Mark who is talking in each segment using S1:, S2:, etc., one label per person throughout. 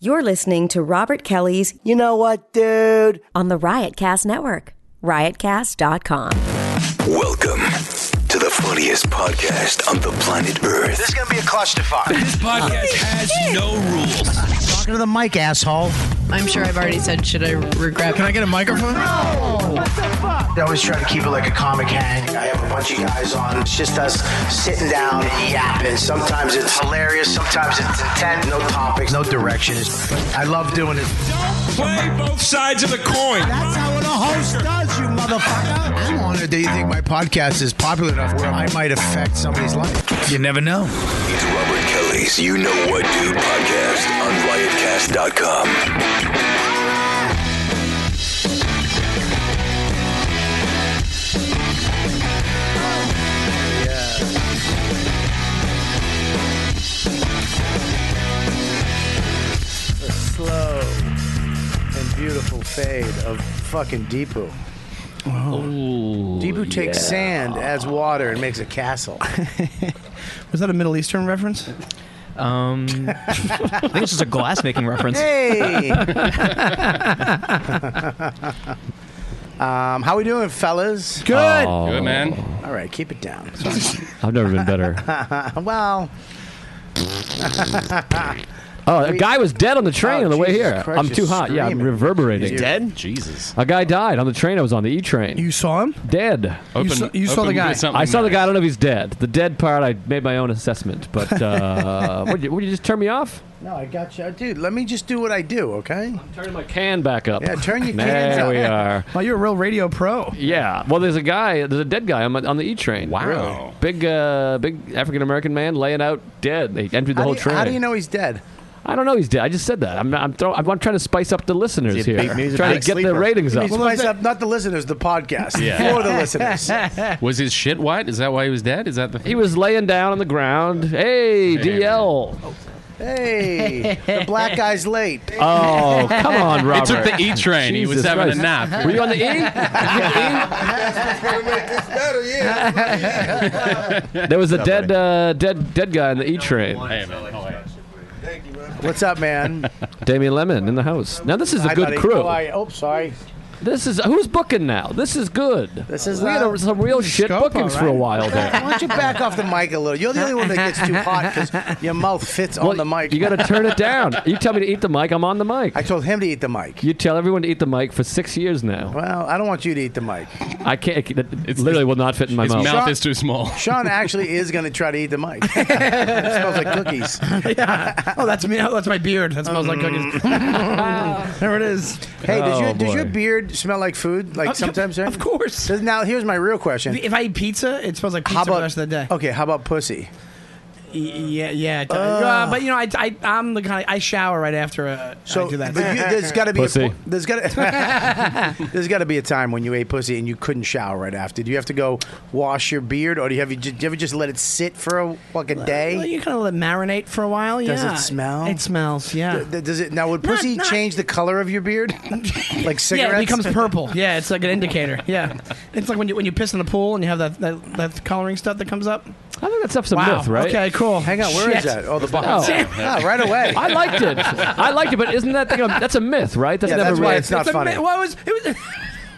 S1: You're listening to Robert Kelly's
S2: You know what, dude?
S1: on the Riotcast Network, riotcast.com.
S3: Welcome to the funniest podcast on the planet Earth.
S4: This is gonna be a clusterfuck.
S5: This podcast has no rules.
S6: Talking to the mic, asshole.
S7: I'm sure I've already said, should I regret?
S6: Can I get a microphone?
S4: I always try to keep it like a comic hang. I have a bunch of guys on. It's just us sitting down and yapping. Sometimes it's hilarious. Sometimes it's intent. No topics. No directions. I love doing it.
S5: Play both sides of the coin.
S6: That's how a host does, you motherfucker.
S4: I'm honored that you think my podcast is popular enough where I might affect somebody's life.
S6: You never know.
S3: It's Robert Kelly's You Know What Dude podcast on riotcast.com.
S2: The slow and beautiful fade of fucking Deepu. Deepu takes sand, adds water, and makes a castle.
S8: Was that a Middle Eastern reference?
S9: Um, I think it's just a glass making reference.
S2: Hey! um, how we doing, fellas? Good.
S5: Good man.
S2: All right, keep it down.
S9: I've never been better.
S2: well,
S9: Oh, a guy was dead on the train
S2: Oh,
S9: on the way
S2: Jesus
S9: here.
S2: Christ,
S9: I'm
S2: you're
S9: too hot. Yeah, I'm
S2: screaming.
S9: reverberating.
S2: Dead?
S9: A guy died on the train I was on, the E train.
S8: You saw him?
S9: dead.
S5: Open,
S8: saw- you saw
S5: open
S8: the guy.
S5: with something
S9: I saw the
S5: nice.
S9: guy. I don't know if he's dead. The dead part, I made my own assessment. But uh, would you, would you just turn me off?
S2: no, I got you. Dude, let me just do what I do, okay?
S9: Turn my can back up.
S2: Yeah, turn your cans
S9: There
S2: up.
S9: we are.
S8: Well, you're a real radio pro.
S2: Oh.
S9: Yeah. Well, there's a guy. There's a dead guy on, my- on the E train.
S5: Wow. Really?
S9: Big, uh, big African American man laying out dead. They entered the
S2: How
S9: whole
S2: do, you,
S9: train.
S2: how do you know he's dead?
S9: I don't know. He's dead. I just said that. I'm. I'm, throw, I'm trying to spice up the listeners here. Trying to get the ratings up.
S2: He's spice up, not the listeners, the podcast. For the listeners.
S5: Was his shit white? Is that why he was dead? Is that the
S9: He was laying down on the ground. Hey, DL.
S2: Hey, the black guy's late.
S9: Oh, come on, Robert.
S5: It took the E train. he was
S9: Jesus
S5: having
S9: Christ.
S5: a nap.
S9: Were you on the E? Did you get the E? There was a dead, uh, dead, dead guy on the E train.
S5: Hey, man. Oh, yeah.
S2: What's up, man?
S9: Damien Lemon in the house. Now this is a
S2: I thought
S9: good
S2: he-
S9: crew.
S2: Oh, I- oh, sorry.
S9: This is who's booking now. This is good.
S2: This is
S9: we had
S2: not-
S9: a, some real shit
S8: Scopo,
S9: bookings for a
S8: right?
S9: while there.
S2: Why don't you back off the mic a little? You're the only one that gets too hot because your mouth fits on the mic.
S9: You got to turn it down. You tell me to eat the mic. I'm on the mic.
S2: I told him to eat the mic.
S9: You tell everyone to eat the mic for six years now.
S2: well, I don't want you to eat the mic.
S9: I can't. It literally will not fit in my
S5: His mouth,
S9: mouth.
S5: is too small.
S2: Sean actually is going to try to eat the mic. it smells like cookies.
S8: Oh, that's me. Oh, that's my beard. That smells like cookies. there it is.
S2: Hey, does, your,
S9: Oh,
S2: does your
S9: boy.
S2: beard smell like food? Like sometimes, right?
S8: Of course.
S2: Does- Now, here's my real question.
S8: If I eat pizza, it smells like pizza
S2: How
S8: for
S2: about
S8: the rest of the day.
S2: Okay, how about pussy?
S8: Y- Yeah, yeah. it does. Uh, but you know, I, I, I'm the kind. Of, I shower right after uh,
S2: So
S8: I do that.
S2: but you- there's got to be
S9: Pussy.
S2: A, po- there's got there's got to be a time when you ate pussy and you couldn't shower right after. Do you have to go wash your beard, or do you have you, do you ever just let it sit for a fucking
S8: Well,
S2: day?
S8: you kind of let marinate for a while.
S2: Does it
S8: yeah.
S2: smell?
S8: It smells. Yeah.
S2: Th- Does it now? Would
S8: Not-
S2: pussy
S8: not-
S2: change the color of your beard, like cigarettes?
S8: yeah, it becomes purple. Yeah, it's like an indicator. Yeah, it's like when you when you piss in the pool and you have that that, that coloring stuff that comes up.
S9: I think that's up some
S8: wow.
S9: myth, right?
S8: Okay, cool.
S2: Hang on, where is
S8: Shit.
S2: that? Oh, the box.
S9: Damn.
S2: Ah, right away.
S9: I liked it. I liked it, but isn't that thing a, that's a myth, right? That's
S2: Yeah,
S9: never
S2: that's
S9: real.
S2: why it's not
S8: It's a
S2: funny.
S8: mi- What was it was?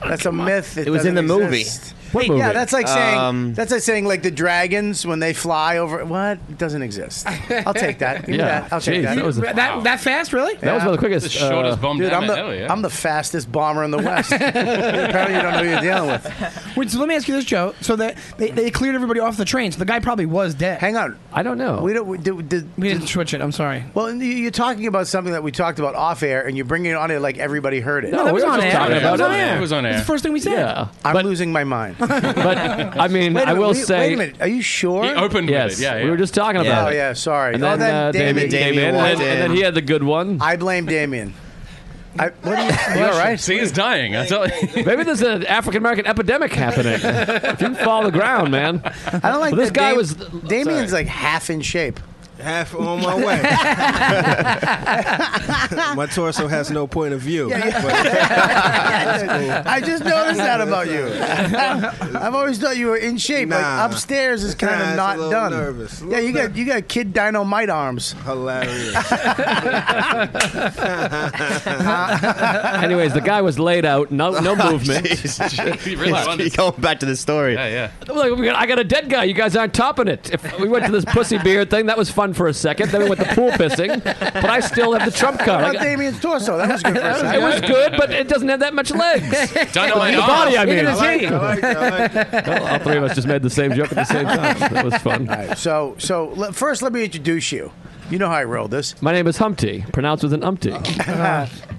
S2: That's a myth. It,
S10: was in
S2: doesn't
S10: the movie.
S2: exist.
S9: What movie?
S2: Yeah, that's like saying
S10: Um,
S2: that's like saying like the dragons when they fly over. What It doesn't exist. I'll take that. Give me
S9: Yeah.
S2: that. I'll take
S9: Jeez,
S2: that.
S9: that was-
S8: that, that fast, really?
S9: that was one of the quickest.
S5: the shortest
S9: uh,
S5: bum
S2: Dude,
S5: down
S2: I'm
S5: the,
S2: the,
S5: hill, yeah.
S2: I'm the fastest bomber in the West. Apparently, you don't know who you're dealing with.
S8: Wait, so let me ask you this, Joe. So that they, they cleared everybody off the train, so the guy probably was dead.
S2: Hang on.
S9: I don't know.
S2: We don't. We, did, did,
S8: we didn't switch it. I'm sorry.
S2: well, you- you're talking about something that we talked about off air, and you're bringing it on air like everybody heard it.
S9: No,
S8: that
S9: we
S8: was
S9: were
S8: on
S9: just
S8: air.
S9: talking
S8: That
S9: about
S8: was on air.
S5: It was on air.
S8: It's the first thing we said.
S9: Yeah,
S2: I'm losing my mind. Wait a
S9: but I mean, I
S2: minute,
S9: will
S2: wait-
S9: say.
S2: Wait a minute. Are you sure?
S5: he opened
S9: Yes,
S5: with it. Yeah, yeah.
S9: we were just talking
S10: Yeah.
S9: about
S2: Oh
S9: it.
S2: yeah. Sorry.
S9: And
S2: oh,
S9: then,
S2: then
S9: uh,
S2: Damien.
S9: Damien, came in, and then,
S10: walked
S9: and then
S10: in.
S9: he had the good one.
S2: I blame Damien. I, what are you, you all right?
S5: See, he's dying. I tell you.
S9: Maybe there's an African American epidemic happening. if you fall to the ground, man.
S2: I don't like
S9: Well, this
S2: that
S9: guy
S2: Dam-
S9: was-
S2: Damien's like half in shape.
S10: half on my way. my torso has no point of view.
S2: I just noticed that about you. I've always thought you were in shape.
S10: Nah.
S2: Like upstairs is kind
S10: Nah,
S2: of
S10: it's a
S2: not
S10: little
S2: done.
S10: nervous. A
S2: Yeah,
S10: little
S2: you got you got kid dynamite arms.
S10: But hilarious.
S2: Uh,
S9: Anyways, the guy was laid out, no no
S2: Oh,
S9: movement.
S5: He realized-
S11: Oh, Going back to the story.
S5: yeah, yeah.
S9: I'm like, "We got- I got a dead guy. You guys aren't topping it. If we went to this pussy beer thing, that was fun for a second. Then we went to pool pissing, but I still have the trump card. I
S2: How
S9: got-
S2: about Damien's torso? That was good for a
S9: it
S2: second.
S9: was good, but it doesn't have that much legs.
S5: Dynamite
S9: the
S5: arms.
S9: body, I
S5: Look
S9: mean.
S5: at his
S9: I
S5: knee.
S10: I like that, I like that.
S9: Well, all three of us just made the same joke at the same time. That was fun.
S2: All right, so so le- first let me introduce you. You know how I rolled this.
S9: My name is Humpty, pronounced with an umpty.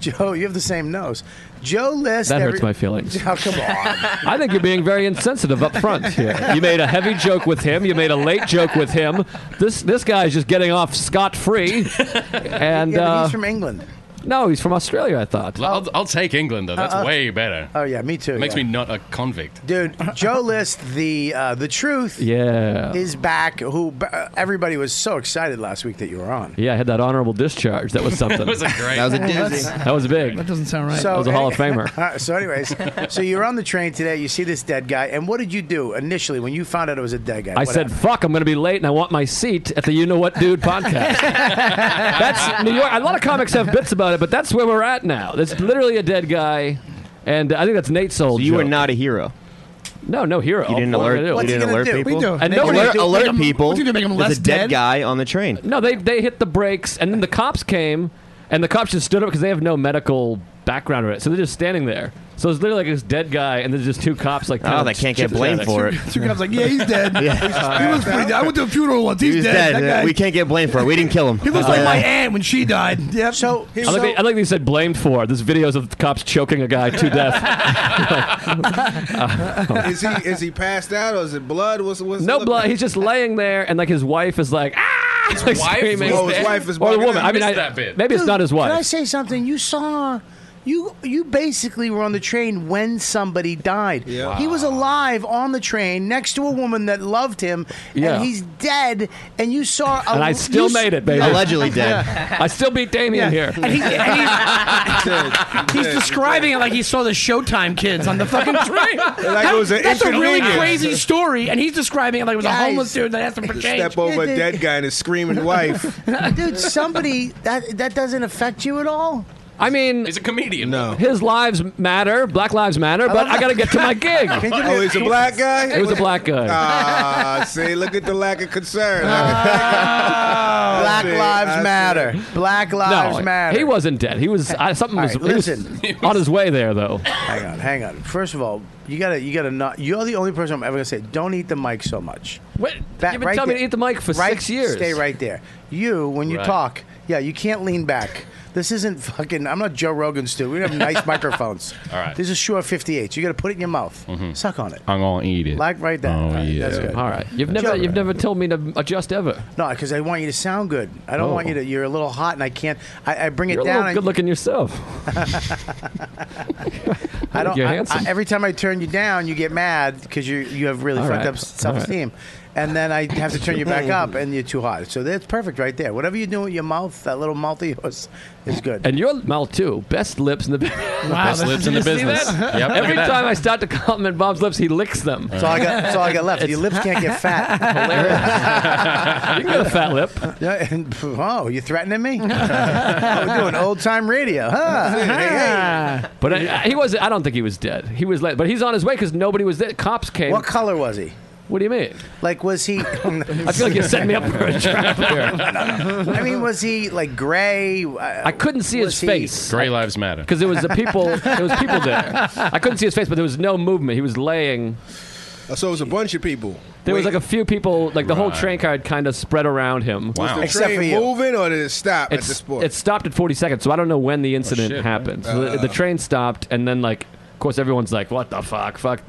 S2: Joe, you have the same nose. Joe lists
S9: That
S2: every-
S9: hurts my feelings.
S2: Oh, come on.
S9: I think you're being very insensitive up front here. You made a heavy joke with him. You made a late joke with him. This this guy is just getting off scot free. And
S2: yeah, but
S9: uh,
S2: he's from England.
S9: no, he's from Australia. I thought.
S5: I'll, I'll take England though. That's way better.
S2: Oh yeah, me too.
S5: Makes
S2: yeah.
S5: me not a convict.
S2: Dude, Joe List, the uh, the truth
S9: Yeah.
S2: is back. Who uh, everybody was so excited last week that you were on.
S9: Yeah, I had that honorable discharge. That was something.
S5: That was a great.
S11: That was a dizzy.
S9: that was big.
S8: That
S9: That
S8: doesn't sound right.
S2: So-
S9: was a Hall of Famer.
S2: Uh, so, anyways, so you're on the train today. You see this dead guy, and what did you do initially when you found out it was a dead guy?
S9: I
S2: What
S9: said,
S2: happened?
S9: "Fuck, I'm going to be late, and I want my seat at the You Know What Dude podcast." that's New York. A lot of comics have bits about it, but that's where we're at now. There's literally a dead guy, and I think that's Nate's sold.
S11: You were not a hero.
S9: No, no hero.
S11: You didn't
S9: What am I
S11: alert.
S9: gonna do?
S11: You
S2: What's he
S11: didn't
S2: gonna
S11: alert
S2: do?
S11: people.
S8: We do. Make
S9: And nobody-
S11: alert
S8: him-
S11: alert
S8: make him-
S11: people.
S8: What do you do, make him
S11: There's
S8: less
S11: a dead,
S8: dead?
S11: guy on the train.
S9: No, they they hit the brakes, and then the cops came, and the cops just stood up because they have no medical background or it, so they're just standing there. So it's literally like this dead guy, and there's just two cops like.
S11: Oh,
S9: kinda
S11: they can't get
S9: chit-chatting.
S11: blamed for it.
S8: Two cops like, yeah, he's dead. he looks pretty dead. I went to a funeral once. He's,
S11: He was
S8: dead. That guy.
S11: dead. We can't get blamed for it. We didn't kill him.
S8: he looks like my aunt when she died. Yep.
S2: So,
S9: I like, they, I like they said blamed for. There's videos of cops choking a guy to death. Uh,
S10: Is he is he passed out or is it blood? What's what's it
S9: No
S10: look
S9: blood.
S10: like?
S9: He's just laying there, and like his wife is like, ah, his like,
S5: wife
S9: screaming.
S5: was
S10: Oh, his
S5: there?
S10: wife is
S9: or a
S10: walking
S9: woman.
S10: out.
S9: I mean,
S5: missed
S9: I,
S5: that bit.
S9: maybe it's not his
S2: Can I
S9: wife.
S2: say something? You saw. You, you basically were on the train when somebody died.
S10: Yeah.
S2: He was alive on the train next to a woman that loved him,
S9: Yeah.
S2: and he's dead. And you saw. A,
S9: And I still
S2: Oh, you s-
S9: made it, baby.
S11: allegedly dead.
S9: I still beat Damien here.
S8: And he's, and he's,
S10: Dead.
S8: he's
S10: Dead.
S8: describing it like he saw the Showtime kids on the fucking train. That-
S10: it was an
S8: that's a really
S10: inconvenience.
S8: crazy story, and he's describing it like it was a
S2: Guys.
S8: homeless dude that asked him for change.
S10: Step over a dead guy and his screaming wife.
S2: dude. Somebody that that doesn't affect you at all.
S9: I mean,
S5: He's a comedian.
S10: No.
S9: his lives matter. Black lives matter. But I got to get to my gig. It
S10: Oh, he's a black guy.
S9: was a black guy.
S10: Ah, see, look at the lack of concern.
S2: Black
S10: see,
S2: lives
S10: I see.
S2: matter. Black lives
S9: no,
S2: matter.
S9: he wasn't dead. He was I, something. was,
S2: right,
S9: he was
S2: listen.
S9: on his way there though.
S2: Hang on, hang on. First of all, you gotta, you gotta not. You're the only person I'm ever gonna say don't eat the mic so much.
S9: What?
S2: That-
S9: You've been
S2: right
S9: telling me
S2: there.
S9: to eat the mic for
S2: Right-
S9: six years.
S2: Stay right there. You, when you
S5: Right.
S2: talk, yeah, you can't lean back. This isn't fucking. I'm not Joe Rogan, Stu. We have nice microphones.
S5: All right. Mm-hmm.
S2: This is Sure 58. You got to put it in your mouth. Suck on it.
S5: I'm gonna eat it. Oh,
S2: Like right there. All right, That's good.
S9: All right. You've never
S2: Joe-
S9: you've never told me to adjust ever.
S2: No, because I want you to sound good. I don't
S9: Oh.
S2: want you to. You're a little hot, and I can't. I, I bring
S9: You're
S2: it
S9: a
S2: down.
S9: little
S2: and-
S9: good looking yourself.
S2: I don't.
S9: You're
S2: I-
S9: handsome.
S2: I- every time I turn you down, you get mad because you you have really
S9: All
S2: fucked
S9: right.
S2: up
S9: All
S2: self
S9: right.
S2: esteem, and then I have to turn you back up, and you're too hot. So that's perfect right there. Whatever you do with your mouth, that little mouth of yours is good.
S9: And your mouth too. Best lips in the
S8: Wow,
S5: Best
S8: this
S5: lips
S8: is-
S5: in the
S8: you see
S5: business.
S8: that?
S5: Yep,
S9: Every
S5: look at that.
S9: time I start to compliment Bob's lips, he licks them.
S2: that's all I got. That's all I got left. Your lips can't get fat.
S9: You can get a fat lip.
S2: Yeah, and- oh, you threatening me? oh, we're doing old time radio, huh? Hey, hey.
S9: But I, I- he was. I don't think he was dead. He was late, but he's on his way because nobody was there. Cops came.
S2: What
S9: What,
S2: color was he?
S9: do you mean?
S2: Like, was he?
S9: I feel like you set me up for a trap here.
S2: I mean, was he like gray?
S9: I couldn't see his
S2: Was he-
S9: face
S5: Gray lives matter.
S9: because there was the people. There was people there. I couldn't see his face, but there was no movement. He was laying.
S10: Uh, so it was a bunch of people.
S9: There was
S10: Wait,
S9: like a few people. Like the whole
S5: Right.
S9: train car kind of spread around him.
S5: Wow.
S10: the
S2: Except for
S10: train
S2: you.
S10: moving or did it stop at
S9: It's-
S10: this point?
S9: It stopped at 40 seconds, so I don't know when the incident
S5: shit,
S2: Uh,
S9: happened. So the, the train stopped, and then like, of course, everyone's like, "What the fuck? Fuck."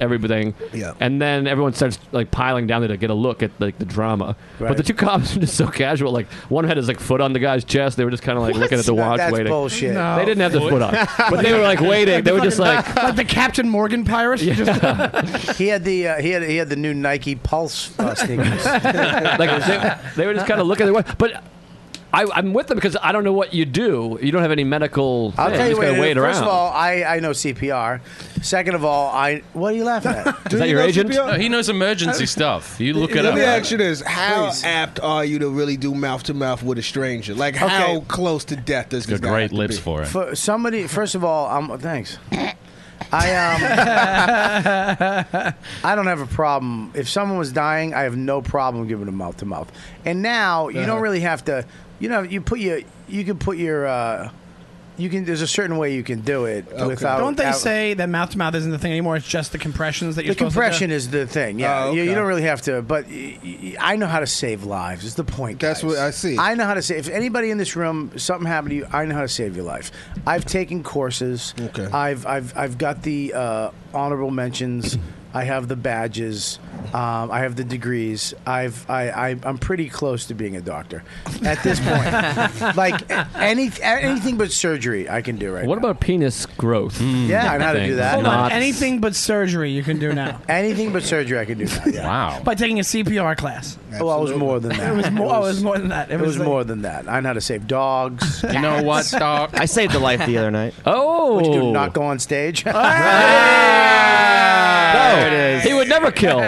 S9: everything. Yeah. And then everyone starts like piling down there to get a look at like the drama. But the two cops are just so casual. Like one had his like foot on the guy's chest. They were just kind of like looking at the
S2: What?
S9: watch,
S2: That's
S9: waiting.
S2: bullshit. No.
S9: They didn't have the
S2: Foot?
S9: foot on, but they were like waiting. They were just like.
S8: like the Captain Morgan pirate. Yeah.
S2: he had the uh, he had he had the new Nike Pulse uh, sneakers.
S9: like they, they were just kind of looking at the But I, I'm with them because I don't know what you do. You don't have any medical.
S2: I'll
S9: thing.
S2: tell you
S9: just gotta
S2: what.
S9: wait
S2: First of
S9: around.
S2: all, I, I know CPR. Second of all, I what are you laughing at?
S5: Is that your agent? No, he knows emergency stuff. You look it
S10: Let
S5: up.
S10: me ask you this: How
S2: Please.
S10: apt are you to really do mouth to mouth with a stranger? Like, how
S2: Okay.
S10: close to death does this
S5: Got
S10: guy have
S5: great
S10: to
S5: lips
S10: be?
S5: for it.
S2: For somebody, first of all, um, thanks. I um, I don't have a problem. If someone was dying, I have no problem giving them mouth to mouth. And now you
S10: Uh-huh.
S2: don't really have to. You know, you put your you can put your uh, you can. There's a certain way you can do it without.
S8: Don't they
S2: out-
S8: say that mouth to mouth isn't the thing anymore? It's just the compressions that you're
S2: the compression is the thing? Yeah,
S8: Oh,
S2: you, you
S8: okay.
S2: don't really have to. But y- y- I know how to save lives. Is the point? That's what I see. I know how to save. If anybody in this room something happened to you, I know how to save your life. I've taken courses. Okay. I've I've I've got the uh, honorable mentions. I have the badges. Um, I have the degrees. I've I, I I'm pretty close to being a doctor at this point. like a- any anything but surgery, I can do right.
S9: what about penis growth?
S2: Yeah, I know how to do that.
S8: Hold on.
S9: Not-
S8: Anything but surgery you can do now.
S2: anything but surgery, I can do now. Yeah.
S5: Wow.
S8: By taking a CPR class.
S2: Well, it Oh, was more than that.
S8: It was more. oh, it was more than that.
S2: It was
S8: like-
S2: more than that. I know how to save dogs.
S5: You know what, Doc?
S11: I saved a life the other night.
S9: Oh,
S2: Would you do, not go on stage?
S9: there it is. He would never kill.
S2: we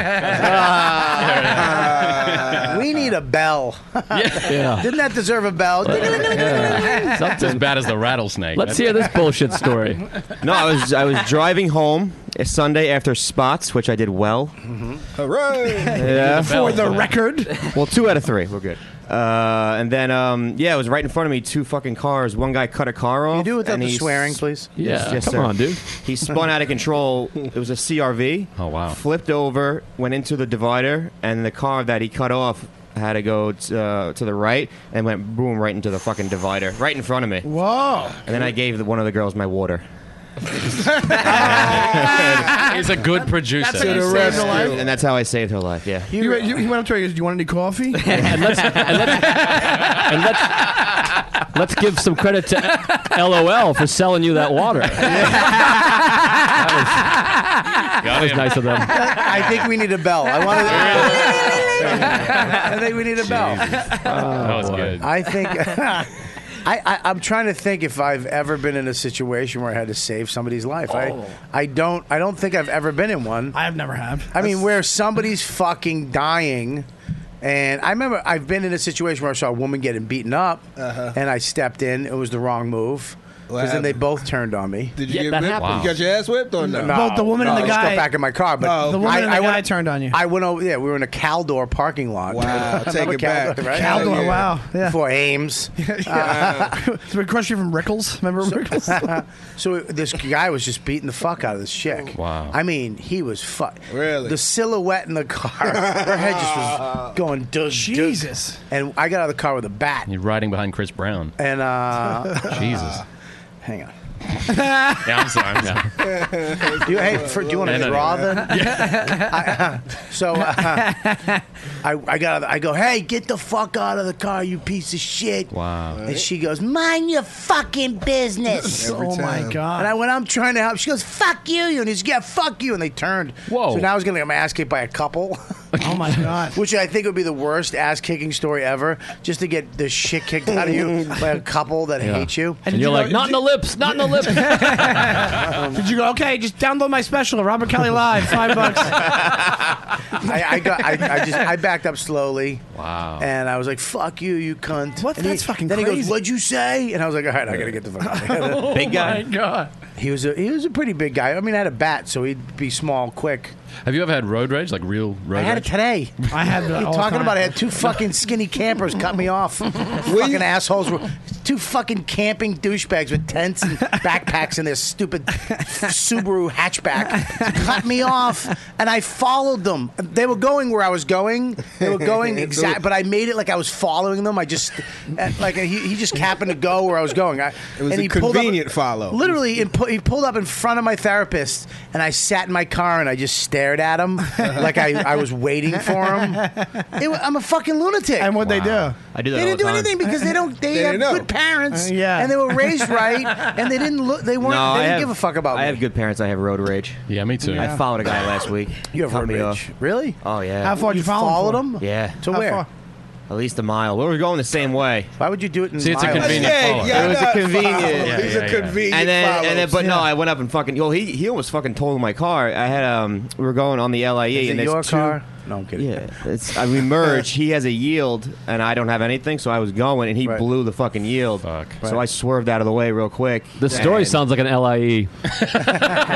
S2: need a bell. Didn't that deserve a bell?
S5: It's as bad as the rattlesnake.
S11: Let's
S5: That's-
S11: hear this
S9: bullshit story.
S11: No, I was I was driving home a Sunday after spots, which I did well.
S10: Hooray!
S11: Yeah.
S8: For the record.
S11: Well, two out of three. We're good. Uh, and then, um, yeah, it was right in front of me. Two fucking cars. One guy cut a car off. You
S2: do without
S11: and
S2: the
S11: he
S2: swearing,
S11: s-
S2: please?
S11: Yes,
S2: Yeah,
S11: yes,
S2: come
S11: sir.
S2: on, dude.
S11: He spun out of control. It was a CRV. Oh wow! Flipped over, went into the divider, and the car that he cut off had to go t- uh, to the right and went boom right into the fucking divider, right in front of me.
S8: Whoa!
S11: And then I gave the, one of the girls my water.
S5: He's a good producer.
S8: That's how you saved her life.
S11: And that's how I saved her life. Yeah.
S8: You, you, he went up to her. He goes, "Do you want any coffee?"
S9: Let's give some credit to LOL for selling you that water. That was nice of them.
S2: I think we need a bell. I want to. I think we need a bell.
S5: that was good.
S2: I think. I, I, I'm trying to think if I've ever been in a situation where I had to save somebody's life.
S8: Oh.
S2: I, I don't I don't think I've ever been in one.
S8: I've never had.
S2: I mean, where somebody's fucking dying, and I remember I've been in a situation where I saw a woman getting beaten up, and I stepped in. It was the wrong move
S10: What
S2: because then they both turned on me.
S10: Did you get whipped? You got your ass whipped or no?
S2: No, no, I just got back in my car, but
S10: No. The woman and the guy
S8: turned on you.
S2: I went over. Yeah, we were in a Caldor parking lot.
S10: Wow, take
S2: Remember
S10: it back.
S2: Caldor, right?
S10: Caldor, Yeah. wow,
S2: yeah. Before Ames.
S8: Yeah. Did we crush you from Rickles? Remember Rickles?
S2: so this guy was just beating the fuck out of this chick. Wow. I mean, he was fuck.
S10: Really?
S2: The silhouette in the car, her head just was going. Dug, Jesus. And I got out of the car with a bat.
S5: You're riding behind Chris Brown.
S2: And uh,
S5: Jesus.
S2: hang on.
S5: Yeah, I'm sorry. I'm sorry.
S2: you, hey, for, do you want
S5: No,
S2: to
S5: no, no.
S2: draw then? I, uh, so uh, I, I got, out of the- I go, hey, get the fuck out of the car, you piece of shit.
S5: Wow.
S2: And she goes, mind your fucking business.
S8: Every Oh, my time. God.
S2: And I went, I'm trying to help. She goes, fuck you. And he's, yeah, fuck you. And they turned. Whoa. So now I was going to get my ass kicked by a couple.
S8: oh my god!
S2: Which I think would be the worst ass kicking story ever, just to get the shit kicked out of you by a couple that
S9: Yeah.
S2: hates you.
S9: And, you're like, not in the lips, not in the lips. Oh,
S8: Did you go? Okay, just download my special, Robert Kelly Live, five bucks.
S2: I, I got. I, I just. I backed up slowly.
S5: Wow.
S2: And I was like, "Fuck you, you cunt." What?
S8: That's fucking
S2: Then he goes,
S8: crazy. Oh
S2: "What'd you say?" And I was like, "All right, I gotta get the fuck." Out of here."
S11: Big guy.
S8: My god!
S2: he was a he was a pretty big guy. I mean, I had a bat, so he'd be small, quick.
S5: Have you ever had road rage, like real road
S2: I had it
S5: rage?
S2: today.
S8: I had
S2: You're
S8: all
S2: talking
S8: time.
S2: about I had two fucking skinny campers cut me off. fucking assholes were two fucking camping douchebags with tents and backpacks in their stupid Subaru hatchback cut me off, and I followed them. They were going where I was going. They were going exact, but I made it like I was following them. I just and, like he, he just happened to go where I was going. I,
S10: It was
S2: and
S10: a
S2: he pulled
S10: convenient
S2: up,
S10: follow.
S2: Literally, in, pu- he pulled up in front of my therapist, and I sat in my car and I just stared at him like I, I was waiting for him. It wa- I'm a fucking lunatic. And
S8: what they do?
S11: I do
S2: They
S11: that all
S2: didn't
S11: the
S2: do
S11: time.
S2: anything because they don't. They,
S8: They
S2: have
S8: didn't know.
S2: good parents,
S8: Uh, yeah.
S2: and they were raised right, and they didn't look. They weren't.
S11: No,
S2: they
S11: I
S2: didn't
S11: have-
S2: give a fuck about
S11: I
S2: me.
S11: have good parents. I have road rage.
S5: Yeah, me
S2: too. Yeah.
S11: I followed a guy last week.
S2: You have
S11: Cut
S2: road
S11: me
S2: rage.
S11: off.
S2: Really?
S11: Oh yeah.
S2: How far did you follow Followed him? him?
S11: Yeah.
S2: To How where? far?
S11: At least a mile. We were going the same way.
S2: Why would you do it in
S5: See, it's a miles? convenient follow.
S11: it was a
S5: Yeah,
S11: convenient.
S5: follow. Yeah, These yeah, are yeah. convenient
S11: And then, and then,
S5: follows.
S11: but no,
S5: Yeah.
S11: I went up and fucking. Well, he he almost fucking totaled my car. I had um, we were going on the LIE.
S2: Is
S11: and
S2: it
S11: there's
S2: your
S11: two-
S2: car? No, I'm kidding.
S11: Yeah, it's, I, we merge. he has a yield, and I don't have anything, so I was going, and he blew the fucking yield. Fuck. So I swerved out of the way real quick.
S9: The story
S11: And-
S9: sounds like an
S5: E.
S9: LIE.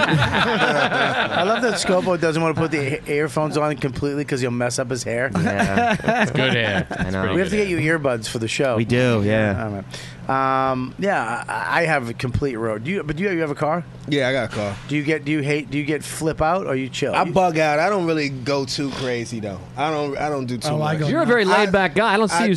S2: I love that Scopo doesn't want to put the e- earphones on completely because he'll mess up his hair.
S11: Yeah. It's good hair. I It's know. pretty
S2: We have to get
S11: good
S2: you earbuds for the show.
S11: We do, yeah.
S8: Uh,
S2: All right. Um, yeah, I I have a complete road. Do you? But do you, you have a car?
S10: Yeah, I got a car.
S2: Do you get? Do you hate? Do you get flip out or you chill?
S10: I bug out. I don't really go too crazy though. I don't. I don't do
S8: Oh,
S10: too much.
S9: You're a very laid back guy. I don't see
S10: I-
S9: you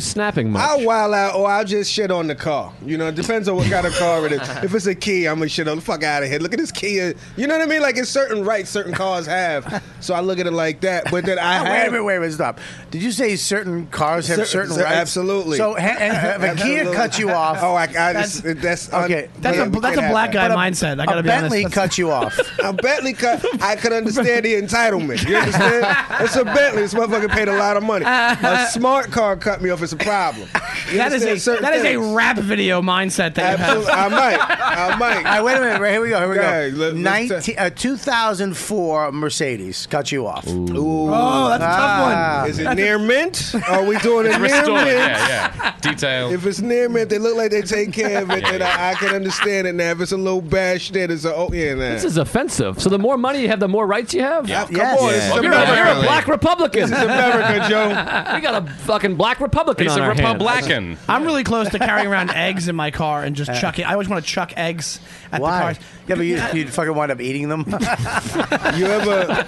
S9: snapping much.
S10: I'll wild out or I'll just shit on the car. You know, it depends on what kind of car it is. If it's a Kia, I'm gonna shit on the fuck out of here. Look at this Kia. You know what I mean? Like it's certain rights certain cars have. So I look at it like that. But then I
S2: Oh,
S10: have
S2: wait a minute, wait a minute, stop. Did you say certain cars have
S10: Cer-
S2: certain
S10: cer-
S2: rights?
S10: absolutely.
S2: So ha- and if a Kia
S10: Absolutely.
S2: cuts you off,
S10: Oh, I- I just- that's un-
S2: okay.
S10: That's a-
S2: we
S10: that's
S2: can't
S10: a black
S2: have
S10: guy
S2: that. But
S10: mindset, I
S2: a
S10: gotta be honest.
S2: Bentley
S10: That's-
S2: cut you off.
S10: a Bentley cut. I could understand the entitlement. You understand? It's a Bentley. This motherfucker paid a lot of money. A smart car cut me off. It's a problem. You
S8: That is
S10: understand?
S8: a
S10: Certain
S8: that is a
S10: things.
S8: rap video mindset that you
S10: Absolutely.
S8: have.
S10: I might. I might.
S2: All right, wait a minute. Right, here we go. Here we
S10: Go
S2: go.
S10: ahead, let- let's
S2: 19, uh, 2004 Mercedes cut you off. Ooh.
S10: Oh,
S8: that's a tough
S2: Ah.
S10: Is it near mint? Are we doing it near mint?
S5: Restore. Yeah, yeah. Detail.
S10: If it's near mint, they look like they take care of it, and I, I can understand it now. If it's a little bash, then it's a oh yeah. Nah.
S9: This is offensive. So the more money you have, the more rights you have.
S10: Yeah. Come Yes. on, this is
S9: You're, a,
S10: America.
S9: you're a black Republican.
S10: This is America, Joe.
S9: We got a fucking black Republican.
S5: He's a
S9: on our hands.
S5: Republican.
S8: I'm really close to carrying around eggs in my car and just chucking. I always want to chuck eggs at the
S2: Uh. Why?
S8: cars.
S2: Yeah, but you, you'd fucking wind up eating them.
S10: You ever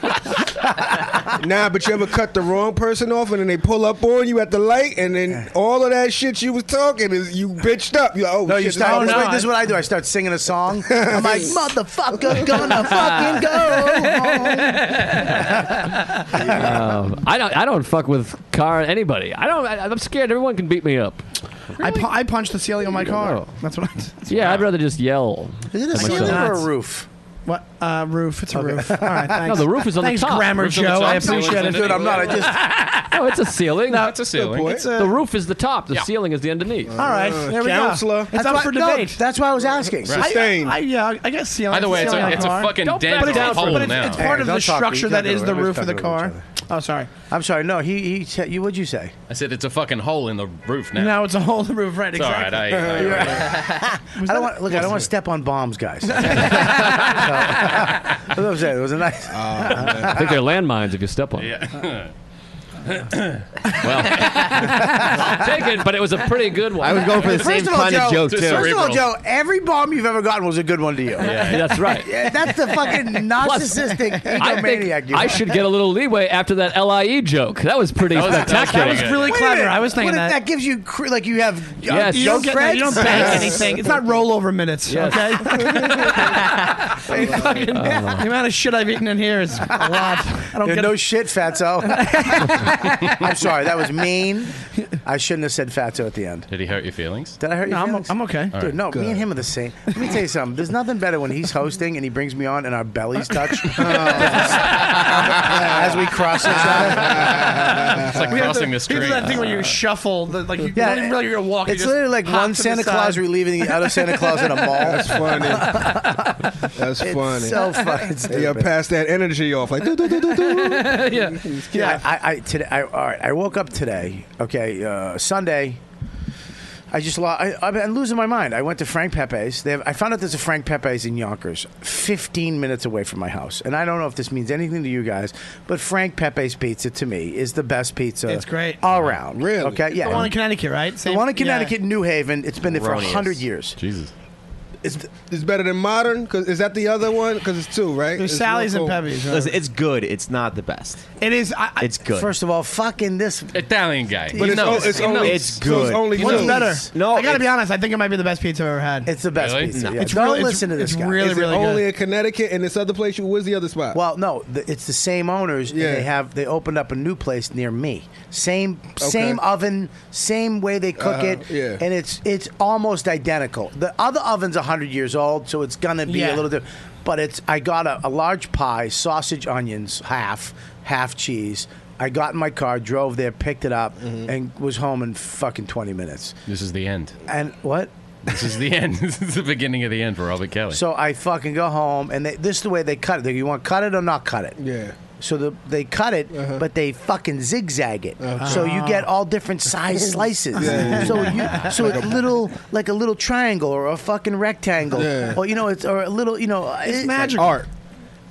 S10: nah? But you ever cut the wrong person off, and then they pull up on you at the light, and then all of that shit you was talking is you bitched up. You like, oh
S2: No,
S10: shit,
S2: you
S10: this
S2: start.
S10: is-
S2: this, this is what I do. I start singing a song. I'm like, motherfucker, gonna fucking go. home."
S9: Um, I don't. I don't fuck with car anybody. I don't. I, I'm scared. Everyone can beat me up. Oh.
S8: I, pu- I punched the ceiling on my car. That's what I.
S9: yeah, I'd rather just yell.
S2: Is it a
S9: at myself.
S2: ceiling or a roof?
S8: What uh, roof? It's a roof. All right, thanks.
S9: No, the roof is on the
S8: thanks,
S9: top.
S8: grammar
S9: Roof's on the
S8: Joe.
S9: top,
S8: I
S9: so it's
S8: appreciate it.
S9: underneath.
S2: Dude, I'm not. I just.
S9: No, it's a ceiling.
S5: That's a ceiling.
S10: It's a-
S9: the roof is the top. The ceiling is the underneath.
S8: All right, there we
S10: Uh, Counselor.
S8: go. It's up
S2: why,
S8: for
S2: no,
S8: debate.
S2: that's why I was asking.
S5: Right.
S10: Sustained.
S8: I, yeah, I guess ceiling.
S5: Either way, it's
S8: ceiling
S5: a,
S8: on
S5: it's a
S8: car.
S5: fucking
S9: Don't
S5: damn
S9: put it down
S5: hole
S9: for
S8: But it's,
S9: Hold
S5: now.
S8: it's part
S2: Hey,
S8: of
S2: don't
S8: the
S2: talk to-
S8: structure
S2: you
S8: that
S2: can't
S8: is
S2: do
S8: the
S2: it. We're
S8: roof of the
S2: talking to each
S8: car. Oh, sorry.
S2: I'm sorry. No, he he. said- You what'd you say?
S5: I said it's a fucking hole in the roof now.
S8: Now it's a hole in the roof, right?
S5: It's all right.
S8: Exactly.
S5: I, I, I-
S2: I don't want, look, I don't want to step on bombs, guys. so, that's what I'm saying. It was a nice.
S10: Uh,
S9: I think they're landmines if you step on. them.
S5: yeah.
S9: Take it, but it was a pretty good one.
S11: I was going for the same
S2: first of all,
S11: kind
S2: Joe,
S11: of joke
S5: Just
S11: too.
S2: first of all,
S5: Cerebral.
S2: Joe, every bomb you've ever gotten was a good one to you.
S9: Yeah, That's right.
S2: Yeah, that's the fucking narcissistic
S9: I
S2: egomaniac.
S9: think
S2: you
S9: I
S2: are.
S9: should get a little leeway after that LIE joke. That was pretty
S5: was- that was
S9: spectacular.
S5: pretty
S8: It's really
S2: Wait a
S8: clever.
S2: minute.
S8: I was thinking
S2: What if
S8: that.
S2: that gives you cre- like you have uh,
S9: Yes.
S8: You don't get that. You don't
S2: credits?
S8: bank anything. It's not rollover minutes.
S9: Yes.
S8: Okay. Fucking-
S2: Uh,
S8: the amount of shit I've eaten in here is a lot. I don't
S2: Yeah,
S8: get
S2: no shit, Fatso. I'm sorry, that was mean. I shouldn't have said Fatso at the end.
S5: Did he hurt your feelings?
S2: Did I hurt you?
S8: No, I'm- I'm okay.
S2: Dude, no, me and him are the same. Let me tell you something. There's nothing better when he's hosting and he brings me on and our bellies touch as we cross each other.
S5: It's like
S8: We have
S5: crossing
S8: to-
S5: the street.
S8: You do that thing where you shuffle, the, like you yeah, don't really you're walking.
S2: It's literally like one Santa Claus relieving the other Santa Claus in a mall.
S10: That's funny. That's
S2: It's
S10: funny.
S2: so fucking stupid.
S10: yeah, pass that energy off like.
S9: yeah.
S2: Yeah, I, I, I today. I, all right, I woke up today. Okay, uh, Sunday. I just lost. I, I've been losing my mind. I went to Frank Pepe's. They have, I found out there's a Frank Pepe's in Yonkers, 15 minutes away from my house. And I don't know if this means anything to you guys, but Frank Pepe's pizza to me is the best pizza.
S8: It's great.
S2: all around. Really? Okay. Yeah.
S8: The one in Connecticut, right?
S2: The one in Connecticut, New Haven. It's been there for
S10: Erroneous.
S2: 100 years. Jesus.
S10: It's, it's better than modern. Cause is that the other one? Because it's two, right?
S8: There's
S10: It's
S8: Sally's
S10: local.
S8: and Pepe's.
S11: Listen, it's good. It's not the best.
S8: It is. I,
S11: It's good.
S2: First of all, fucking this
S5: Italian guy.
S11: But it's o- it's
S8: Oh,
S11: only- It's so it's good. only
S8: What's
S11: two.
S8: better?
S11: No,
S8: I gotta be honest. I think it might be the best pizza I've ever had.
S2: It's the best
S10: Really?
S2: pizza.
S10: No.
S2: yeah.
S10: It's
S2: Don't
S10: really- it's-
S2: listen to this
S10: it's
S2: guy.
S10: really, Is it really good. only
S2: in Connecticut and this other place? Where's the other spot? Well, no, th- it's the same owners. and
S10: Yeah.
S2: they have they opened up a new place near me. Same
S10: Okay.
S2: same oven, same way they cook
S10: Uh-huh,
S2: it.
S10: yeah.
S2: and it's it's almost identical. The other oven's hundred years old, so it's gonna be
S10: Yeah.
S2: a little different. But it's I got a, a large pie, sausage, onions, half half cheese. I got in my car, drove there, picked it up,
S10: Mm-hmm.
S2: and was home in fucking twenty minutes.
S5: This is the end.
S2: And what?
S5: This is the end. this is the beginning of the end for Robert Kelly.
S2: So I fucking go home, and they, this is the way they cut it. They go, you want to cut it or not cut it? Yeah. So the, they cut it,
S10: Uh-huh.
S2: but they fucking zigzag it. So you get all different size slices.
S10: Yeah.
S2: So you, so
S10: Like
S2: it's
S10: a-
S2: little like a little triangle or a fucking rectangle,
S10: Yeah.
S2: or you know, it's or a little, you know,
S10: It's
S2: it-
S10: magical. Art.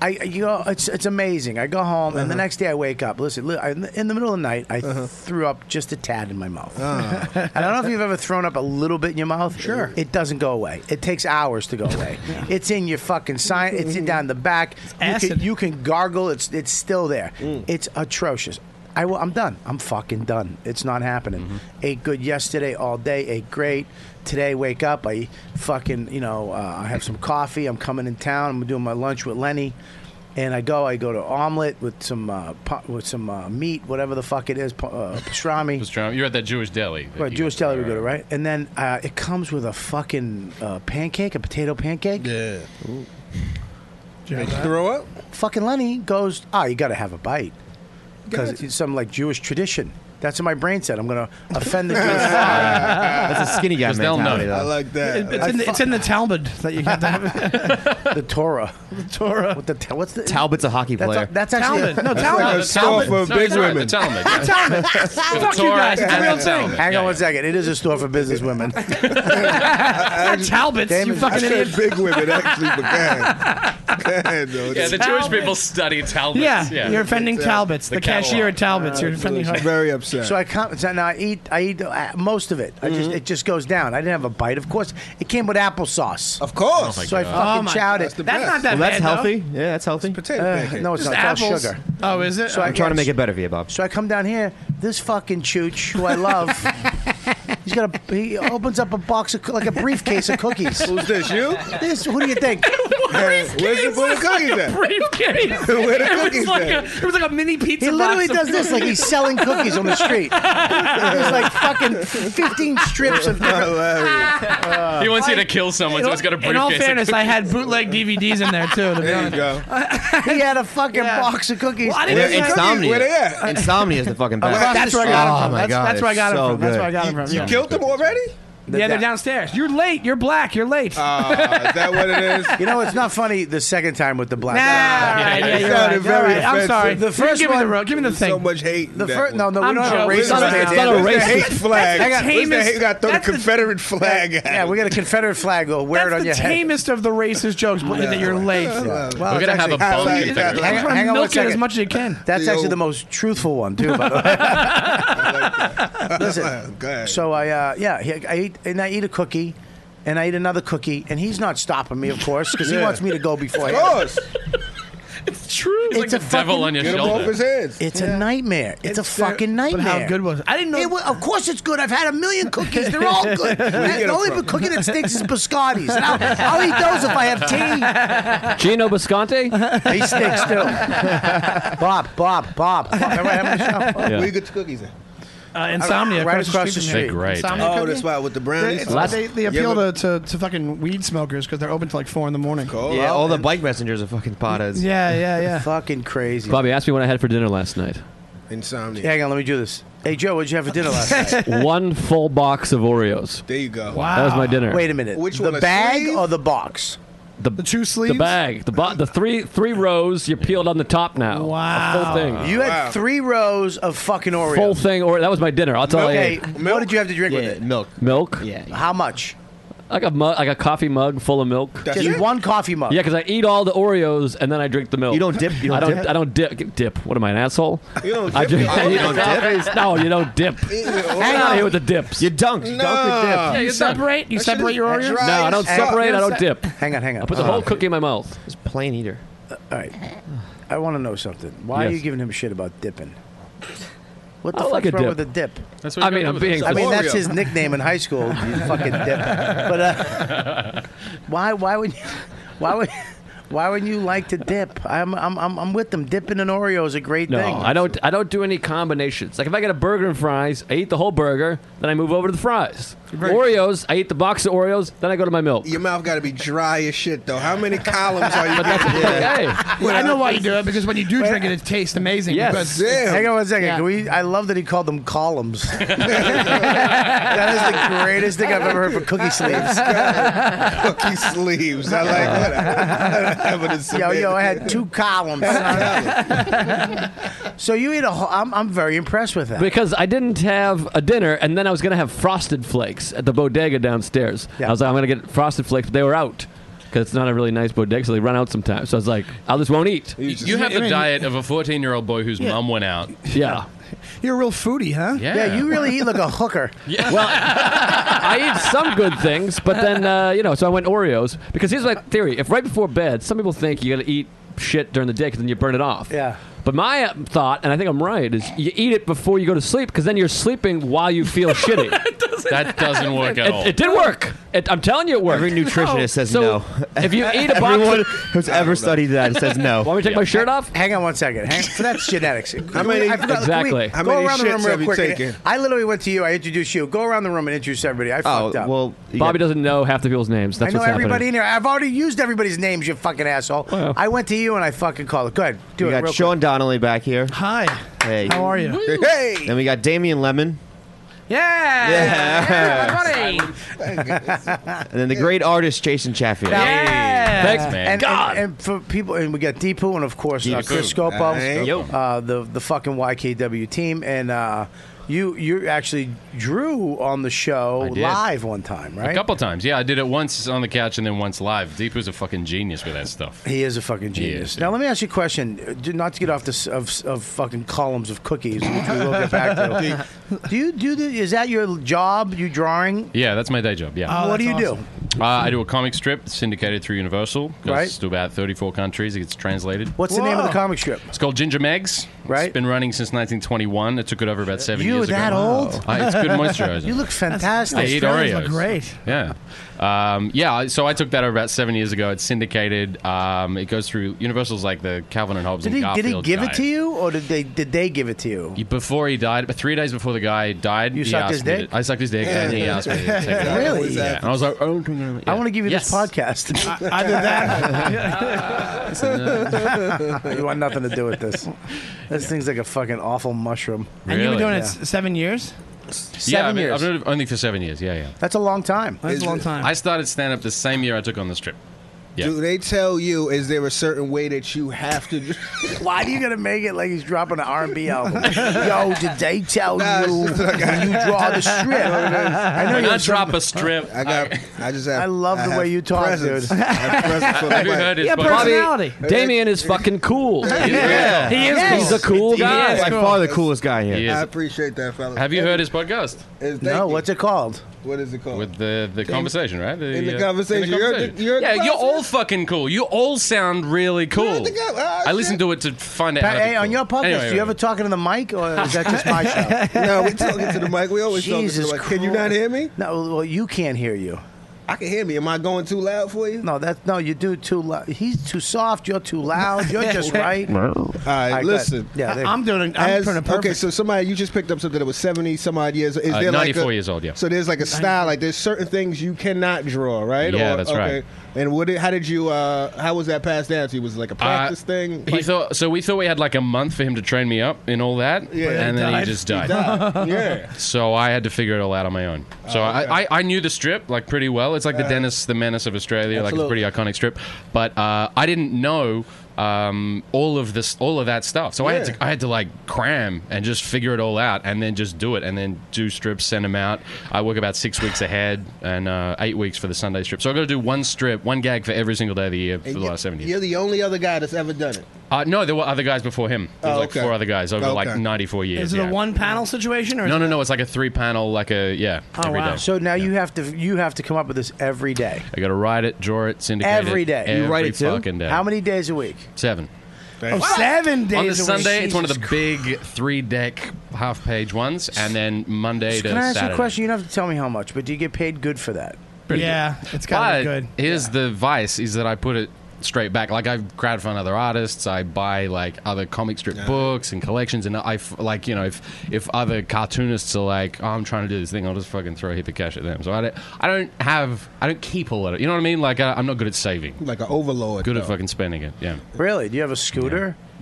S2: I you know it's it's amazing. I go home and the
S10: Uh-huh.
S2: next day I wake up. Listen, li- I, in the middle of the night I threw up just a tad in my mouth.
S10: Ah.
S2: and I don't know if you've ever thrown up a little bit in your mouth. Sure. It doesn't go away. It takes hours to go away. It's in your fucking sign. Mm. It's Mm. in down the back. you, can,
S8: acid.
S2: you can gargle. It's it's still there. It's atrocious. I will, I'm done. I'm fucking done. It's not happening. Ate good yesterday all day. Ate great. Today, wake up. I fucking, you know, uh, I have some coffee. I'm coming in town. I'm doing my lunch with Lenny. And I go, I go to omelet with some uh, pa- with some uh, meat, whatever the fuck it is, pa- uh, pastrami.
S5: Pastrami. You're at that Jewish deli. that
S2: Right,
S5: you-
S2: Jewish deli we go to, right? And then uh, it comes with a fucking uh, pancake, a potato pancake. Yeah.
S10: Make you throw up?
S2: Fucking Lenny goes, ah, you got to have a bite because it's some like Jewish tradition. That's what my brain said. I'm gonna offend the Jewish.
S11: That's a skinny guy 'Cause they'll mentality, know. though. I
S10: like
S8: It- It's in, the, it's in the Talmud that you have to have.
S2: the Torah. The
S8: Torah.
S2: What the ta- what's the
S11: Talbot's a hockey
S2: That's
S11: player.
S2: a- that's actually
S8: Talmud. No,
S2: That's
S8: Talmud.
S2: like a
S8: The
S2: store
S11: Talmud.
S2: for
S11: No,
S2: big
S11: he's right,
S2: women.
S11: the Talmud, yeah.
S8: Talmud. Fuck you guys. It's a real thing.
S2: Hang on one second. It is a store for business women.
S8: Not Talbots, you fucking
S10: I said
S8: idiot.
S10: big women actually, but God, God no,
S5: Yeah, the Jewish people study Talmuds.
S8: Yeah, you're offending Talbots. The, cashier at Talbots.
S11: Uh,
S8: you're offending her.
S2: So I come. So now I eat. I eat uh, most of it. I
S11: Mm-hmm.
S2: just it just goes down. I didn't have a bite. Of course, it came with applesauce. Of
S10: course.
S11: Oh my
S2: so I
S11: God.
S2: fucking
S8: Oh my
S2: chowed
S8: God.
S2: it.
S8: That's the That's best. not that
S11: well, that's
S8: bad, though.
S11: healthy. Yeah, that's healthy.
S10: potato
S2: Uh, pancake. no, it's
S8: Just
S2: not. It's all
S8: apples.
S2: sugar.
S8: Oh, is it?
S2: So I-
S11: I'm trying to make it better for you, Bob.
S2: So I come down here. This fucking chooch, who I love, he's got a. He opens up a box of coo- like a briefcase of cookies.
S10: Who's this? You?
S2: This? Who do you think?
S10: Where's the where the cookies at?
S8: Briefcase.
S10: Where the
S8: it was
S10: cookies
S8: like
S10: at?
S8: a, it was like a mini pizza.
S2: He literally
S8: box
S2: does
S8: of-
S2: this like he's selling cookies on the street. There's like fucking 15 strips of
S5: he wants you to kill someone, so he's got a briefcase.
S8: In all
S5: of
S8: fairness, I had bootleg DVDs in there too. To be honest.
S10: go.
S2: he had a fucking
S8: Yeah.
S2: box of cookies.
S8: Well, I didn't
S11: They're
S8: even-
S11: insomnia.
S10: Where they at?
S11: Insomnia is the fucking best.
S8: Across that's where I got 'em
S11: Oh
S8: from.
S11: my
S8: That's,
S11: God,
S8: that's where I
S11: it's
S8: got 'em
S11: so
S8: from. That's
S11: good.
S8: where I got 'em from.
S10: You
S8: yeah.
S10: killed them already?
S8: yeah, they're downstairs. You're late. You're black. You're late.
S10: Ah, is that what it is?
S2: You know, it's not funny the second time with the black.
S8: Nah, all right, yeah, you're right,
S10: sounded
S8: you're
S10: very
S8: right. I'm sorry.
S10: offensive.
S2: The first
S8: give me
S2: one-
S8: the rope. Give me the
S10: So
S8: thing.
S10: much hate. in
S2: The
S10: that
S2: first,
S10: one.
S2: no, no, we
S8: I'm
S2: don't have a
S8: joking.
S2: racist.
S8: It's not a-
S2: band
S8: it's
S2: here.
S8: not a
S2: Where's the
S10: Where's the
S2: hate
S10: hate flag?
S8: That's the
S10: Where's the
S8: tamest-
S10: hate? You got to throw the
S8: that's the-
S10: Confederate flag at.
S2: Yeah, we got a Confederate flag go. Wear it
S8: That's
S2: on
S8: the
S2: your head.
S8: tamest of the racist jokes. Blake, That you're late.
S2: Well,
S5: We're
S2: it's
S5: gonna have a
S2: actually-
S10: Hang on,
S5: bald Confederate.
S2: hang
S8: Hang
S2: on, hang on one
S8: milk it as
S2: second.
S8: much as you can.
S2: That's
S10: The
S2: actually
S10: old-
S2: the most truthful one too. By the way, listen.
S10: Go ahead.
S2: So I, uh, yeah, he- I eat and I eat a cookie, and I eat another cookie, and he's not stopping me, of course, because
S10: Yeah.
S2: he wants me to go before
S10: Of
S2: him.
S10: course.
S8: It's true.
S5: It's like the devil on your
S10: Get him off
S5: shoulder.
S10: his hands.
S2: It's a nightmare. It's, a fucking
S8: But
S2: nightmare.
S8: how good was it? I didn't know.
S2: It wa- of course it's good. I've had a million cookies. They're all good.
S10: get
S2: the
S10: them
S2: only
S10: from?
S2: cookie that stinks is biscottis. And I'll, I'll eat those if I have
S9: Gino Bisconti?
S2: tea. He stinks too. Bob, Bob, Bob. Bob. Remember I had my show?
S10: Where you get the cookies at?
S8: uh, insomnia
S2: Right
S8: across,
S2: across
S8: the
S2: the
S8: street.
S5: They're
S8: from here.
S5: great.
S8: Insomnia
S10: Oh,
S8: cookie?
S10: that's why with the brownies.
S8: It's-
S9: Last-
S8: they, they
S10: You
S8: appeal
S10: ever-
S8: to, to, to fucking weed smokers because they're open till like four in the morning.
S9: Oh,
S10: Cool.
S11: Yeah,
S10: Well,
S11: all the bike messengers are fucking potas.
S8: Yeah, yeah, yeah.
S2: Fucking crazy.
S9: Bobby, asked me what I had for dinner last night.
S10: Insomnia.
S2: Hang on, let me do this. Hey, Joe, what'd you have for dinner last night?
S9: One full box of Oreos.
S10: There you go.
S8: Wow.
S9: That was my dinner.
S2: Wait a minute.
S10: Which
S2: the
S10: one, a
S2: bag
S10: sleeve?
S2: or the box?
S9: the, the two sleeves, the bag, the bo- the three three rows. You're peeled on the top now. Wow, full thing.
S2: You had three rows of fucking Oreos.
S9: full thing, or that was my dinner. I'll tell
S2: okay,
S9: you.
S2: what did you have to drink with it?
S11: Milk.
S9: Milk.
S2: Yeah. How much?
S9: Like a mug, like a coffee mug full of milk.
S2: Just one coffee mug.
S9: Yeah, because I eat all the Oreos and then I drink the milk. You don't dip.
S2: you don't
S9: I don't.
S2: dip?
S9: I don't dip. Dip. What am I, an asshole?
S10: You don't
S9: I
S10: dip
S9: drink-
S10: it. Oh, you don't dip?
S9: No, you don't dip. Hang out here with the dips. You
S11: dunk.
S10: Dunk or dip. Yeah,
S8: you
S10: you're
S8: separate.
S10: done.
S8: You
S10: That
S8: separate
S10: shit
S8: your
S10: is
S8: Oreos.
S10: dry
S9: No, I don't
S10: as fuck.
S9: separate. I don't dip.
S2: Hang on, hang on.
S9: I put the
S2: Oh,
S9: whole
S2: okay.
S9: cookie in my mouth.
S11: It's plain eater.
S2: All right. I want to know something. Why are
S9: Yes.
S2: you giving him shit about dipping? What
S9: I
S2: the
S9: like
S2: fuck's
S9: a
S2: wrong
S9: dip.
S2: with a dip?
S9: That's what I you mean, gotta I'm do with being it.
S2: I mean, that's
S9: Oreo.
S2: his nickname in high school. You fucking dip. But uh, why? Why would? You, why would? Why would you like to dip? I'm, I'm, I'm, I'm with them. Dipping an Oreo is a great
S9: No,
S2: thing.
S9: I don't. I don't do any combinations. Like if I get a burger and fries, I eat the whole burger, then I move over to the fries. Oreos, I eat the box of Oreos, then I go to my milk.
S10: Your mouth got to be dry as shit, though. How many columns are you?
S9: But that's okay.
S10: Yeah.
S8: I know why you do it because when you do drink it, it tastes amazing. because-
S2: Hang on one second.
S8: Yeah.
S2: Can we, I love that he called them columns. that is the greatest thing I've ever heard for cookie sleeves.
S10: Cookie sleeves. I like that evidence.
S2: Yo, yo, I had two columns. so you eat a whole. I'm, I'm very impressed with that.
S9: Because I didn't have a dinner, and then I was going to have frosted flakes at the bodega downstairs. I was like, I'm going to get frosted flakes, but they were out because it's not a really nice bodega, so they run out sometimes. So I was like, I just won't eat.
S5: You have the diet of a 14 year old boy whose mum went out.
S9: Yeah.
S8: You're a real foodie, huh?
S5: Yeah.
S2: yeah, you really eat like a hooker.
S9: I eat some good things, but then uh, you know, so I went Oreos because here's my theory: if right before bed, some people think you got to eat shit during the day because then you burn it off. Yeah. But my uh, thought, and I think I'm right, is you eat it before you go to sleep because then you're sleeping while you feel shitty.
S5: That doesn't work at
S9: it,
S5: all.
S9: it did work. It, I'm telling you, it worked.
S11: Every nutritionist says
S9: So,
S11: no.
S9: If you eat a box,
S11: Everyone
S9: of-
S11: who's ever studied that says no.
S9: Want me to take my shirt off?
S2: Hang on one second. Hang, so that's genetics.
S10: How many-
S2: I forgot- can we
S11: Exactly. How
S2: go
S11: many
S2: around the room
S11: shits
S2: real
S11: have you
S2: quick.
S11: taken?
S2: I literally went to you. I introduced you. Go around the room and introduce everybody. I
S11: Oh,
S2: fucked up.
S9: Bobby doesn't know half the people's names. That's
S2: I know
S9: what's
S2: everybody
S9: happening.
S2: in here. I've already used everybody's names, you fucking asshole. I went to you and I fucking called it. Go ahead. Do
S11: we
S2: it
S11: got
S2: real
S11: Sean Donnelly back here.
S8: Hi.
S11: Hey.
S8: How are you? Woo.
S10: Hey.
S11: Then we got Damian Lemon.
S8: Yeah.
S11: Yeah.
S8: Hey, everybody.
S11: and then the great artist Jason Chaffield.
S9: Thanks, man.
S2: And,
S9: God.
S2: And, and for people, and we got Deepu and of course uh,
S11: Deepu.
S2: Chris Scopo,
S11: Hey. Yo.
S2: uh, the the fucking YKW team, and uh, you you actually drew on the show
S5: did.
S2: live one time, right?
S5: A couple times. Yeah, I did it once on the couch and then once live. Deep was a fucking genius with that stuff.
S2: He is a fucking genius. Now let me ask you a question. Uh, do- Not to get off this of, of fucking columns of cookies, which we will get back to. do you do the, Is that your job? You drawing?
S5: Yeah, that's my day job. Yeah.
S2: Oh, What do that's you do?
S5: Uh, I do a comic strip syndicated through Universal. Goes
S2: Right.
S5: to about 34 countries. It gets translated.
S2: What's the name of the comic strip?
S5: It's called Ginger Megs. Right. It's been running since 1921. It took it over about seven
S2: you
S5: years
S2: that
S5: ago.
S2: old?
S5: Uh, it's good moisturizer.
S2: you look fantastic.
S5: I eat Oreos.
S8: great.
S5: Yeah. Um, yeah, I- so I took that over about seven years ago. It's syndicated. Um, it goes through Universal's like the Calvin and Hobbes
S2: Did
S5: and
S2: he did
S5: Garfield
S2: he give
S5: guy.
S2: it to you, or did they did they give it to you?
S5: He- Before he died, but three days before the guy died,
S2: You
S5: he
S2: sucked
S5: asked
S2: his
S5: me
S2: dick?
S5: To, I sucked his dick, and he asked me to take it out.
S2: Really?
S5: Yeah. And I was like, oh,
S2: I want to give you this podcast.
S8: I did uh,
S2: that. you want nothing to do with this. This thing's like a fucking awful mushroom.
S8: And you've been doing it
S2: Yeah.
S8: s- seven years.
S5: yeah, I've
S2: Seven
S5: been,
S2: years.
S5: I've been only for seven years. Yeah, yeah.
S2: That's a long time.
S8: That's a long time.
S5: I started stand up the same year I took on the strip. Yeah.
S10: Do they tell you is there a certain way that you have to? do-
S2: Why do you gotta make it like he's dropping an R&B album? Yo, did they tell
S10: Nah,
S2: you
S10: it's just like I-
S2: when you draw the strip?
S10: I
S5: When I
S2: you're
S5: drop a strip.
S10: I got. I just have.
S2: I love the
S10: have
S2: way you talk,
S10: presents.
S2: dude.
S10: I have presents for the
S5: Have you
S10: wife.
S5: heard his
S8: Yeah,
S5: voice?
S8: personality.
S9: Damien is fucking cool.
S5: Yeah.
S8: He is
S9: He's a cool guy.
S11: By far the coolest guy here.
S5: He is.
S10: I appreciate that, fellas.
S5: Have you heard his podcast?
S10: Is,
S2: No, what's it called?
S10: what is it called?
S5: With the, the conversation, right?
S10: in the
S5: uh,
S10: conversation, you're the- you're the
S5: yeah, you're
S10: president.
S5: all fucking cool. You all sound really cool.
S10: the guy- ah,
S5: I listened to it to find out.
S2: Pat,
S5: how to be
S2: hey, on
S5: cool.
S2: your podcast,
S5: Anyway,
S2: do you ever talking to the mic, or is that just my show?
S10: No, we talking to the mic. We always
S2: Jesus
S10: talking to the mic. Can you not hear me?
S2: No, well, you can't hear you.
S10: I can hear me. Am I going too loud for you?
S2: No, that's no. You do too loud. He's too soft. You're too loud. You're just right.
S10: All right,
S2: All right, go ahead.
S10: listen.
S2: Yeah, there-
S8: I'm doing. I'm
S10: As-
S8: doing it perfect.
S10: okay, so somebody you just picked up something that was seventy some odd years. Is
S5: Uh,
S10: there like
S5: 94
S10: a-
S5: years old, yeah.
S10: So there's like a style. Like there's certain things you cannot draw, right?
S5: Yeah, that's right.
S10: And what? Did, how did you? Uh, how was that passed down to you? Was it
S5: Uh,
S10: like a practice thing?
S5: He thought so. We thought we had like a month for him to train me up and all that,
S10: Yeah.
S5: and then
S10: He
S5: he just
S10: died.
S5: died.
S10: He died. Yeah.
S5: So I had to figure it all out on my own.
S10: Oh,
S5: So I, I, I knew the strip like pretty well. It's like the Dennis the Menace of Australia,
S10: Absolutely.
S5: like it's a pretty iconic strip. But uh, I didn't know um, all of this, all of that stuff. So I had
S10: Yeah.
S5: to, I had to like cram and just figure it all out, and then just do it, and then do strips, send them out. I work about six weeks ahead and uh, eight weeks for the Sunday strip. So I got to do one strip, one gag for every single day of the year for the last seven years.
S10: You're the only other guy that's ever done it.
S5: Uh, no, there were other guys before him. There was
S10: Oh,
S5: like
S10: okay.
S5: four other guys over like
S10: Okay.
S5: 94 years.
S8: Is it
S5: yeah.
S8: a one panel situation or is it
S5: no,
S8: Oh,
S5: no, no. It's like a three panel, like a, yeah. every day.
S2: So now you have to you have to come up with this every day.
S5: I got to write it, draw it, syndicate
S2: Every
S5: it.
S2: day.
S5: Every fucking day.
S2: How many days a week?
S5: Seven.
S2: Oh, seven days
S5: On
S2: a
S5: the
S2: week.
S5: Sunday, it's one of the big three deck half page ones, and then Monday to
S2: Can I ask
S5: Saturday.
S2: you a question? You don't have to tell me how much, but do you get paid good for that?
S5: Pretty good.
S8: it's gotta be
S5: But
S8: good.
S5: Here's the vice: is that I put it straight back. Like I crowdfund other artists, I buy like other comic strip books and collections, and I f- like you know if if other cartoonists are like, oh, I'm trying to do this thing, I'll just fucking throw a heap of cash at them. So I don't, I don't have, I don't keep all of it. You know what I mean? Like I, I'm not good at saving.
S10: Like an overload.
S5: Good at
S10: though.
S5: fucking spending it. Yeah.
S2: Really? Do you have a scooter?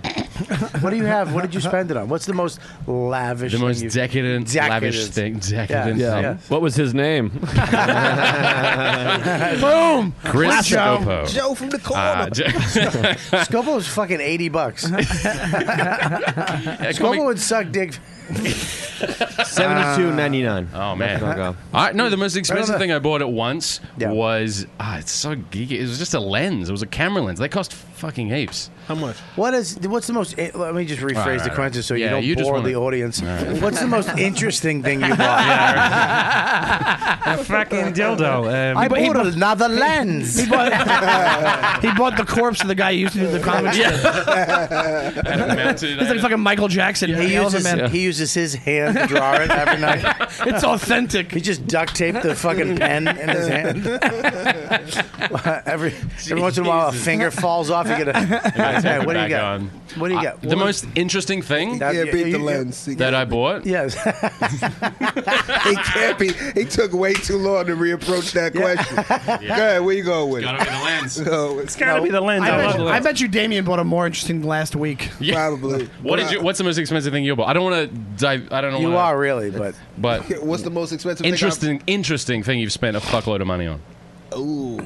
S2: what do you have? What did you spend it on? What's the most lavish?
S5: The
S2: thing
S5: most
S2: you-
S5: decadent, lavish
S2: Decadent.
S5: thing.
S2: Yeah,
S5: Decadent
S2: yeah.
S5: thing.
S9: What was his name?
S2: Boom!
S5: Chris
S2: Wow,
S5: Scopo.
S2: Joe from the corner.
S5: Uh, J-
S2: Scopo was fucking eighty bucks. Scopo would suck dick. Uh,
S11: Seventy-two ninety-nine.
S5: Oh man!
S11: That's not go.
S5: I, no, the most expensive
S11: Remember-
S5: thing I bought at once was ah, it's so geeky. It was just a lens. It was a camera lens. They cost fucking heaps.
S10: How much?
S2: What is? What's the most? eh, Let me just rephrase
S5: Right, right,
S2: the
S5: right.
S2: question so you
S5: Yeah,
S2: don't
S5: you just
S2: bore
S5: wanna-
S2: the audience.
S5: right.
S2: What's the most interesting thing you bought?
S12: A fucking dildo. Um,
S2: I bought another lens.
S8: He bought, he bought the corpse of the guy who used to do the comic
S2: Yeah.
S8: strip. It's like fucking Michael Jackson.
S2: He
S8: Elephant
S2: uses,
S8: Man.
S2: he uses his hand to draw it every night.
S8: It's authentic.
S2: He just duct taped the fucking pen in his hand. every every once in a while, a finger falls off. You get a.
S5: gotta
S2: Hey,
S5: take it
S2: what do you
S5: back
S2: got?
S5: on.
S2: What do you
S5: Uh,
S2: got?
S5: the
S2: What-
S5: most interesting thing
S2: That- Yeah, beat the lens.
S5: that I bought.
S2: Yes.
S10: He can't be. He took way too long to reapproach that question. Go ahead. Where you going with
S5: Gotta be the lens.
S10: it's
S8: No. I bet, you,
S5: love
S8: I
S5: lens.
S8: bet you Damien bought a more interesting last week.
S5: Yeah.
S10: Probably.
S5: What did you? What's the most expensive thing you bought? I don't want to dive. I don't know.
S2: You
S5: wanna,
S2: are really, but
S5: but
S10: What's the most expensive?
S5: interesting, interesting thing you've spent a fuckload of money on.
S10: Thing I've, ooh,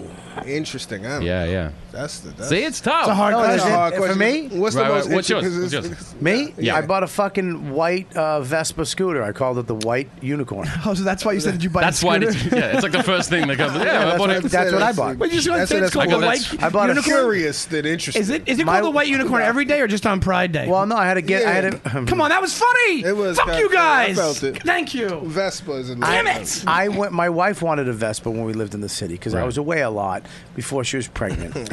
S10: interesting. I don't
S5: Yeah,
S10: know.
S5: yeah.
S10: That's the. That's
S5: See, it's tough.
S10: No, that's a hard
S2: For
S10: question.
S2: me,
S10: What's the most
S5: What's yours?
S10: interesting-
S5: What's yours?
S2: me?
S5: Yeah.
S2: I bought a fucking white uh, Vespa scooter. I called it the White Unicorn.
S8: Oh, so that's why you said that you bought
S5: That's why. It's, yeah, it's like the first thing that comes. Yeah, I
S2: that's,
S5: bought
S2: what,
S5: it.
S2: that's what I bought.
S8: Wait, you just want
S10: That's
S8: to say
S10: what
S8: it's
S10: I
S8: called the
S10: bought.
S8: white
S2: I bought a
S8: unicorn?
S10: Curious that interesting.
S8: Is it is it
S2: My-
S8: called the white unicorn every day or just on Pride Day?
S2: Well, no, I had to get. I had to.
S8: Come on, that was funny. It was. Fuck
S10: kinda
S8: you
S10: funny. I
S8: guys.
S10: felt it.
S8: Thank you.
S10: Vespas and
S8: Damn it.
S2: I went. My wife wanted a Vespa when we lived in the city because I was away a lot before she was pregnant,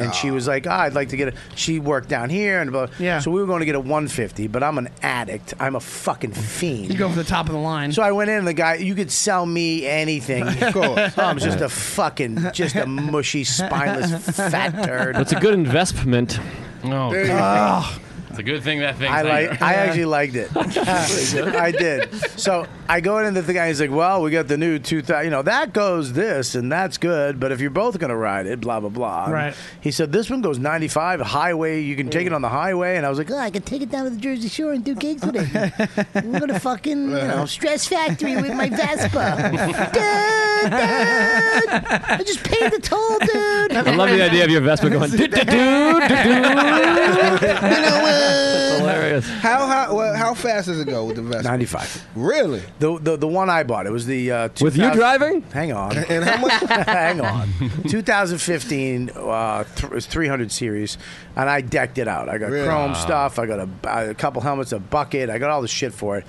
S2: and she was like, "Ah, "I'd like to get a." She worked down here, and blah.
S8: Yeah.
S2: So we were going to get a 150, but I'm an addict. I'm a fucking fiend.
S8: You go for the top of the line.
S2: so I went in, and the guy, you could sell me anything. Of
S10: course.
S2: I'm just a fucking, just a mushy, spineless fat turd.
S9: That's a good investment.
S5: No.
S2: There you go. Ah.
S5: It's a good thing that thing.
S2: I like. I actually liked it. I did. So I go in and the guy. He's like, "Well, we got the new two thousand. You know, that goes this and that's good. But if you're both going to ride it, blah blah blah." And
S8: Right.
S2: He said, "This one goes 95 highway. You can take it on the highway." And I was like, "Oh, "I can take it down to the Jersey Shore and do gigs with it. I'm going to fucking you know stress factory with my Vespa. Dude, dude, I just paid the toll, dude.
S9: I love the idea of your Vespa going. "Doo, doo, doo, doo, doo." Hilarious.
S10: How how well, how fast does it go with the Vespa?
S2: 95.
S10: Really?
S2: The, the the one I bought. It was the uh,
S9: With you
S2: 2000
S9: driving?
S2: Hang on.
S10: And how much?
S2: Hang on. 2015 uh, th- it was 300 series, and I decked it out. I got
S10: Really?
S2: chrome
S10: Ah.
S2: stuff. I got a, bu- a couple helmets, a bucket. I got all the shit for it.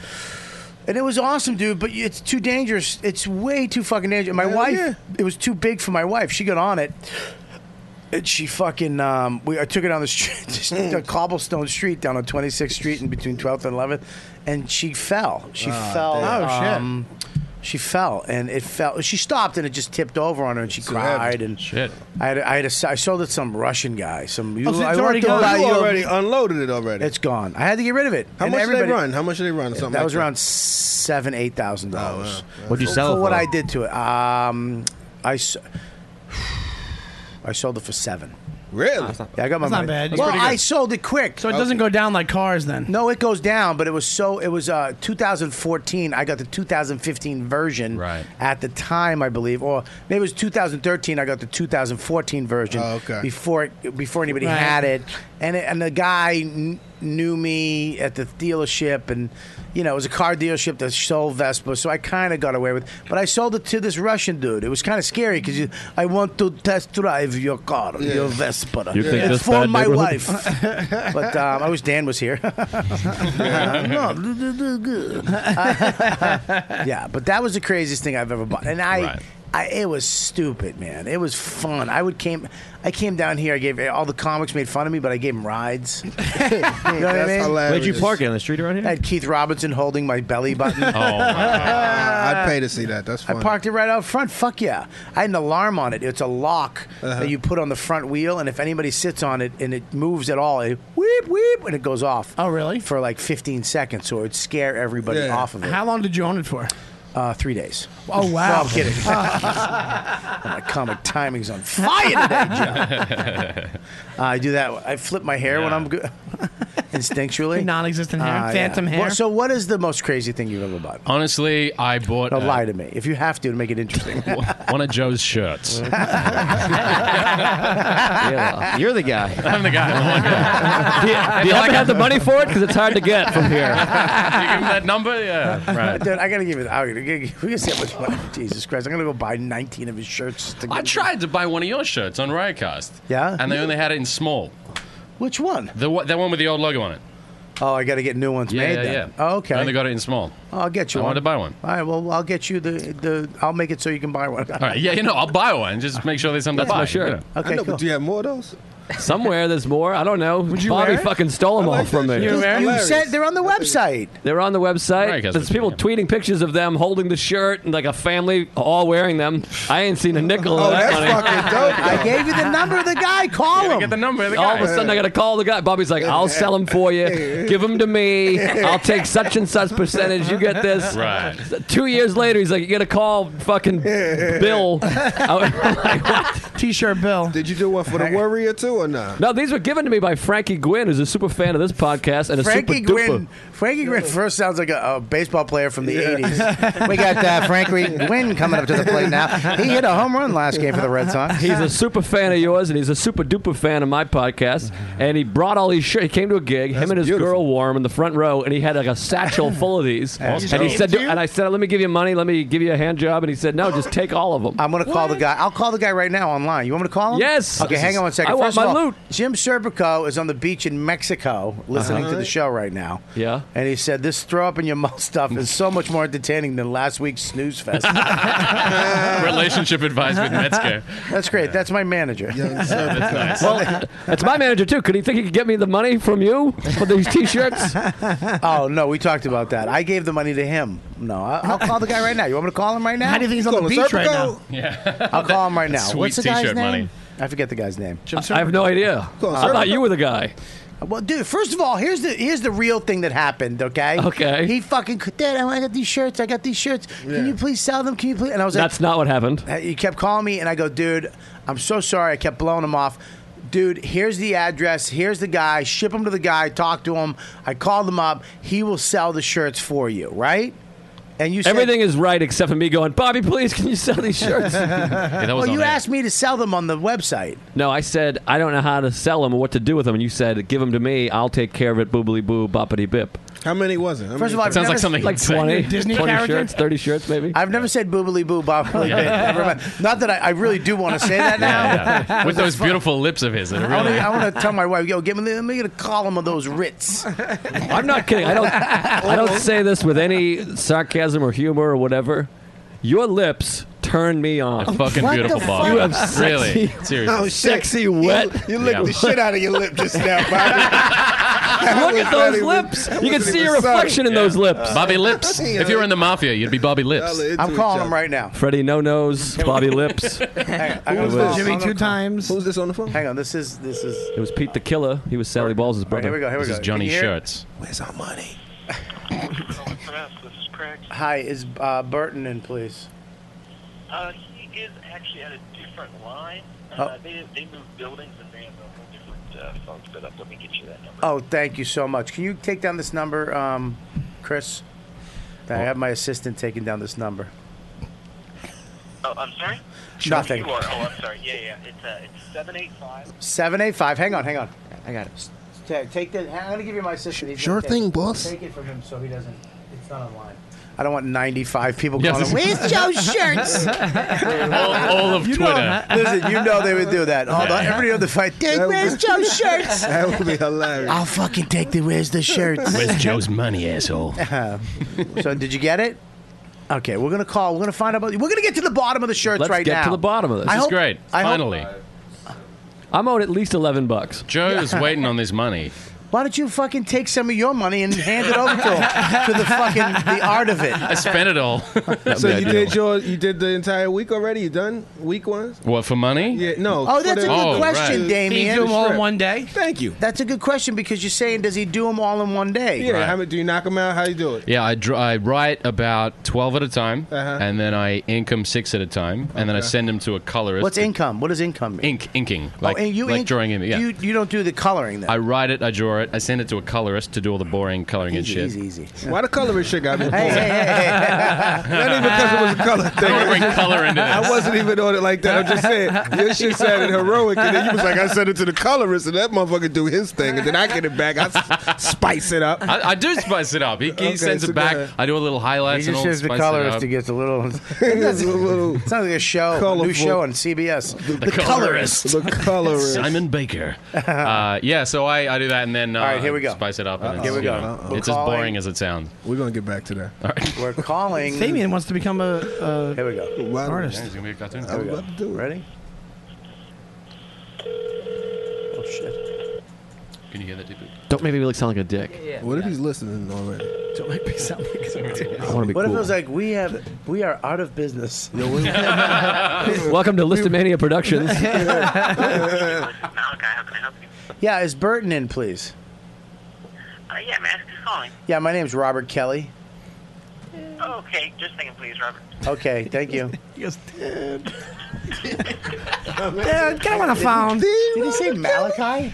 S2: And it was awesome, dude. But it's too dangerous. It's way too fucking dangerous. My
S10: Hell
S2: wife,
S10: yeah.
S2: it was too big for my wife. She got on it. And she fucking, um, we, I took her down the street, just the cobblestone street down on 26th Street and between 12th and 11th, and she fell. She
S10: Ah,
S2: fell.
S10: damn. Oh, shit.
S2: um, she fell and it fell. She stopped and it just tipped over on her and she cried and
S5: Shit.
S2: I had I had a I sold it to some Russian guy. Some
S10: Oh, so
S2: I
S10: it's already
S2: worked all
S10: gone.
S2: out-
S10: You already unloaded it already.
S2: It's gone. I had to get rid of it.
S10: How
S2: And
S10: much did they
S2: everybody-
S10: run? How much did they run? or
S2: That
S10: Something
S2: was
S10: like Oh,
S2: around seven eight thousand dollars.
S11: What'd you
S2: For-
S11: sell it
S2: for? What
S11: for?
S2: I did to it, um, I. s- I sold it for seven.
S10: Really?
S2: Yeah, I got my
S8: That's not
S2: money.
S8: bad. That's
S2: Well,
S8: pretty good.
S2: I sold it quick,
S8: So it doesn't go down like cars then.
S2: No, it goes down, but it was so it was uh, 2014. I got the 2015 version at the time, I believe, or maybe it was 2013. I got the 2014 version
S10: Oh, okay.
S2: before it, before anybody
S10: Right.
S2: had it, and it, and the guy kn- knew me at the dealership, and you know it was a car dealership that sold Vespa, so I kind of got away with. But I sold it to this Russian dude. It was kind of scary because I want to test drive your car,
S10: Yeah.
S2: your Vespa.
S10: You think
S2: it's
S10: this
S2: for
S10: bad
S2: my
S10: neighborhood?
S2: wife. but um, I wish Dan was here.
S10: Yeah. Oh,
S2: yeah, but that was the craziest thing I've ever bought, and I, I it was stupid, man. It was fun. I would came, I came down here. I gave all the comics made fun of me, but I gave them rides. you know what I
S11: That's
S2: mean?
S11: hilarious. Where'd you park it, on the street around here? Oh.
S2: I had Keith Robinson holding my belly button.
S10: I'd pay to see that. That's
S2: I
S10: fun.
S2: parked it right out front. Fuck yeah! I had an alarm on it. It's a lock
S10: Uh-huh.
S2: that you put on the front wheel, and if anybody sits on it and it moves at all, it weep weep, and it goes off. Oh, really? For like 15 seconds, so it would scare everybody
S8: Yeah.
S2: off of it.
S8: How long did you own it for?
S2: Uh, three days.
S8: Oh, wow.
S2: No, I'm kidding. Oh, My comic timing's on fire today, Joe. Uh, I do that. I flip my hair when I'm good, instinctually.
S8: Non-existent hair,
S2: Ah, yeah.
S8: phantom hair.
S2: Well, so, what is the most crazy thing you've ever bought?
S5: Honestly, I bought.
S2: Don't
S5: a-
S2: lie to me. If you have to, to make it interesting.
S5: one of Joe's shirts.
S11: You're the guy.
S5: I'm the guy.
S9: do you, do you happen to have the money for it? Because it's hard to get from here.
S5: you give him that number? Yeah. Right.
S2: Dude, I gotta give it. I gotta, give- we gotta see how much money. Jesus Christ! I'm gonna go buy 19 of his shirts. To
S5: I tried to buy one of your shirts on Riotcast.
S2: Yeah?
S5: And they only had it in small.
S2: Which one?
S5: The one- that one with the old logo on it.
S2: Oh, I gotta get new ones
S5: yeah,
S2: made.
S5: Yeah,
S2: then.
S5: yeah.
S2: Oh, okay.
S5: I only got it in small.
S2: I'll get you.
S5: I
S2: one.
S5: wanted to buy one.
S2: All right. Well, I'll get you the the. I'll make it so you can buy one.
S5: All right. Yeah, you know, I'll buy one. Just make sure there's something
S9: That's
S5: to buy.
S9: my shirt.
S5: you know.
S2: Okay, cool.
S10: Do you have more of those?
S9: Somewhere there's more. I don't know.
S2: you
S9: Bobby
S2: wear it?
S9: fucking stole them all from me.
S2: You said they're on the website.
S9: They're on the website.
S5: Right, guys,
S9: There's people tweeting pictures of them holding the shirt and like a family all wearing them. I ain't seen a nickel
S10: Oh,
S9: of that money.
S2: I gave you the number of the guy. Call him.
S5: Get the number of the
S9: all
S5: guy.
S9: of a sudden, I got to call the guy. Bobby's like, "I'll sell them for you. Give them to me. I'll take such and such percentage. You get this."
S5: Right.
S9: Two years later, he's like, "You got to call fucking Bill."
S8: T-shirt Bill.
S10: Did you do one for the Warrior too or not?
S9: No, these were given to me by Frankie Gwynn, who's a super fan of this podcast and a
S2: Frankie
S9: super duper.
S2: Gwynn. Frankie Gwynn first sounds like a, a baseball player from the
S9: Yeah.
S2: '80s. We got uh, Frankie Gwynn coming up to the plate now. He hit a home run last game for the Red Sox.
S9: He's a super fan of yours, and he's a super duper fan of my podcast. And he brought all his shit. He came to a gig, him and his girl Warm in the front row, and he had like a satchel full of these.
S2: Awesome.
S9: And he said,
S2: Did you?
S9: and I said, let me give you money, let me give you a hand job. And he said, no, just take all of them.
S2: I'm gonna call the guy. I'll call the guy right now online. You want me to call him?
S9: Yes.
S2: Okay, hang on one second.
S9: I want
S2: First of
S9: my
S2: all,
S9: loot.
S2: Jim Serpico is on the beach in Mexico listening
S9: Uh-huh.
S2: to the show right now.
S9: Yeah.
S2: And he said, This throw up in your mouth stuff is so much more entertaining than last week's snooze fest.
S5: Relationship advice with Metzger.
S2: That's great. That's my manager.
S5: That's nice.
S9: Well, that's my manager too. Could he think he could get me the money from you for these T-shirts?
S2: oh no, we talked about that. I gave the money to him. No, I- I'll call the guy right now. You want me to call him right now?
S8: How do you think he's on the
S2: Calling
S8: beach right
S2: Serpico?
S8: now?
S5: Yeah.
S2: I'll call him right now.
S5: Sweet
S2: What's the guy's
S5: t-shirt
S2: name?
S5: money.
S2: I forget the guy's name. Uh,
S9: I have no idea. I thought you were the guy.
S2: Well, dude, first of all, here's the here's the real thing that happened. Okay.
S9: Okay.
S2: He fucking could. Dad, I got these shirts. I got these shirts. Can you please sell them? Can you please? And I was
S9: That's not what happened.
S2: like, he kept calling me, and I go, dude, I'm so sorry. I kept blowing him off. Dude, here's the address. Here's the guy. Ship them to the guy. Talk to him. I called him up. He will sell the shirts for you, right? And you said,
S9: Everything is right except for me going, Bobby, please, can you sell these shirts?
S5: that was
S2: well,
S5: on
S2: you
S5: air.
S2: asked me to sell them on the website.
S9: No, I said I don't know how to sell them or what to do with them, and you said give them to me. I'll take care of it. Boobly boo, boppity bip.
S10: How many was it? How
S2: First
S10: many
S2: of all, I've
S10: times?
S2: never-
S9: like 20, 20 shirts, 30 shirts, maybe.
S2: I've never said boobily boo bobbly boo. Never mind. Not that I, I really do want to say that now.
S5: Yeah, yeah. With those beautiful lips of his. That are
S2: I
S5: really,
S2: wanna- I want to tell my wife, yo, give me, the, let me get a column of those Ritz.
S9: I'm not kidding. I don't. I don't say this with any sarcasm or humor or whatever. Your lips turn me on.
S5: fucking
S10: What
S5: beautiful
S10: the
S5: Bobby.
S9: You have sexy,
S5: Really? Seriously.
S10: Oh, shit.
S9: sexy wet.
S10: You, you licked the shit out of your lip just now, Bobby.
S9: Look at those lips. You can see your reflection in those lips.
S5: Bobby Lips. If you were in the mafia, you'd be Bobby Lips.
S2: I'm calling him right now.
S9: Freddie No Nose, Bobby Lips. It
S2: Hang on,
S10: Who's
S2: I'm
S10: this?
S2: gonna-
S10: Jimmy
S8: Two times.
S10: Who's this on the phone?
S2: Hang on, this is this is.
S9: was Pete the Killer. He was Sally Balls'
S2: All right,
S9: brother.
S2: here we go. Here we
S5: This
S2: go.
S5: is Johnny
S2: Can you hear?
S5: Shirts.
S10: Where's our money?
S2: Hi, is uh, Burton in, please?
S13: Uh, he is actually at a different line.
S2: Uh,
S13: they, they moved buildings and they have a whole different uh, phone set up. Let me get you that number.
S2: Oh, thank you so much. Can you take down this number, um, Chris? I have my assistant taking down this number.
S13: Oh, I'm sorry?
S2: Nothing.
S13: You are. Oh, I'm sorry. Yeah, yeah. It's, uh, it's 785.
S2: 785. Hang on, hang on.
S11: I got it.
S2: Take, take the. I'm going to give you my assistant. He's
S10: Sure
S2: gonna take
S10: thing,
S2: it.
S10: boss.
S2: Take it from him so he doesn't. It's not online. I don't want 95 people
S10: Yes.
S2: calling. Where's Joe's shirts?
S10: all of
S2: You know-
S10: Twitter.
S2: listen, you know they would do that. All the,
S10: Yeah.
S2: everybody on the fight. Dude,
S10: That
S2: where's
S10: would-
S2: Joe's shirts?
S10: That would be hilarious.
S2: I'll fucking take the where's the shirts.
S10: Where's
S2: Joe's money, asshole? so did you get it? Okay, we're gonna call. We're gonna find out. About, we're gonna get to the bottom of the shirts
S9: Let's
S2: right
S9: get
S2: now.
S9: to the bottom of this.
S2: I
S9: This is
S2: hope-
S9: great.
S2: I hope-
S5: Finally.
S9: I'm owed at least eleven bucks.
S5: Joe is waiting on this money.
S2: why don't you fucking take some of your money and hand it over to him to the fucking the art of it?
S5: I spent it all.
S10: So you did your you did the entire week already? You done week one?
S5: What for money?
S10: Yeah, no.
S2: Oh, that's a
S5: Oh,
S2: good
S5: right.
S2: question,
S5: Did he
S2: Damien.
S10: do 'em all in one
S2: day?
S10: Thank you.
S2: That's a good question because you're saying, does he do them all in one day?
S10: Yeah, how many, do you knock them out? How you do it?
S5: Yeah, I, dr- I write about 12 at a time,
S10: Uh-huh.
S5: and then I ink them six at a time, and then I
S2: Okay.
S5: send them to a colorist.
S2: What's income? What does income mean? Oh,
S5: Ink, inking. Like,
S2: and you
S5: like
S2: ink-
S5: drawing him. Yeah.
S2: You you don't do the coloring then.
S5: I write it, I draw it, I send it to a colorist to do all the boring coloring
S2: Easy,
S5: and shit.
S2: Easy, easy.
S10: Why the colorist shit got me?
S2: Hey, hey,
S10: Not even because it was a color thing.
S5: wanna bring color into
S10: I
S5: this.
S10: wasn't even on it like that. I'm just saying your shit sounded heroic, and then you was like, I sent it to the colorist, and that motherfucker do his thing, and then I get it back. I s- spice it up.
S5: I, I do spice it up. He, he
S10: Okay,
S5: sends
S10: so
S5: it
S10: go
S5: back.
S10: ahead.
S5: I do a little highlights
S2: He
S5: and
S2: just
S5: all
S2: says the
S5: spice it
S2: colorist
S5: up.
S2: he gets a little. It's sounds like a show, a
S5: colorful.
S2: new show on CBS. The,
S5: colorist.
S10: The colorist.
S5: Simon Baker. uh, yeah, so I, I do that and then uh,
S2: All right, here we go.
S5: spice it up.
S2: Uh-oh.
S5: And it's,
S2: Here we
S5: you
S2: go.
S5: know,
S2: We're
S5: it's as boring
S2: calling-
S5: as it sounds.
S10: We're gonna get back to that.
S5: All right.
S2: We're calling.
S8: Damien wants to become a. a
S2: Here we go.
S8: Artist.
S5: Yeah, he's gonna be a cartoonist.
S2: Here we go. Ready? Oh shit!
S5: Can you hear that, Deepu?
S9: Don't make me look sound like a dick.
S10: What if he's listening already?
S2: Don't make me sound like
S9: I wanna be
S2: What if
S9: cool.
S2: it was like we have we are out of business?
S9: Welcome to Listomania Productions.
S13: Oh,
S2: yeah, is Burton in, please?
S13: Uh, yeah, man. Who's calling?
S2: Yeah, my name's Robert Kelly.
S13: Oh, okay. Just thinking, please, Robert.
S2: Okay, thank you.
S8: He goes, Dad. Dad, get him on the phone.
S2: Did he say Malachi?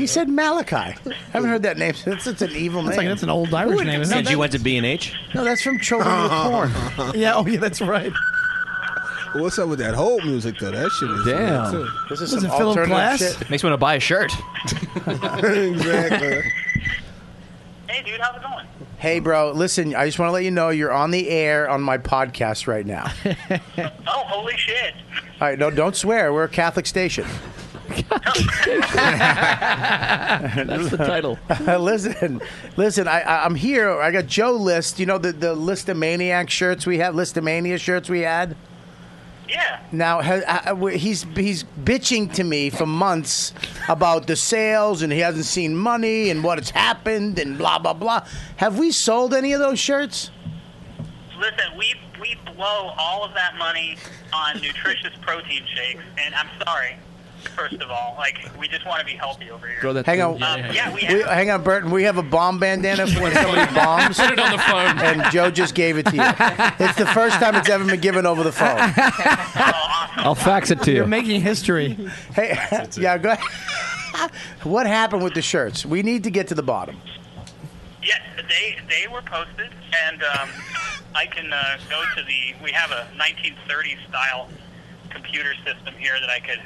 S2: He said Malachi. I haven't heard that name since. It's an evil name.
S8: That's like- that's an old Irish
S2: Who would-
S8: name, isn't it?
S11: Since you went to B and H,
S2: No, that's from Children with Corn.
S8: yeah, oh yeah, that's right.
S10: What's up with that whole music though? That shit is
S11: Damn.
S10: too.
S2: This
S8: is Was some it Philip alternative Glass? shit.
S11: makes me want to buy a shirt.
S10: exactly.
S13: Hey, dude, how's it going?
S2: Hey, bro, listen, I just want to let you know you're on the air on my podcast right now.
S13: Oh, holy shit.
S2: All right, no, don't swear. We're a Catholic station.
S9: That's the title.
S2: listen, listen. I, I, I'm here. I got Joe List. You know the the Listomaniac shirts we had, Listomania shirts we had. Yeah. Now ha, I- I- we- he's he's bitching to me for months about the sales, and he hasn't seen money, and what has happened, and blah blah blah. Have we sold any of those shirts?
S13: Listen, we we blow all of that money on nutritious protein shakes, and I'm sorry. First of all, like we just want to be healthy over here.
S9: Throw that
S2: Hang
S9: thing.
S2: on.
S13: Yeah,
S5: Um,
S13: yeah, yeah.
S2: we hang on, Burton. We have a bomb bandana for when somebody bombs.
S5: Put it on the phone.
S2: And Joe just gave it to you. It's the first time it's ever been given over the phone.
S9: I'll fax it to
S8: You're
S9: you.
S8: making history.
S2: Hey, yeah, go ahead. what happened with the shirts? We need to get to the bottom.
S13: Yeah, they they were posted, and um, I can uh, go to the. We have a 1930s style computer system here that I could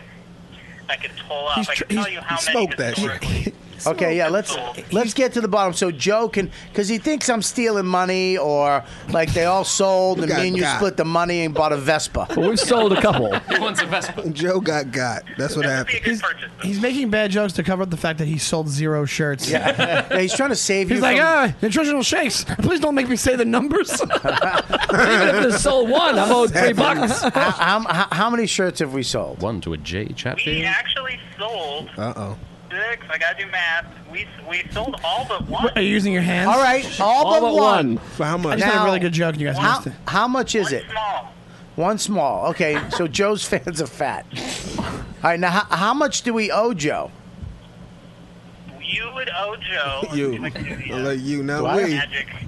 S13: I could pull up. I
S10: tr-
S13: can tell you how many.
S10: smoked that shit.
S2: Okay, yeah, let's let's get to the bottom. So Joe can, because he thinks I'm stealing money, or like they all sold, and
S10: Got
S2: me and you
S10: got.
S2: split the money and bought a Vespa.
S9: Well, we've sold a couple.
S5: He wants a Vespa.
S10: Joe got got. That's what happened.
S8: He's, he's making bad jokes to cover up the fact that he sold zero shirts.
S2: Yeah, Yeah, he's trying to save you.
S8: He's like,
S2: from-
S8: ah, nutritional shakes. Please don't make me say the numbers.
S9: Even if they sold one, I'm owed three bucks.
S2: how, how, how- how many shirts have we sold?
S5: One to a J
S13: We
S5: Chatfield.
S13: actually sold
S2: Uh oh.
S13: six. I gotta do math. We we sold all but one.
S8: Are you using your hands?
S2: All right, all, but, one.
S10: For how
S8: I
S10: much?
S8: just had
S2: Now-
S8: a really good joke, and you guys
S2: How,
S8: missed it.
S2: how much is it?
S13: Small.
S2: One small. Okay, so Joe's fans are fat. All right, now how, how much do we owe Joe?
S13: You would owe Joe
S10: you. I'll let you,
S2: Do
S10: not
S2: I-
S10: we.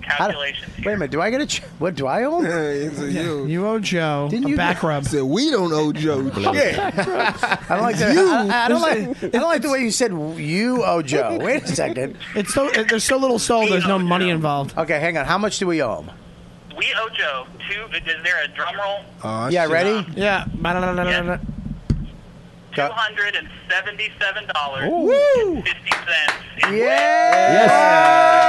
S2: How do- Wait a minute. Do I get a? Ch- what do I owe?
S10: you.
S2: owe Joe Didn't
S10: a
S2: you
S10: back
S2: rub.
S10: Said we don't owe Joe.
S2: I don't like that.
S10: You-
S2: I, I don't like. I don't like the way you said you owe Joe. Wait a second. It's so there's so little soul. There's no money involved. Okay, hang on. How much do we owe him?
S13: we owe Joe two. Is there a drum roll?
S8: Oh,
S2: yeah, ready? Yeah.
S13: Two hundred and seventy-seven dollars
S9: Woo!
S13: fifty cents.
S10: Oh.
S9: Yes.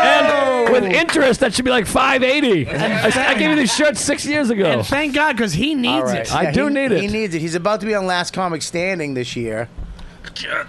S9: And with interest, that should be like 580. I, I gave you these shirts six years ago.
S2: And
S8: Thank God, because he
S2: All
S8: needs
S2: right.
S8: it.
S2: Yeah, he- He needs it. He's about to be on Last Comic Standing this year. Yeah.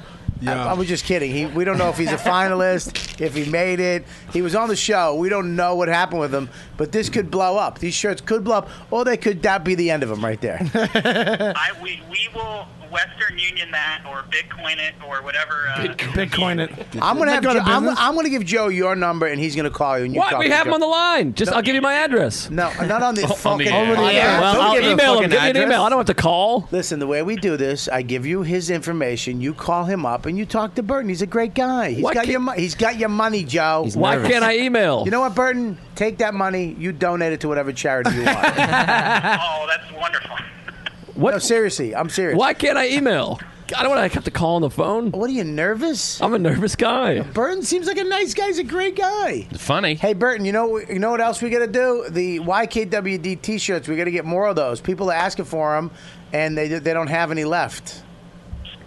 S2: I, I was just kidding. He, we don't know if he's a finalist, if he made it. He was on the show. We don't know what happened with him, but this could blow up. These shirts could blow up, or they could that be the end of him right there.
S13: I, we, we will Western Union that or Bitcoin it or whatever. Uh,
S8: Bitcoin it.
S2: I'm gonna have.
S8: Go
S2: Joe,
S8: to
S2: I'm,
S8: business.
S2: I'm gonna give Joe your number, and he's gonna call you. And you
S9: What?
S2: talk
S9: We
S2: to
S9: have him
S2: Joe.
S9: on the line. Just I'll give you my address.
S2: No, not on the
S9: Oh, on the
S2: fucking
S9: air. Over the
S2: podcast.
S9: air. Well, Don't I'll give him a email him. fucking Give me an address. email. I don't have to call.
S2: Listen, the way we do this, I give you his information. You call him up and you talk to Burton. He's a great guy. He's
S9: Why
S2: got
S9: can't-
S2: your mo- he's got your money, Joe.
S9: Why nervous. can't I email?
S2: You know what, Burton? Take that money. You donate it to whatever charity you want. oh, that's
S13: wonderful.
S9: What?
S2: No, seriously, I'm serious.
S9: Why can't I email? I don't want to have to call on the phone.
S2: What are you nervous?
S9: I'm a nervous guy.
S2: Burton seems like a nice guy. He's a great guy.
S5: Funny.
S2: Hey Burton, you know you know what else we got to do? The YKWd T-shirts. We got to get more of those. People are asking for them, and they they don't have any left.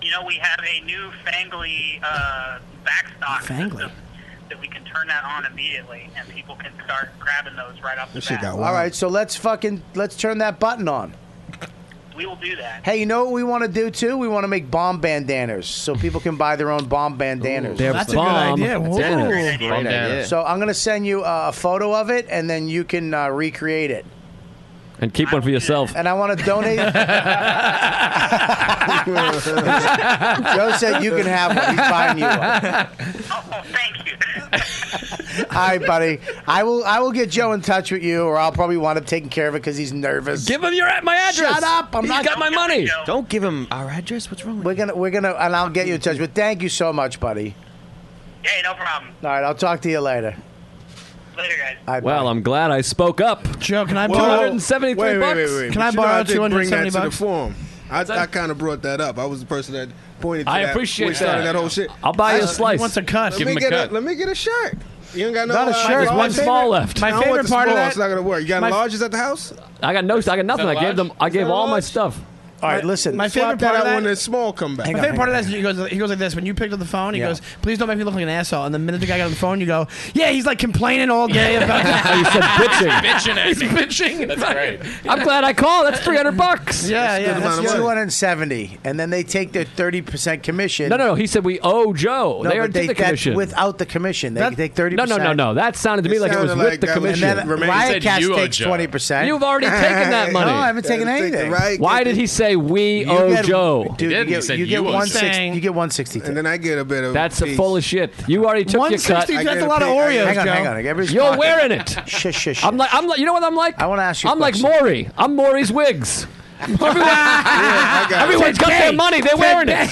S13: You know, we have a new Fangly uh, backstock system that we can turn that on immediately, and people can start grabbing those right off the bat.
S2: All right, so let's fucking let's turn that button on.
S13: We will do that.
S2: Hey, you know what we want to do too? We want to make bomb bandanas so people can buy their own bomb bandanas.
S9: They're That's a good bomb idea. Whoa. bandanas. Great
S2: Great
S9: Bomb idea.
S2: idea. So I'm gonna send you uh, a photo of it, and then you can uh, recreate it.
S9: And keep one for yourself.
S2: And I want to donate. Joe said you can have one. He's buying you one. All right, buddy. I will. I will get Joe in touch with you, or I'll probably wind up taking care of it because he's nervous.
S9: Give him your my address.
S2: Shut up! I'm
S9: He's
S2: not
S9: got my money.
S2: Don't give him our address. What's wrong? With we're gonna. We're gonna. And I'll get you in touch. But thank you so much, buddy.
S13: Hey, no problem.
S2: All right. I'll talk to you later.
S13: Later, guys.
S9: Well, I'm glad I spoke up.
S8: Joe, can I
S10: Well,
S9: borrow 273
S10: wait,
S9: bucks?
S10: Wait, wait, wait.
S9: Can
S10: But
S9: I
S10: you know,
S9: borrow
S10: I did bring that
S9: 270
S10: to the
S9: bucks?
S10: forum. I, I kind of brought that up. I was the person that pointed. To
S9: I
S10: that,
S9: appreciate
S10: when we started
S9: that.
S10: that whole shit.
S9: I'll buy
S10: I-
S9: you a slice. He wants a cut.
S10: Let
S9: Give
S10: me
S9: him a
S10: get
S9: cut.
S10: let me get a shirt. You ain't got no.
S9: Not a
S10: uh,
S9: shirt. There's
S10: my
S9: one
S10: favorite-
S9: small left. My
S10: I don't want
S9: favorite
S10: the
S9: part of
S10: small,
S9: that-
S10: It's not gonna work. You got
S9: My-
S10: larges at the house?
S9: I got no. I got nothing.
S10: Is
S9: I
S10: that
S9: gave them. I
S10: Is
S9: gave
S10: that
S9: all my
S10: large?
S9: stuff.
S2: All right, listen.
S8: My favorite
S10: that
S8: part of
S10: out
S8: that
S10: when it's small. Come back.
S8: My favorite part of that is he goes, he goes like this. When you picked up the phone, he
S10: Yeah.
S8: goes, "Please don't make me look like an asshole." And the minute the guy got on the phone, you go, "Yeah, he's like complaining all day about."
S9: you said bitching.
S12: bitching at
S8: He's
S12: me.
S8: bitching.
S12: That's great.
S9: I'm glad I called. That's 300 bucks.
S2: Yeah, yeah.
S9: amount of
S2: That's
S9: money.
S2: two hundred and seventy, and then they take their thirty percent commission.
S9: No, no, no. He said we owe Joe.
S2: No,
S9: they
S2: but
S9: already did the
S2: that-
S9: commission.
S2: without the commission. They take thirty.
S9: No, no, no, no. That sounded to me like uh, it was with the commission.
S2: And then Riotcast takes twenty percent.
S9: You've already taken that money.
S2: No, I haven't taken anything.
S9: Why did he say we
S2: You
S9: owe
S2: get-
S9: Joe?
S2: Dude, you get, you get one sixty. You get one sixty.
S10: And then I get a bit of.
S9: That's a
S10: piece.
S9: full of shit. You already took your cut.
S10: 160 that's a lot of Oreos,
S2: Hang on,
S10: Joe.
S2: hang on. Everybody's
S9: You're
S2: talking.
S9: wearing it.
S2: Shh, shh, shh.
S9: I'm like, I'm like, you know what I'm like? I
S2: want to ask
S9: you. I'm like Maury. I'm Maury's wigs. Everyone, everyone's got their money. They're wearing it.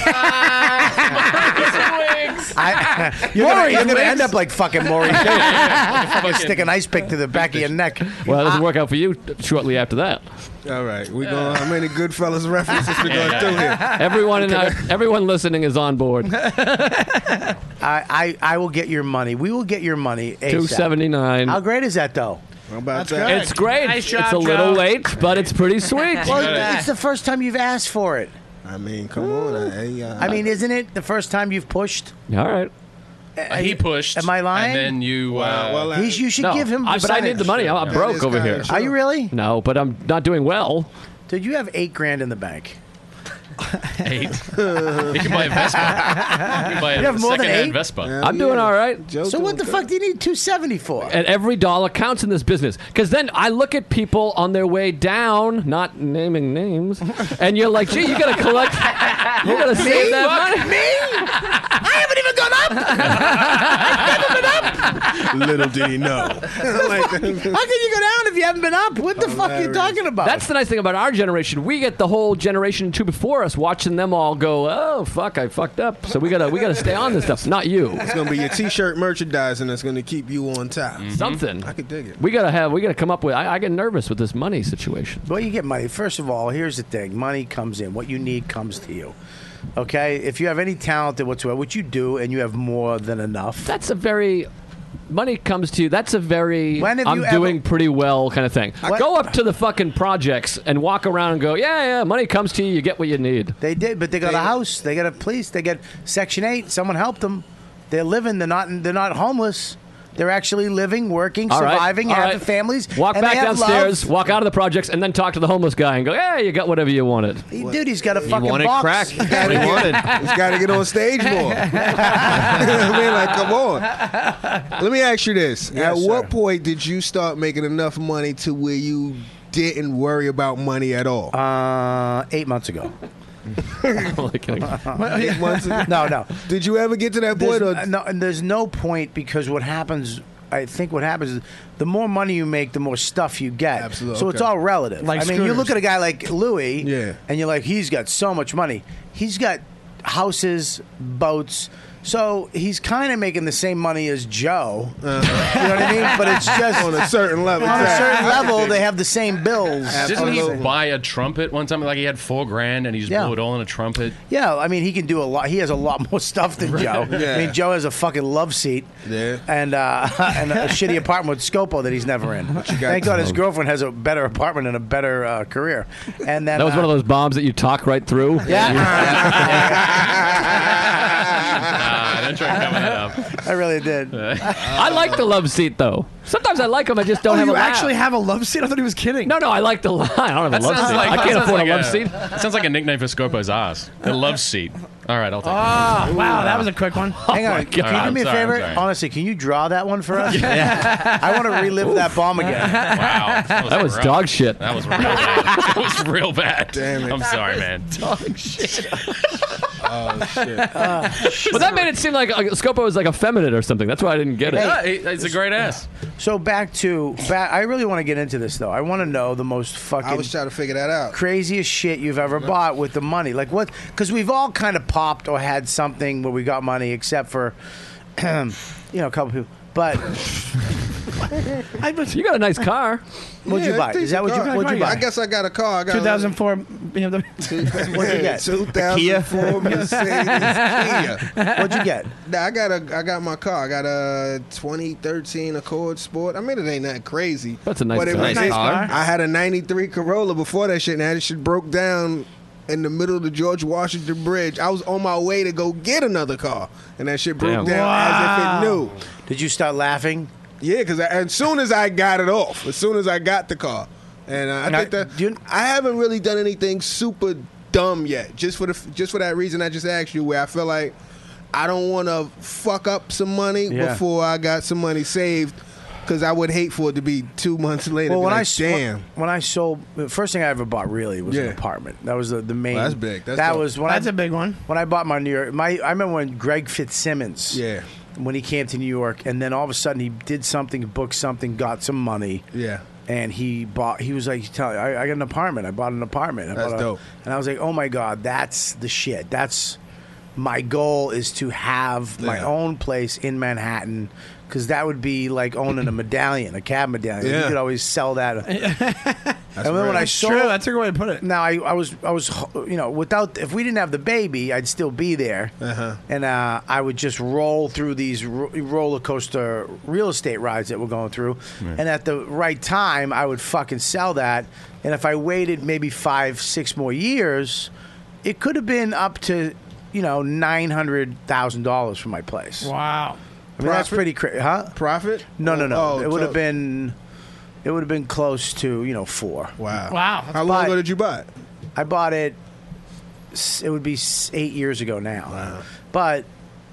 S2: I, you're gonna,
S9: Maury,
S2: you're gonna
S9: Maury.
S2: end up like fucking Maury. You're gonna stick an ice pick to the back of your neck.
S9: Well, it doesn't work out for you shortly after that.
S10: All right, we going. How many Goodfellas references we going through here?
S9: Everyone, in, our- everyone listening is on board.
S2: I, I, I will get your money. We will get your money. ASAP.
S9: 279.
S2: How great is that though?
S10: How about
S9: It's great. it's a little late, but it's pretty sweet.
S2: well, it's the first time you've asked for it.
S10: I mean, come on. I, uh,
S2: I mean, isn't it the first time you've pushed?
S9: all right.
S5: Uh, he pushed.
S2: Am I lying?
S5: And then you. Uh,
S2: well, He- you should
S9: No,
S2: give him.
S9: I, but I
S2: percentage.
S9: need the money. I'm, I'm broke over here.
S2: Are you really?
S9: No, but I'm not doing well.
S2: Dude, you have eight grand in the bank.
S5: eight. you can buy a Vespa. You can buy
S2: You
S5: a
S2: have more than
S5: second-hand
S2: eight?
S5: Vespa.
S9: I'm doing all right.
S2: so what the fuck do you need two seventy for?
S9: And every dollar counts in this business. Because then I look at people on their way down, not naming names, and you're like, gee, you got to collect, you got
S6: Me?
S9: to save that
S6: Fuck
S9: money.
S2: Me? I haven't even gone up. I've never been up.
S10: Little did he know.
S2: How can you go down if you haven't been up? What the fuck are you talking about?
S9: That's the nice thing about our generation. We get the whole generation two before us watching them all go, "Oh fuck, I fucked up." So we gotta we gotta stay on this stuff. Not you.
S10: It's gonna be your T-shirt merchandising that's gonna keep you on top.
S9: Something.
S10: I could dig it.
S9: We gotta have we gotta come up with. I, I get nervous with this money situation.
S2: Well, you get money. First of all, here's the thing: money comes in. What you need comes to you. Okay, if you have any talent that whatsoever, which you do, and you have more than enough.
S9: That's a very money comes to you. That's a very
S2: When have
S9: I'm
S2: you ever-
S9: doing pretty well kind of thing.
S2: What-
S9: Go up to the fucking projects and walk around and go, "Yeah, yeah, money comes to you. You get what you need."
S2: They did, but they got a house. They got a police. They got Section Eight. Someone helped them. They're living. They're not. They're not homeless. They're actually living, working,
S9: All right,
S2: surviving,
S9: all
S2: have
S9: right.
S2: families.
S9: Walk
S2: and they
S9: back
S2: have
S9: downstairs,
S2: love.
S9: walk out of the projects, and then talk to the homeless guy and go, "Yeah, you got whatever you wanted."
S2: He- Dude, he's got a
S9: He
S2: fucking
S9: wanted
S2: box.
S9: crack. He got it. He wanted.
S10: He's got to get on stage more. I mean, like, come on. Let me ask you this: At what point did you start making enough money to where you didn't worry about money at all?
S2: Uh, eight months ago.
S10: Eight months ago?
S2: No, no.
S10: Did you ever get to that
S2: There's,
S10: point?
S2: uh, no, and there's no point because what happens. I think what happens is the more money you make, the more stuff you get. Absolutely. So it's
S10: okay.
S2: all relative.
S10: Like
S2: I mean, you
S10: scooters.
S2: look at a guy like Louis, and you're like, he's got so much money. He's got houses, boats. So he's kind of making the same money as Joe. you know what I mean? But it's just
S10: Uh-huh. On a certain level.
S2: On a certain
S10: Exactly.
S2: level, they have the same bills.
S5: Didn't he buy a trumpet one time? Like he had four grand and he just
S2: Yeah.
S5: blew it all in a trumpet.
S2: Yeah, I mean, he can do a lot. He has a lot more stuff than
S5: Right.
S2: Joe.
S5: Yeah.
S2: I mean, Joe has a fucking love seat
S10: Yeah.
S2: and uh, and a shitty apartment with Scopo that he's never in. Thank God his girlfriend has a better apartment and a better uh, career. And then
S9: That was
S2: uh,
S9: one of those bombs that you talk right through.
S5: Nah, don't try to cover that up.
S2: I really did.
S9: I like the love seat though. Sometimes I like them. I just don't
S8: Oh,
S9: have
S8: you
S9: a laugh.
S8: actually have a love seat? I thought he was kidding.
S9: No, no, I like the line. I don't have
S5: That
S9: a love
S5: sounds
S9: seat.
S5: like-
S9: I
S5: that
S9: can't
S5: sounds
S9: afford
S5: like
S9: a love
S5: a-
S9: seat.
S5: that Sounds like a nickname for Scopo's ass. The love seat. All right, I'll take
S8: Ah,
S5: it.
S8: wow, that was a quick one. Oh
S2: Hang on, uh, can you do me a favor? Honestly, can you draw that one for us? I want to relive that bomb again.
S5: Wow, that was,
S9: was
S5: rough.
S9: dog shit.
S5: That was real bad. that was real bad. Damn it. I'm sorry, man.
S9: Dog shit.
S10: oh shit.
S9: but that made it seem like uh, Scopo was like effeminate or something. That's why I didn't get it.
S5: Yeah, it- it's a great ass.
S2: So back to back. I really want to get into this though. I want to know the most fucking.
S10: I was trying to figure that out.
S2: craziest shit you've ever bought with the money? Like what? Because we've all kind of popped or had something where we got money, except for, you know, a couple people. But
S9: you got a nice car.
S2: What'd
S10: Yeah,
S2: you buy?
S10: decent
S2: Is that what you,
S10: car.
S2: what'd you buy?
S10: I guess I got a car. I got a-
S8: 2004 BMW.
S2: What'd you get?
S10: 2004 Mercedes Kia.
S2: What'd you get?
S10: Nah, I got a, I got my car. I got a 2013 Accord Sport. I mean, it ain't that crazy.
S9: That's a nice
S10: but it
S9: car.
S10: was-
S9: Nice
S10: it-
S9: car.
S10: I had a '93 Corolla before that shit, and that shit broke down in the middle of the George Washington Bridge. I was on my way to go get another car, and that shit broke
S2: Damn.
S10: down as if it knew.
S2: Did you start laughing?
S10: Yeah, because as soon as I got it off, as soon as I got the car, and uh, I
S2: Now,
S10: think that I haven't really done anything super dumb yet. Just for the f- just for that reason, I just asked you where I feel like I don't want to fuck up some money
S2: Yeah.
S10: before I got some money saved, because I would hate for it to be two months later.
S2: Well,
S10: be
S2: when
S10: like,
S2: I s-
S10: damn.
S2: when I sold the first thing I ever bought really was an
S10: Yeah.
S2: apartment. That was the, the main.
S10: Well, that's big. That's
S2: that
S10: dope.
S2: was when
S8: That's
S2: I,
S8: a big one.
S2: When I bought my New York, my I remember when Greg Fitzsimmons. Yeah. When he came to New York, and then all of a sudden he did something, booked something, got some money.
S10: Yeah.
S2: And he bought. He was like, "Tell I, I got an apartment. I bought an apartment. I
S10: That's
S2: bought a-"
S10: dope.
S2: And I was like, "Oh my god, that's the shit. That's my goal is to have my
S10: Yeah.
S2: own place in Manhattan." Because that would be like owning a medallion, a cab medallion. You
S10: Yeah.
S2: could always sell that and then
S10: real.
S2: when I
S10: That's
S2: sold,
S10: true.
S2: That's a good way to put it. Now I, I was I was you know without if we didn't have the baby I'd still be there, uh-huh. and uh, I would just roll through these ro- roller coaster real estate rides that we're going through,
S14: Yeah.
S2: and at the right time I would fucking sell that, and if I waited maybe five six more years, it could have been up to you know nine hundred thousand dollars for my place.
S8: Wow.
S2: I mean, that's
S10: Profit?
S2: pretty crazy, huh?
S10: Profit?
S2: No, no, no.
S10: Oh,
S2: it would
S10: so-
S2: have been, it would have been close to you know four.
S10: Wow.
S8: Wow.
S10: How long ago did you buy it?
S2: I bought it. s- It would be s- eight years ago now. But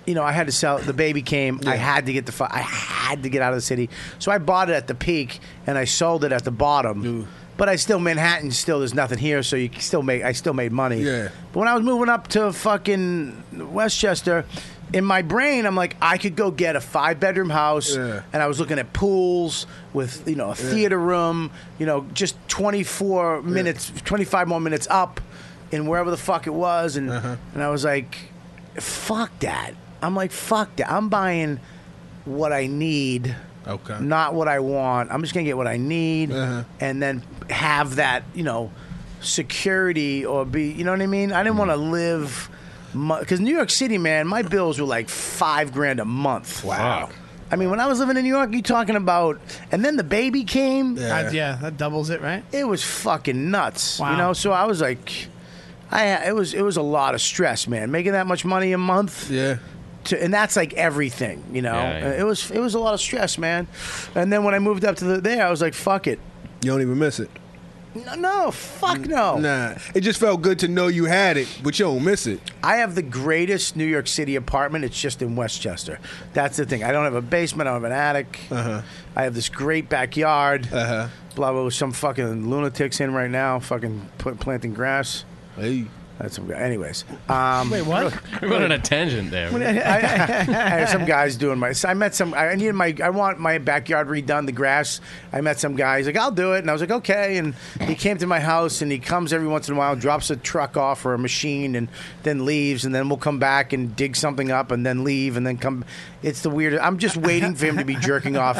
S2: you know, I had to sell. The baby came. I had to get the. fu- I had to get out of the city. So I bought it at the peak and I sold it at the bottom.
S10: Mm.
S2: But I still Manhattan. Still, there's nothing here, so you can still make. I still made money.
S10: Yeah.
S2: But when I was moving up to fucking Westchester, in my brain, I'm like, I could go get a five bedroom house, and I was looking at pools with you know a
S10: Yeah.
S2: theater room, you know, just 24 minutes, 25 more minutes up, in wherever the fuck it was, and and I was like, fuck that. I'm like, fuck that. I'm buying what I need. Okay. Not what I want. I'm just gonna get what I need, and then have that, you know, security or be, you know what I mean. I didn't want to live, because New York City, man, my bills were like five grand a month. Wow. I mean, when I was living in New York, you talking about, and then the baby came.
S8: Yeah. Uh, yeah, that doubles it, right?
S2: It was fucking nuts.
S8: Wow.
S2: You know, so I was like, I it was it was a lot of stress, man. Making that much money a month. Yeah. To, and that's like everything, you know.
S10: Yeah, yeah.
S2: Uh, It was it was a lot of stress, man. And then when I moved up to the there, I was like, fuck it.
S10: You don't even miss it.
S2: No, no, fuck no.
S10: Nah, it just felt good to know you had it, but you don't miss it.
S2: I have the greatest New York City apartment. It's just in Westchester. That's the thing. I don't have a basement. I don't have an attic. Uh-huh. I have this great backyard. Uh-huh. Blah blah. blah. Some fucking lunatics in right now, fucking put, planting grass. Hey. That's some guy. Anyways, um,
S5: Wait, what? We went on a tangent there.
S2: I, I- I had some guys doing my. I met some. I needed my. I want my backyard redone, the grass. I met some guy. He's like, I'll do it, and I was like, okay. And he came to my house, and he comes every once in a while, drops a truck off or a machine, and then leaves, and then we'll come back and dig something up, and then leave, and then come. It's the weirdest. I'm just waiting for him to be jerking off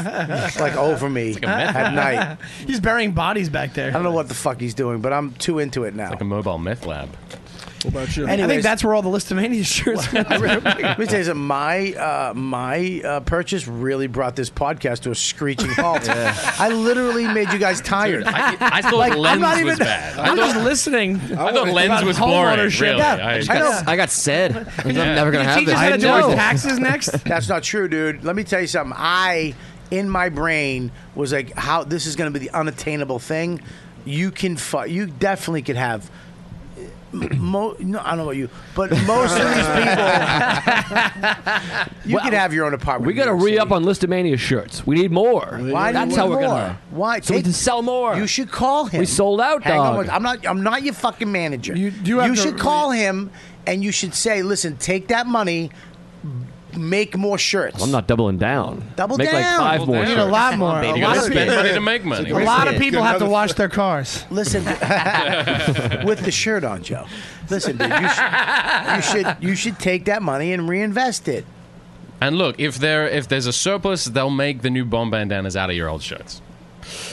S2: like over me at night.
S8: He's burying bodies back there.
S2: I don't know what the fuck he's doing, but I'm too into it now. Like
S5: a mobile meth lab.
S10: What about you?
S8: I think that's where all the Listomania shirts.
S2: Let me tell you something. My uh, my uh, purchase really brought this podcast to a screeching halt.
S8: Yeah.
S2: I literally made you guys tired.
S8: Dude, I- I thought Lens was bad. I thought-
S2: listening.
S8: I thought Lens was boring, really. I- I just got- I
S2: got sad.
S8: I'm Yeah. never gonna You have teach this. us how to do our taxes next?
S2: That's not true, dude. Let me tell you something. I in my brain was like, how this is going to be the unattainable thing. You can fu- You definitely could have. Mo- no, I don't know about you, but most of these people, you could have your own apartment.
S9: We got to re up on Listomania shirts. We need more.
S2: Why do you want
S9: That's how we're
S2: more?
S9: gonna.
S2: Why?
S9: So we can
S2: sell more. You should call him.
S9: We sold out,
S2: Hang on
S9: dog.
S2: one- I'm not. I'm not your fucking manager. You
S9: do have to-
S2: should call him and you should say, "Listen, take that money, m- make more shirts."
S9: I'm not doubling down.
S2: Double
S9: Make like
S2: down.
S9: five more.
S2: Double down.
S9: shirts.
S2: Need a lot more. You A gotta lot of spend people- money to make money.
S8: A lot of
S2: Yeah.
S8: people
S2: Good
S8: have to
S2: motherfucker.
S8: wash their cars.
S2: Listen, with the shirt on, Joe. Listen, dude, you, should, you should you should take that money and reinvest it.
S5: And look, if there if there's a surplus, they'll make the new bomb bandanas out of your old shirts.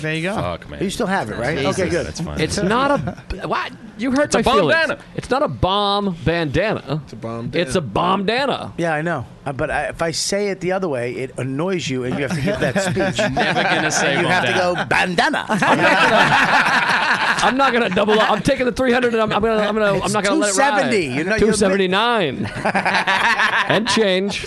S8: There you go.
S9: Uh,
S5: Fuck man,
S2: You still have it, right?
S5: Jesus,
S2: Okay, good.
S5: That's fine.
S9: It's not a. What? You hurt
S5: It's a
S9: my
S5: bomb
S9: feelings.
S5: bandana.
S9: It's not a bomb bandana. It's a bomb. It's a bomb dana.
S2: Yeah, I know. Uh, But I, if I say it the other way, it annoys you, and you have to give that speech.
S9: Never gonna say
S2: You have to
S9: bandana.
S2: go bandana.
S9: I'm not gonna double up. I'm taking the 300 and I'm, I'm gonna. I'm gonna. I'm
S2: It's
S9: not gonna let it ride.
S2: 270. You're not- you're-
S9: 279 and change.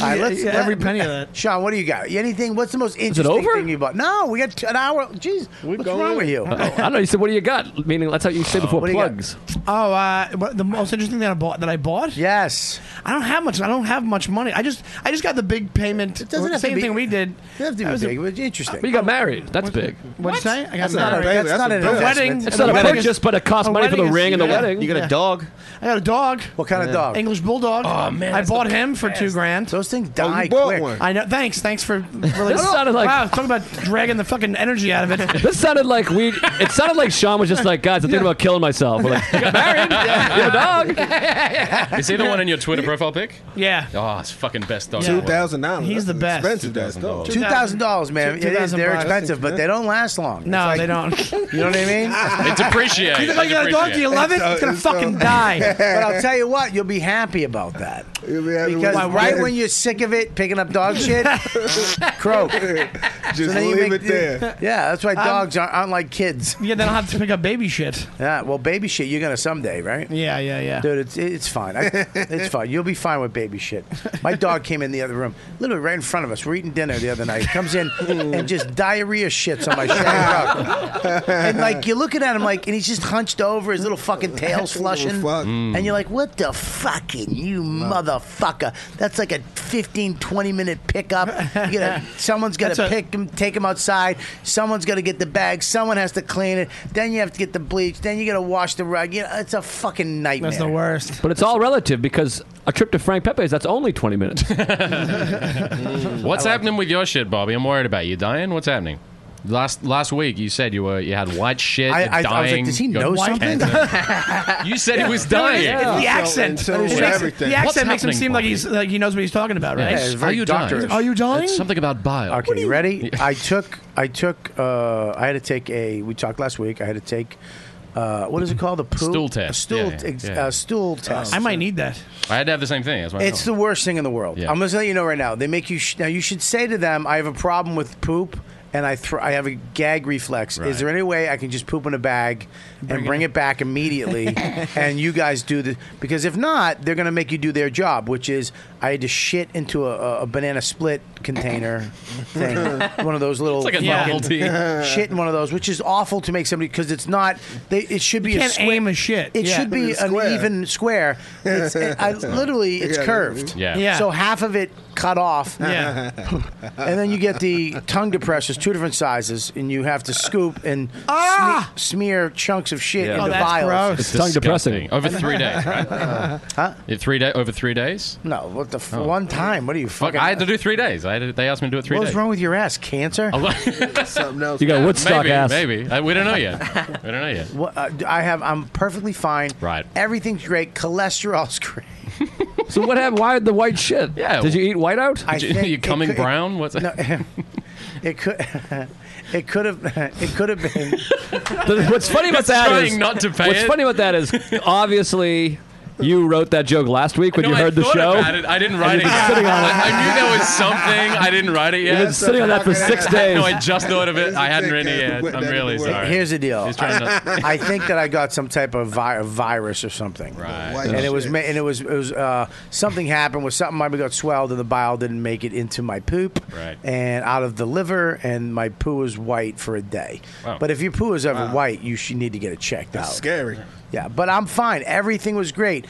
S2: All right, let's,
S9: Yeah, every
S2: penny of that. Sean, what do you got? Anything? What's the most
S9: it
S2: interesting
S9: over?
S2: thing you bought? No, we got t- an hour. Jeez, what's wrong with you?
S9: Uh, I don't know. You said, "What do you got?" Meaning, that's how you say before
S2: What do you got?
S9: plugs.
S8: Oh, uh, what, the most interesting thing that I bought. That I bought.
S2: Yes.
S8: I don't have much. I don't have much money. I just, I just got the big payment. It
S2: doesn't have to
S8: same
S2: be-
S8: thing we did.
S2: It doesn't have to be big. It was interesting.
S9: But you got married. That's big.
S8: What'd you say? I got
S2: That's not a
S8: married.
S2: baby, That's that's not a an bill.
S8: The
S2: investment.
S8: wedding.
S9: It's not a
S8: the wedding
S9: purchase,
S8: is-
S9: but it costs
S8: a
S9: money for the
S8: wedding is-
S9: ring and the
S8: yeah.
S9: wedding. You got a
S11: dog.
S8: I got a dog.
S2: What kind of dog?
S8: English bulldog.
S2: Oh, man,
S8: I
S2: that's the
S8: bought him for two grand.
S2: Those things
S9: Oh,
S2: die quick.
S8: I know. Thanks. Thanks for really.
S9: This sounded like-
S8: wow. Talk about dragging the fucking energy out of it.
S9: This sounded like we. It sounded like Sean was just like, "Guys, I'm thinking about killing myself." We're like, "You got married? You have a dog?"
S5: Is he the one in your Twitter profile pic?
S8: Yeah.
S5: Oh, it's fucking best dog.
S10: Two thousand dollars.
S8: He's the best.
S10: Expensive that's dope.
S2: Two thousand dollars, man. It is. They're expensive, but they don't last long.
S8: No,
S2: It's
S8: they
S2: don't. You know what I mean?
S5: It depreciates.
S8: You think I got a dog? Do you love it? It's gonna fucking die.
S2: but I'll tell you what, you'll be happy about that. because
S8: with it.
S2: right when you're sick of it, picking up dog shit, croak.
S10: Just
S2: then you
S10: leave
S2: make
S10: it
S2: the-
S10: there.
S2: Yeah, that's why
S8: I'm-
S2: dogs aren't, aren't like kids.
S8: Yeah, they don't have to pick up baby shit.
S2: Yeah, well, baby shit, you're gonna someday, right?
S8: Yeah, yeah, yeah.
S2: Dude, it's it's fine. I, it's fine. You'll be fine with baby shit. My dog came in the other room, literally right in front of us. We're eating dinner the other night. Comes in and just diarrhea shits on my shag rug. And like you're looking at him like, and he's just hunched over, his little fucking tail's flushing,
S10: fuck. Mm.
S2: and you're like, what the fucking you motherfucker? That's like a 15, 20 minute pickup. You gotta, someone's got to
S8: That's a-
S2: pick him, take him outside. Someone's got to get the bag. Someone has to clean it. Then you have to get the bleach. Then you you got to wash the rug. You know, it's a fucking nightmare.
S8: worst.
S9: But it's all relative because a trip to Frank Pepe's that's only twenty minutes.
S2: Mm.
S5: What's happening with your shit, Bobby? I'm worried about you dying. What's happening? Last last week you said you were you had white shit.
S2: I-
S5: you're
S2: I- I was
S5: dying.
S2: like, does he
S5: you got
S2: know something?
S5: cancer. you said he was dying.
S8: It's the accent. It makes- The
S5: What's
S8: accent makes him
S5: happening,
S8: seem like
S5: Bobby?
S8: he's like he knows what he's talking about, right?
S5: Are you dying?
S8: Are you dying?
S5: It's something about bile.
S2: Okay, you ready? I took, I took, uh, I had to take a. We talked last week. I had to take, uh, what is it called? The poo?
S5: Stool
S2: A
S5: test.
S2: stool,
S5: Yeah, yeah,
S2: ex-
S5: yeah.
S2: A stool test.
S8: I might need that.
S5: I had to have the same thing. That's why I
S2: It's
S5: know.
S2: the worst thing in the world.
S5: Yeah.
S2: I'm gonna let you know right now. They make you sh- now. You should say to them, "I have a problem with poop, and I thro- I have a gag reflex. Is
S5: Right.
S2: there any way I can just poop in a bag and bring it, back immediately? and you guys do the because if not, they're gonna make you do their job, which is I had to shit into a- a, a banana split container thing, one of those little
S5: It's like a
S2: fucking-
S5: novelty.
S2: shit in one of those, which is awful to make somebody because it's not. They it should be
S8: You
S2: a
S8: can't
S2: square,
S8: aim a shit.
S2: It
S8: Yeah.
S2: should be an
S8: Square.
S2: even square. It's, it, I literally it's
S8: Yeah.
S2: curved.
S8: Yeah. Yeah.
S2: So half of it cut off.
S8: Yeah.
S2: and then you get the tongue depressors, two different sizes, and you have to scoop and sme- smear chunks of shit
S9: Oh,
S2: into vials. Uh,
S5: It's disgusting. Over three days, right? huh? three day over three days.
S2: No, what the f-
S5: Oh.
S2: one time? What are you
S5: Fuck!
S2: fucking?
S5: I had to do three days. I had to, they asked me to do it three
S2: What's
S5: days.
S2: wrong with your ass? Cancer?
S10: Something else.
S9: You got
S5: maybe, Maybe Uh, we don't know yet. we don't know yet.
S2: What, uh, I have. I'm perfectly fine.
S5: Right.
S2: Everything's great. Cholesterol's great.
S9: so what happened? Why the white shit?
S5: Yeah.
S9: Did you eat white out?
S2: I think it could- it-
S5: What's
S2: No, it could. It could have. It could have been.
S9: But what's funny about
S2: He's
S9: that
S2: trying
S9: is-
S2: not to pay
S9: what's
S2: it.
S9: funny about that is obviously you wrote that joke last week when
S5: No,
S9: you
S5: I
S9: heard the
S5: thought
S9: show.
S5: about it. I didn't
S9: And
S5: write
S9: you've
S5: it.
S9: been
S5: yet.
S9: sitting on it.
S5: I, I knew there was something. I didn't write it
S9: You've
S5: yet.
S9: been sitting on that for six days.
S5: No, I just thought of it. I hadn't written it yet. I'm really sorry.
S2: Here's the deal.
S5: He's trying
S2: I,
S5: to-
S2: I think that I got some type of vi- virus or something.
S5: Right.
S2: And it was ma- and it was it was uh, something happened with something. I got swelled and the bile didn't make it into my poop.
S5: Right.
S2: And out of the liver and my poo was white for a day.
S5: Wow.
S2: But if your poo is ever
S10: Wow.
S2: white, you should need to get it checked
S10: That's
S2: out.
S10: scary.
S2: Yeah, but I'm fine. Everything was great.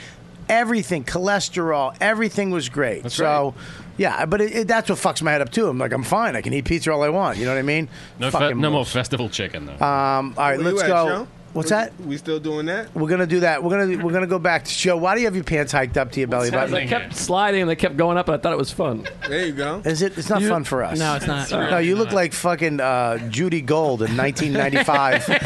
S2: Everything, cholesterol, everything was great. so, yeah, but it, it, that's what fucks my head up too. I'm like, I'm fine. I can eat pizza all I want. You know what I mean?
S5: No, fe-
S2: Fucking
S5: no more
S2: rules.
S5: festival chicken though.
S2: Um, all
S10: Where
S2: right,
S10: you
S2: let's
S10: at,
S2: go.
S10: Joe?
S2: What's
S10: We-
S2: that?
S10: We still doing that?
S2: We're gonna do that. We're gonna we're gonna go back to Joe. Why do you have your pants hiked up to your belly
S9: Because
S2: button?
S9: they kept sliding and they kept going up, and I thought it was fun.
S10: There you go.
S2: Is it? It's not fun for us.
S9: No, it's not. It's
S2: no,
S9: really
S2: you look like fucking uh, Judy Gold in 1995.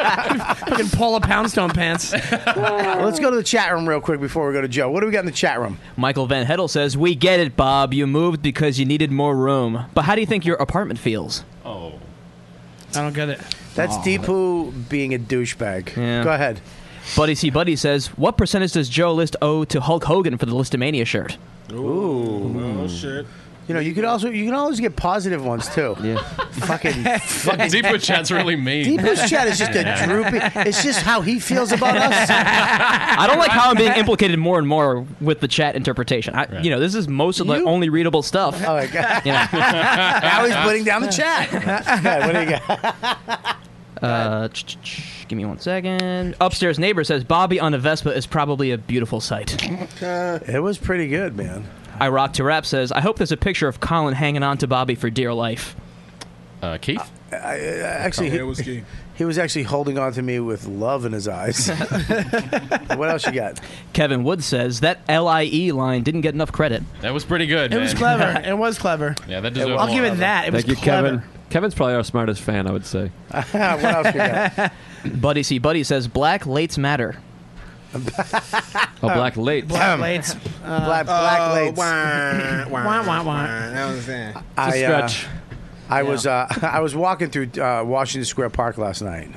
S8: Fucking Paula Poundstone pants.
S2: Let's go to the chat room real quick before we go to Joe. What do we got in the chat room?
S14: Michael Van Hedel says, "We get it, Bob. You moved because you needed more room. But how do you think your apartment feels?"
S5: Oh.
S8: I don't get it.
S2: That's
S14: Aw.
S2: Deepu being a douchebag.
S14: Yeah.
S2: Go ahead.
S14: Buddy C. Buddy says, "What percentage does Joe List owe to Hulk Hogan for the Listomania shirt?"
S2: Ooh. You know, you could also you can always get positive ones too. Yeah. fucking fucking
S5: Deepu chat's really mean.
S2: Deepu's chat is just
S5: Yeah.
S2: a droopy. It's just how he feels about us.
S14: I don't like how I'm being implicated more and more with the chat interpretation. I, You know, this is most of the only readable stuff.
S2: Oh my god!
S14: You know.
S2: now he's putting down the chat. Yeah, what do you got?
S14: Uh, ch- ch- ch- give me one second. Upstairs neighbor says Bobby on a Vespa is probably a beautiful sight.
S2: It was pretty good, man.
S14: I rock to rap says I hope there's a picture of Colin hanging on to Bobby for dear life.
S5: Uh, Keith,
S2: I, I, actually,
S10: Yeah, it was
S2: he, he was actually holding on to me with love in his eyes. Uh, what else you got?
S14: Kevin Wood says that LIE line didn't get enough credit.
S5: that was pretty good.
S8: It was
S5: man.
S8: clever. It was clever.
S5: Yeah, that
S8: It
S5: deserves.
S8: was. I'll give it that. It was
S9: Thank you,
S8: clever.
S9: Kevin. Kevin's probably our smartest fan, I would say.
S2: what else you got?
S14: Buddy C. Buddy says black lates matter.
S9: Oh, black late.
S8: Black plates. Uh,
S2: Black black
S10: Oh,
S2: lates.
S8: wah, wah, wah.
S10: That was it.
S2: I, uh,
S9: stretch.
S2: I was uh, I was walking through uh, Washington Square Park last night.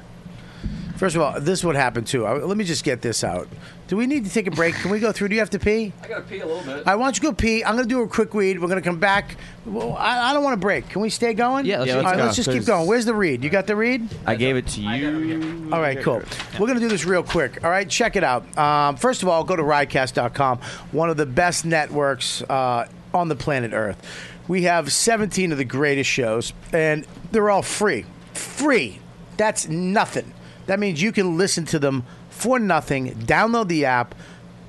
S2: First of all, this would happen too. I, let me just get this out. Do we need to take a break? Can we go through? Do you have to pee?
S9: I gotta pee a little bit.
S2: I want you to go pee. I'm going to do a quick read. We're going to come back. Well, I, I don't want to break. Can we stay going?
S15: Yeah, let's Yeah, keep
S2: all right,
S15: going.
S2: let's just keep
S15: Please.
S2: going. Where's the read? You got the read?
S15: I gave it to you.
S2: All right, cool. We're going to do this real quick. All right, check it out. Um, first of all, go to Ridecast.com, one of the best networks uh, on the planet Earth. We have 17 of the greatest shows, and they're all free. Free. That's nothing. That means you can listen to them for nothing, download the app,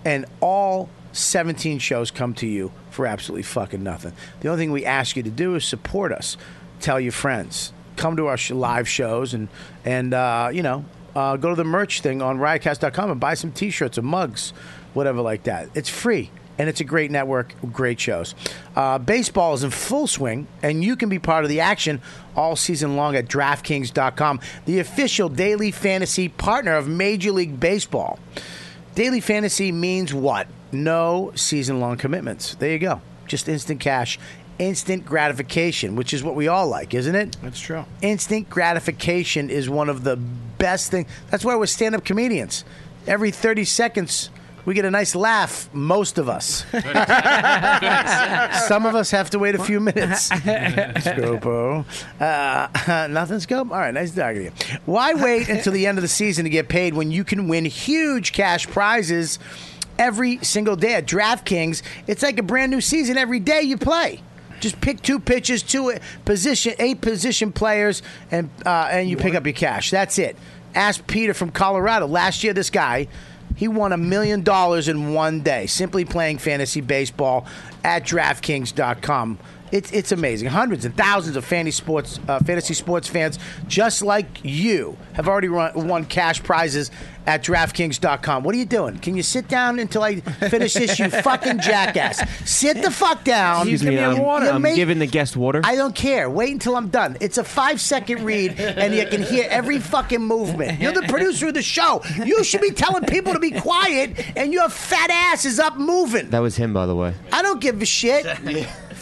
S2: and all 17 shows come to you for absolutely fucking nothing. The only thing we ask you to do is support us, tell your friends, come to our sh- live shows, and and uh, you know Uh, go to the merch thing on riotcast.com and buy some t-shirts or mugs, whatever like that. It's free. And it's a great network, great shows. Uh, baseball is in full swing, and you can be part of the action all season long at DraftKings.com, the official daily fantasy partner of Major League Baseball. Daily fantasy means what? No season long commitments. There you go. Just instant cash, instant gratification, which is what we all like, isn't it? That's true. Instant gratification is one of the best things. That's why we're stand up comedians. Every 30 seconds, we get a nice laugh, most of us. Some of us have to wait a few minutes. Scopo. Uh, nothing, Scope? All right, nice talking to you. Why wait until the end of the season to get paid when you can win huge cash prizes every single day at DraftKings? It's like a brand new season every day you play. Just pick two pitches, two uh, position, eight position players, and uh, and you pick up your cash. That's it. Ask Peter from Colorado. Last year, this guy he won a million dollars in one day simply playing fantasy baseball at DraftKings.com. It's, it's amazing. Hundreds and thousands of fantasy sports, uh, fantasy sports fans, just like you, have already run, won cash prizes at DraftKings.com. What are you doing? Can you sit down until I finish this, you fucking jackass? Sit the fuck down.
S11: Excuse me, I'm,
S2: You
S11: I'm
S2: make-
S11: giving the guest water.
S2: I don't care. Wait until I'm done. It's a five second read, and you can hear every fucking movement. You're the producer of the show. You should be telling people to be quiet, and your fat ass is up moving.
S11: that was him, by the way.
S2: I don't give a shit.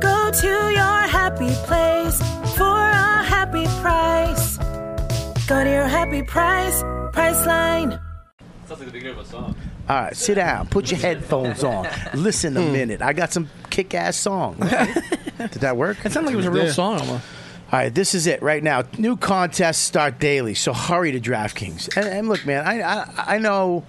S16: Go to your happy place for a happy price. Go to your happy price, Priceline.
S9: Sounds like the beginning of a song.
S2: All right, sit down. Put your headphones on. Listen a
S8: Hmm.
S2: minute. I got some kick ass song. Did that work? It sounded like
S8: it was a real song almost.
S2: All right, this is it right now. New contests start daily, so hurry to DraftKings. And, and look, man, I, I I know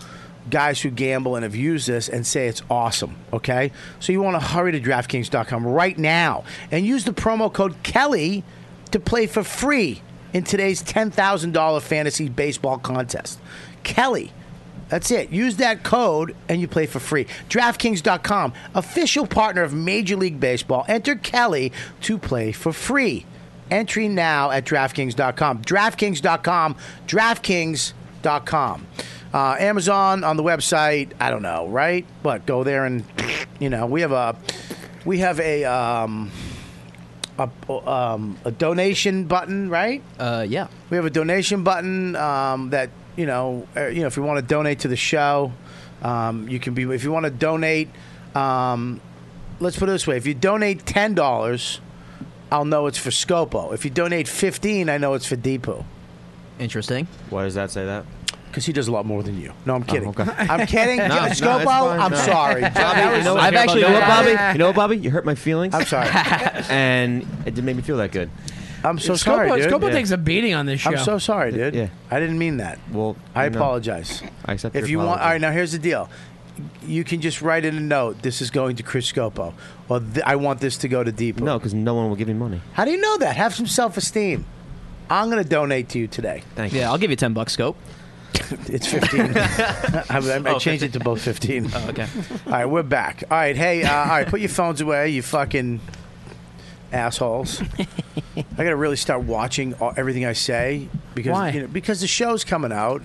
S2: guys who gamble and have used this and say it's awesome. Okay, so you want to hurry to DraftKings.com right now and use the promo code Kelly to play for free in today's ten thousand dollar fantasy baseball contest. Kelly. That's it. Use that code and you play for free. DraftKings.com, official partner of Major League Baseball. Enter Kelly to play for free. Entry now at DraftKings.com. DraftKings.com. DraftKings.com. Uh, Amazon on the website. I don't know, right? But go there and you know we have a we have a um, a, um, a donation button, right?
S14: Uh, yeah.
S2: We have a donation button um, that you know, uh, you know, if you want to donate to the show, um, you can be. If you want to donate, um, let's put it this way: if you donate ten dollars, I'll know it's for Scopo. If you donate fifteen, I know it's for Depot.
S14: Interesting.
S11: Why does that say that? Oh,
S2: Because he does a lot more than you. No, I'm kidding.
S11: okay.
S2: I'm kidding.
S11: No, no, it's
S2: Scopo,
S11: fine,
S2: I'm
S11: no.
S2: sorry. That
S11: Bobby,
S2: was-
S11: you know what, Bobby? You know what, Bobby? You know what, Bobby? You hurt my feelings. I'm
S2: sorry,
S11: and it didn't make me feel that good.
S2: I'm so sorry, dude.
S8: Scopo takes a beating on this show.
S2: I'm so sorry, dude. I didn't mean that.
S11: Well,
S2: I
S11: you know.
S2: apologize.
S11: I accept
S2: If
S11: your
S2: you want,
S11: apology.
S2: all right. Now here's the deal. You can just write in a note. This is going to Chris Scopo. Well, th- I want this to go to Depot.
S11: No, because no one will give me money.
S2: How do you know that? Have some self-esteem. I'm going to donate to you today.
S11: Thank
S14: Yeah, I'll give you 10 bucks, Scope.
S2: it's 15. I,
S8: Oh,
S2: I, I changed it to both 15.
S14: Oh, okay.
S2: All right, we're back. All right, hey, uh, all right, put your phones away, you fucking assholes. I got to really start watching all, everything I say because
S8: Why? Ah.
S2: You know, because the show's coming out,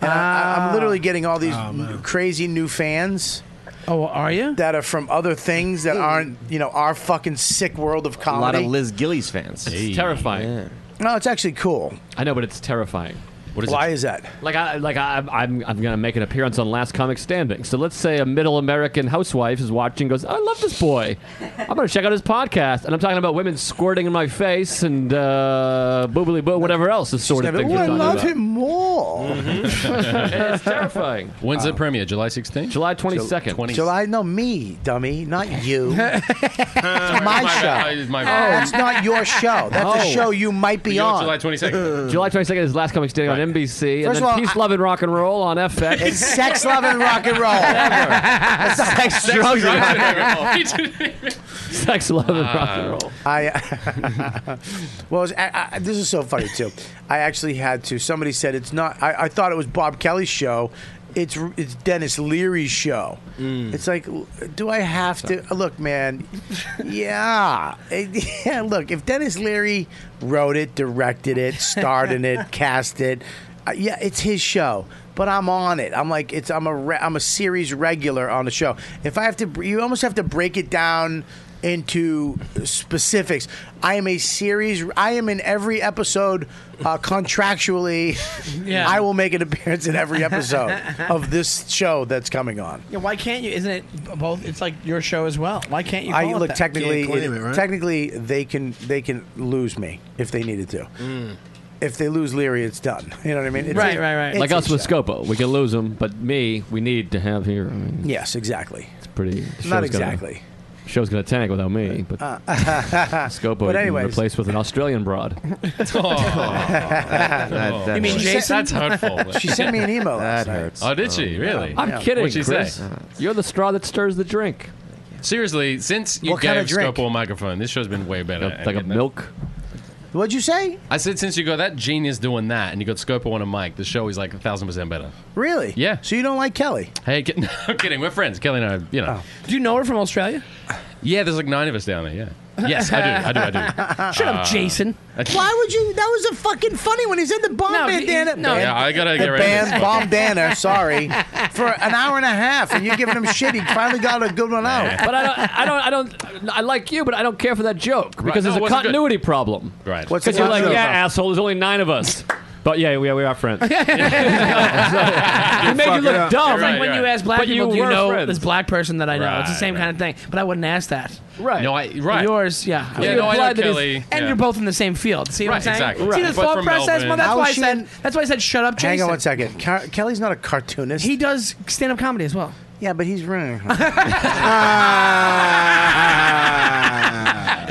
S2: and I, I, am literally getting all these n- crazy new fans.
S8: Oh, are you?
S2: That are from other things that aren't, you know, our fucking sick world of
S11: A lot
S2: comedy.
S11: of Liz Gillies fans.
S9: It's terrifying.
S2: no, it's actually cool.
S9: I know, but it's terrifying. What
S2: is Why is that?
S9: Like, I, like I, I'm, I'm, I'm going to make an appearance on Last Comic Standing. So let's say a middle American housewife is watching, goes, "I love this boy. I'm going to check out his podcast." And I'm talking about women squirting in my face and uh, boobily boo, whatever else. The sort of
S2: Yeah, but,
S9: thing.
S2: "Ooh, I love him wall.
S10: Mm-hmm.
S9: it's terrifying.
S5: When's the premiere? July 16th?
S9: July
S2: July, no, me, dummy, not you. it's my,
S5: my
S2: show.
S5: bad. It's my
S2: Oh,
S5: bad.
S2: that's not your show. That's a
S9: Oh.
S2: show you might be on.
S5: July 22nd.
S9: July 22nd is last comic standing on NBC.
S2: First
S9: and then
S2: of all,
S9: Peace, Love, and Rock and Roll on FX.
S2: It's sex, love, and rock and roll.
S9: Sex, drugs, and rock and Sex, love, and rock and roll.
S2: I well, it's- I, I, this is so funny too. I actually had to. Somebody said it's not. I, I thought it was Bob Kelly's show. It's it's Dennis Leary's show. It's like, do I have to look, man? Yeah, yeah. Look, if Dennis Leary wrote it, directed it, starred in it, cast it, uh, yeah, it's his show. But I'm on it. I'm like it's. I'm a. Re- I'm a series regular on the show. If I have to, br- you almost have to break it down into specifics. I am a series. I am in every episode uh, contractually.
S8: Yeah.
S2: I will make an appearance in every episode of this show that's coming on.
S8: Yeah, why can't you? Isn't it both? It's like your show as well. Why can't you? Call
S2: I
S8: it
S2: look
S8: that?
S2: technically. Technically, they can they can lose me if they needed to.
S8: Mm.
S2: If they lose Leary, it's done. You know what I mean? It's a- it's
S9: Like
S2: a
S9: us with
S2: show.
S9: Scopo, we can lose him, but me, we need to have here. I mean,
S2: Yes, exactly.
S9: It's pretty. the
S2: Not
S9: show's gonna-
S2: exactly. Uh,
S9: Show's gonna tank without me, but Scopo
S2: but
S9: you can
S2: anyways.
S9: replaced with an Australian broad.
S8: Oh.
S2: That- that You mean hurts. Jason?
S5: That's hurtful.
S2: She sent me an email last
S5: That
S2: night.
S5: hurts. Oh, did she? Really?
S9: I'm kidding.
S5: What'd she
S9: Chris.
S5: say?
S9: You're the straw that stirs the drink.
S5: Seriously, since you
S9: What kind
S5: gave
S9: of drink?
S5: Scopo a microphone, this show's been way better.
S9: Like a milk.
S2: What'd you say?
S5: I said since you got that genius doing that and you got Scopo on a mic, the show is like a thousand percent better.
S2: Really?
S5: Yeah.
S2: So you don't like Kelly? Oh.
S5: Hey, ki- no, I'm kidding. We're friends. Kelly and I, you know.
S8: Do you know her from Australia?
S5: Yeah, there's like nine of us down there. Yeah. Yes, I do. I do. I do.
S8: Shut up,
S5: Uh,
S8: Jason.
S2: Why would you? That was a fucking funny one. He said the bomb
S8: No, he-
S2: bandana.
S8: no.
S5: Yeah, I gotta get
S2: the
S5: rid of this
S2: band
S5: fucking-
S2: bomb banner. Sorry, for an hour and a half, and you're giving him shit. He finally got a good one out.
S9: But I don't, I don't, I don't, I like you, but I don't care for that joke because
S2: Right. No,
S9: there's
S2: it
S9: a
S2: wasn't good.
S9: continuity problem.
S5: Right.
S2: What's
S9: Because
S2: the
S9: you're like,
S2: continuity
S9: yeah,
S2: problem?
S9: asshole. There's only nine of us. But yeah, we, we are friends.
S8: It
S9: made you look dumb.
S8: It's like
S9: Right,
S8: when
S9: right.
S8: you ask black
S9: But
S8: people,
S9: you
S8: do you
S9: were
S8: know
S9: friends.
S8: this black person that I know? it's the
S9: Right,
S8: same kind of thing. But I wouldn't ask that.
S9: Right.
S5: No, I- right.
S8: Yours, yeah.
S5: Yeah,
S8: would
S5: no, I know
S8: imply that he's-
S5: Kelly,
S8: And
S5: yeah.
S8: you're both in the same field. See what
S5: Right,
S8: I'm saying?
S5: exactly.
S8: See
S5: Right.
S8: this
S5: But
S8: thought
S5: from
S8: process?
S5: Melbourne.
S8: Well, that's
S5: How
S8: why I
S5: she
S8: said. That's why I said, shut up, Jason.
S2: Hang on one second. Car- Kelly's not a cartoonist.
S8: He does stand-up comedy as well.
S2: Yeah, but he's running.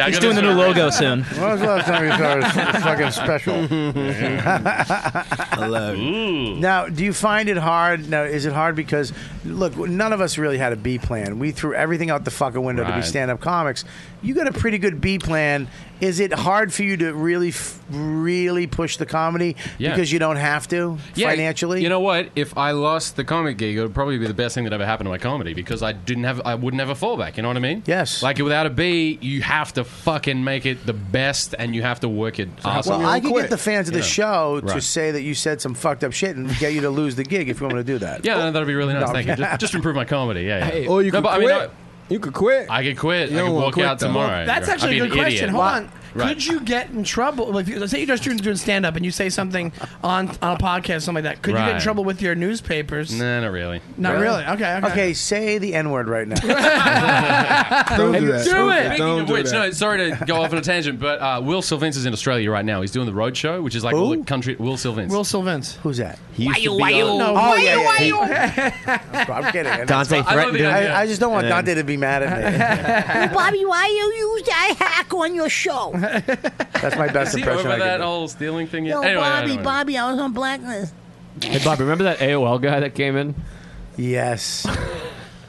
S14: He's doing the new logo soon.
S2: when was the last time you saw his fucking special?
S14: I love
S2: Now, do you find it hard? Now, is it hard because look, none of us really had a B plan. We threw everything out the fucking window to be
S5: Right.
S2: stand-up comics. You got a pretty good B plan. Is it hard for you to really, f- really push the comedy
S5: Yeah.
S2: because you don't have to financially?
S5: You know what? If I lost the comic gig, it would probably be the best thing that ever happened to my comedy because I didn't have, I wouldn't have a fallback. You know what I mean? Yes. Like without a B, you have to fucking make it the best, and you have to work it. ass
S2: well,
S5: off.
S2: I can get the fans of the
S5: Yeah.
S2: show to
S5: Right.
S2: say that you said some fucked up shit and get you to lose the gig if you want to do that.
S5: Yeah, no, that'd be really nice.
S2: No,
S5: Thank you. Just, just improve my comedy. Yeah. yeah.
S2: Hey, or you
S5: No,
S2: could
S5: but I mean,
S2: quit.
S5: I,
S10: you could quit.
S5: I could quit.
S10: You
S5: I
S10: don't
S5: could
S10: wanna
S5: walk
S10: quit,
S5: out
S10: though.
S5: tomorrow.
S8: That's
S5: I'd
S8: actually
S5: be
S8: a
S5: an
S8: good question.
S5: idiot.
S8: Hold on.
S5: Right.
S8: Could you get in trouble? If you, say you're just doing- doing stand up and you say something on, on a podcast, something like that. Could you get in
S5: Right.
S8: trouble with your newspapers?
S5: Nah, not really.
S8: Not really. Okay. Okay.
S2: Okay, say the N word right now.
S5: Don't
S2: do that.
S8: Do it.
S5: Speaking of which, no, sorry to go off on a tangent, but uh, Will Sylvince is in Australia right now. He's doing the road show, which is like all the country. Will Sylvince.
S8: Will Sylvince.
S2: Who's that?
S5: He used
S8: Why you- why you- no,
S2: oh,
S8: why
S2: yeah,
S8: you-
S2: yeah,
S8: why
S2: yeah.
S8: you-
S2: I'm kidding. And that's
S11: Dante
S2: why-
S11: threatened him.
S2: I, I just don't want
S11: And then-
S2: Dante to be mad at me.
S17: Bobby, why you use that hack on your show?
S2: That's my best
S5: Is he
S2: impression.
S5: over
S2: I can
S5: that
S2: do.
S5: whole stealing thing? yet?
S17: Yo,
S5: Anyway, I
S17: Bobby,
S5: don't know.
S17: Bobby, I was on blacklist.
S9: Hey, Bob, remember that AOL guy that came in?
S2: Yes.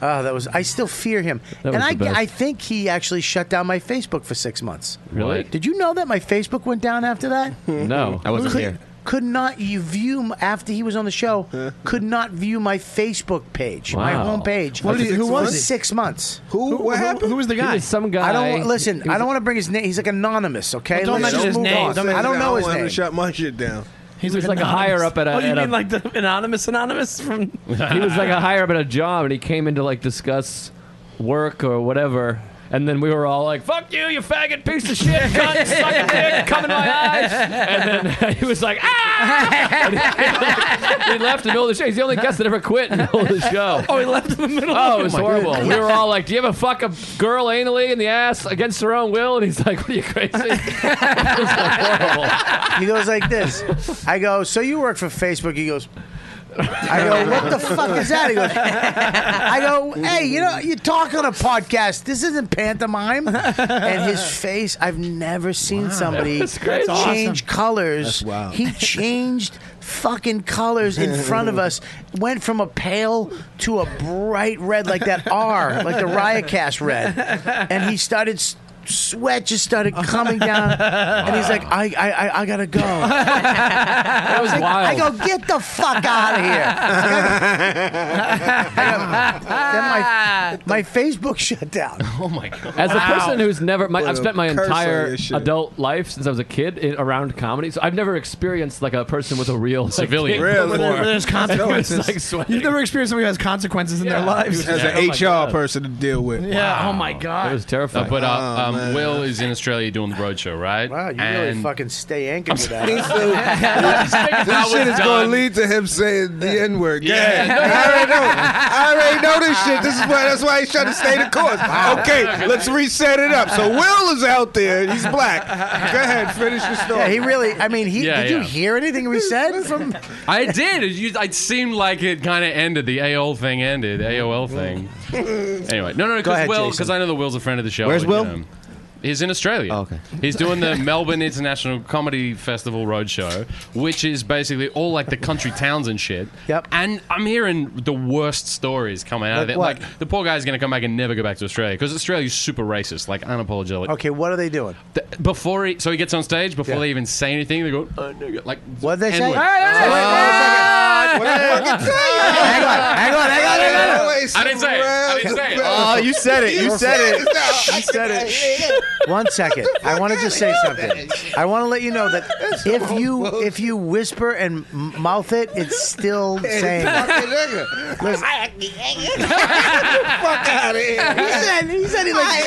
S2: Oh, that was. I still fear him,
S9: That
S2: and
S9: was
S2: I,
S9: the best.
S2: I think he actually shut down my Facebook for six months.
S9: Really? What?
S2: Did you know that my Facebook went down after that?
S9: No. I wasn't
S2: could,
S9: here.
S2: Could not you view m- after he was on the show? could not view my Facebook page, my
S9: Wow.
S2: homepage.
S9: What did he- who was
S2: For
S9: he?
S2: Six months.
S10: Who?
S9: what who- happened? who was the guy? He was some guy-
S2: I don't listen.
S9: he was
S2: I
S9: a-
S2: don't want to bring his name. He's like anonymous. Okay.
S10: Well, don't
S2: Let's
S10: mention
S2: just
S10: his
S2: move
S10: name.
S2: on.
S10: Don't mention
S2: I don't
S10: his
S2: know
S10: name.
S2: his
S10: I wanna
S2: name.
S10: shut my shit down.
S9: He was like a higher up at a.
S8: Oh, you
S9: at a-
S8: mean like the anonymous anonymous from?
S9: he was like a higher up at a job, and he came in to like discuss work or whatever. And then we were all like, "Fuck you, you faggot piece of shit, cunt, suck a dick, come in my eyes." And then he was like, "Ah!" And he, he left in the middle of the show. He's the only guest that ever quit in the middle of the show.
S8: Oh, he left in the middle.
S9: Oh, it was
S8: Oh, my
S9: horrible.
S8: goodness.
S9: We were all like, "Do you ever fuck a girl anally in the ass against her own will?" And he's like, "What are you crazy?"
S2: He goes like this. I go, so you work for Facebook? He goes. I go, what the fuck is that? He goes, I go, hey, you know, you talk on a podcast. This isn't pantomime. And his face, I've never seen somebody
S4: That's crazy. That's
S2: change
S4: awesome.
S2: colors.
S4: That's wild.
S2: He changed fucking colors in front of us. Went from a pale to a bright red, like that R, like the Riotcast red. And he started. s- Sweat just started coming down, and he's like, "I, I, I, I gotta go." I
S9: was
S2: like,
S9: wild.
S2: I go, "Get the fuck out of here!" I go- then my, my Facebook shut down.
S5: Oh my god!
S9: As a person who's never, my,
S2: What
S9: I've
S2: a
S9: spent my
S2: curse on
S9: entire
S2: your shit.
S9: adult life since I was a kid in, around comedy, so I've never experienced like a person with a real like,
S5: Civilian.
S9: gig
S8: Where,
S9: before.
S8: there- where there's consequences.
S9: It's, like, sweating.
S8: You've never experienced somebody who has consequences in their lives.
S10: As an HR person to deal with.
S8: Yeah. Oh my god.
S9: It was
S5: Uh, but uh,
S10: Oh, man.
S5: um, Will is in Australia doing the roadshow, right? Wow,
S2: You really fucking stay anchored to that.
S10: this shit is going to lead to him saying the N word. Yeah. I already know. I already know this shit. This is why. That's why he's trying to stay the course. Okay, let's reset it up. So Will is out there. He's black. Go ahead, finish the story.
S2: Yeah, he really. I mean, he.
S5: Yeah,
S2: did you
S5: yeah.
S2: hear anything we said from?
S5: I did. It, used- it seemed like it kind of ended. The AOL thing ended. AOL thing.
S2: Mm.
S5: Anyway, no, no,
S2: Go
S5: because
S2: ahead,
S5: Will,
S2: Jason.
S5: because I know that Will's a friend of the show.
S11: Where's
S5: and,
S11: Will?
S5: um, he's in Australia.
S2: Oh,
S5: okay. He's doing the Melbourne International Comedy Festival roadshow, which is basically all like the country towns and shit. Yep. And I'm hearing the worst stories coming out of
S2: Like
S5: it.
S2: what?
S5: Like the poor guy's going to come back and never go back to Australia because Australia's super racist, like unapologetic.
S2: Okay, what are they doing?
S5: Th- Before he, so he gets on stage, before
S2: Yeah.
S5: they even say anything, they go, "Oh, nigga," like
S2: what they
S5: say?
S2: Hang on, hang on, hang on, hang on.
S5: I didn't say it. I didn't say it.
S11: Oh, you said it. You said it.
S2: You said it. One second. I want to just say something. I want to let you know that if you if you whisper and m- mouth it, it's still saying.
S4: Fucking
S2: Listen,
S4: Fuck out of here.
S2: He said- he said he like-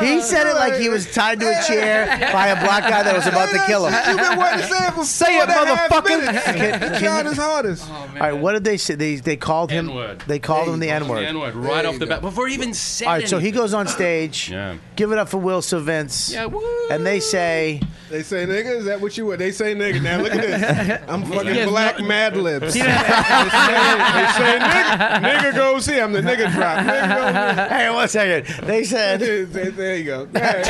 S2: he said it like he was tied to a chair by a black guy that was about to kill him.
S10: You've been wanting to say it for Say it, motherfucker. Trying his hardest.
S2: All right, what did they say? They they called him. They called him the N word.
S5: N word right off the bat before he even said.
S2: All right, so he goes on stage. Give it up for Will Silvins.
S5: Yeah,
S2: and they say,
S10: They say nigga. Is that what you want? They say nigga. Now look at this. I'm fucking
S2: He has
S10: black Mad Libs. they say, they say nigga. Nigga goes here. I'm the nigga drop. Nigga
S2: "Hey, one second. They said
S10: goes here. There you go.
S2: this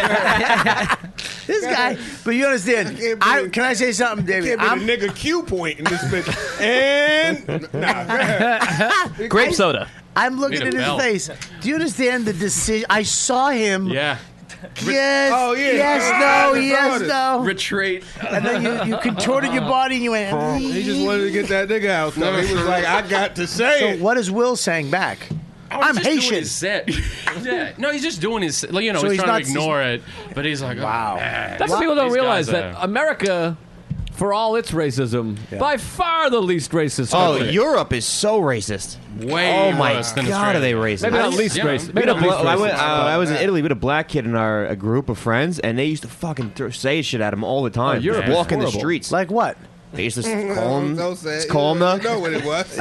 S2: guy. But you understand? I, can I say something, David?
S10: Can't be the
S2: I'm-
S10: nigga Q point in this bitch. And nah, go ahead.
S14: Grape soda.
S2: I'm looking
S10: Need a
S2: at his
S10: belt.
S2: face. Do you understand the decision? I saw him.
S5: Yeah.
S2: Yes.
S10: Oh, yeah.
S2: Yes.
S10: Ah,
S2: no.
S10: I
S2: Yes.
S10: saw it.
S2: No.
S5: Retreat.
S2: And then you, you contorted your body and you went.
S10: He just wanted to get that nigga out. Though. He was like, I got to say it.
S2: So what is Will saying back? I'm Haitian.
S5: set. yeah. No, he's just doing his. Like, you know,
S2: So
S5: he's,
S2: he's
S5: trying
S2: not-
S5: to ignore it, but he's like, "Oh, wow.
S9: That's what people don't realize that America, for all its racism, by far the least racist.
S11: Oh,
S9: country.
S11: Europe is so racist.
S5: Way
S11: oh my
S5: worse than
S11: God,
S5: Australia.
S11: are they racist?
S9: Maybe not least Yeah. racist. Maybe
S11: We had a
S9: not least
S11: blo- I, went, uh,
S9: racist, but-
S11: I was in Italy with a black kid in our a group of friends, and they used to fucking throw, say shit at him all the time.
S9: Oh, Europe
S11: Just
S9: is
S11: walking the
S9: horrible.
S11: streets.
S2: Like what?
S11: They used to s- call him.
S10: Don't say it.
S11: It's called
S10: You
S11: the-
S10: know what it was.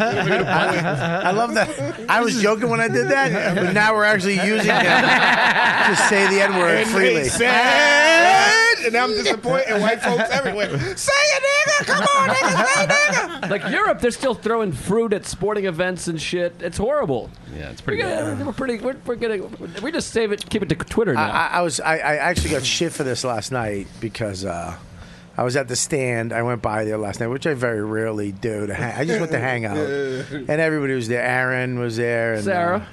S2: I love that. I was joking when I did that, but now we're actually using him to say the N word
S10: And
S2: freely.
S10: they said, and I'm disappointed. And white folks everywhere. Say it, nigga. Come on, nigga. Say nigga.
S9: like Europe, they're still throwing fruit at sporting events and shit. It's horrible.
S5: Yeah, it's
S9: We're,
S5: pretty good.
S9: gonna- we're pretty. We're, we're gonna. We just save it. Keep it to Twitter
S2: I,
S9: now.
S2: I, I was I, I actually got shit for this last night because uh, I was at the stand. I went by there last night, which I very rarely do. To hang, I just went to hang out, and everybody was there. Aaron was there, and
S9: Sarah.
S2: uh,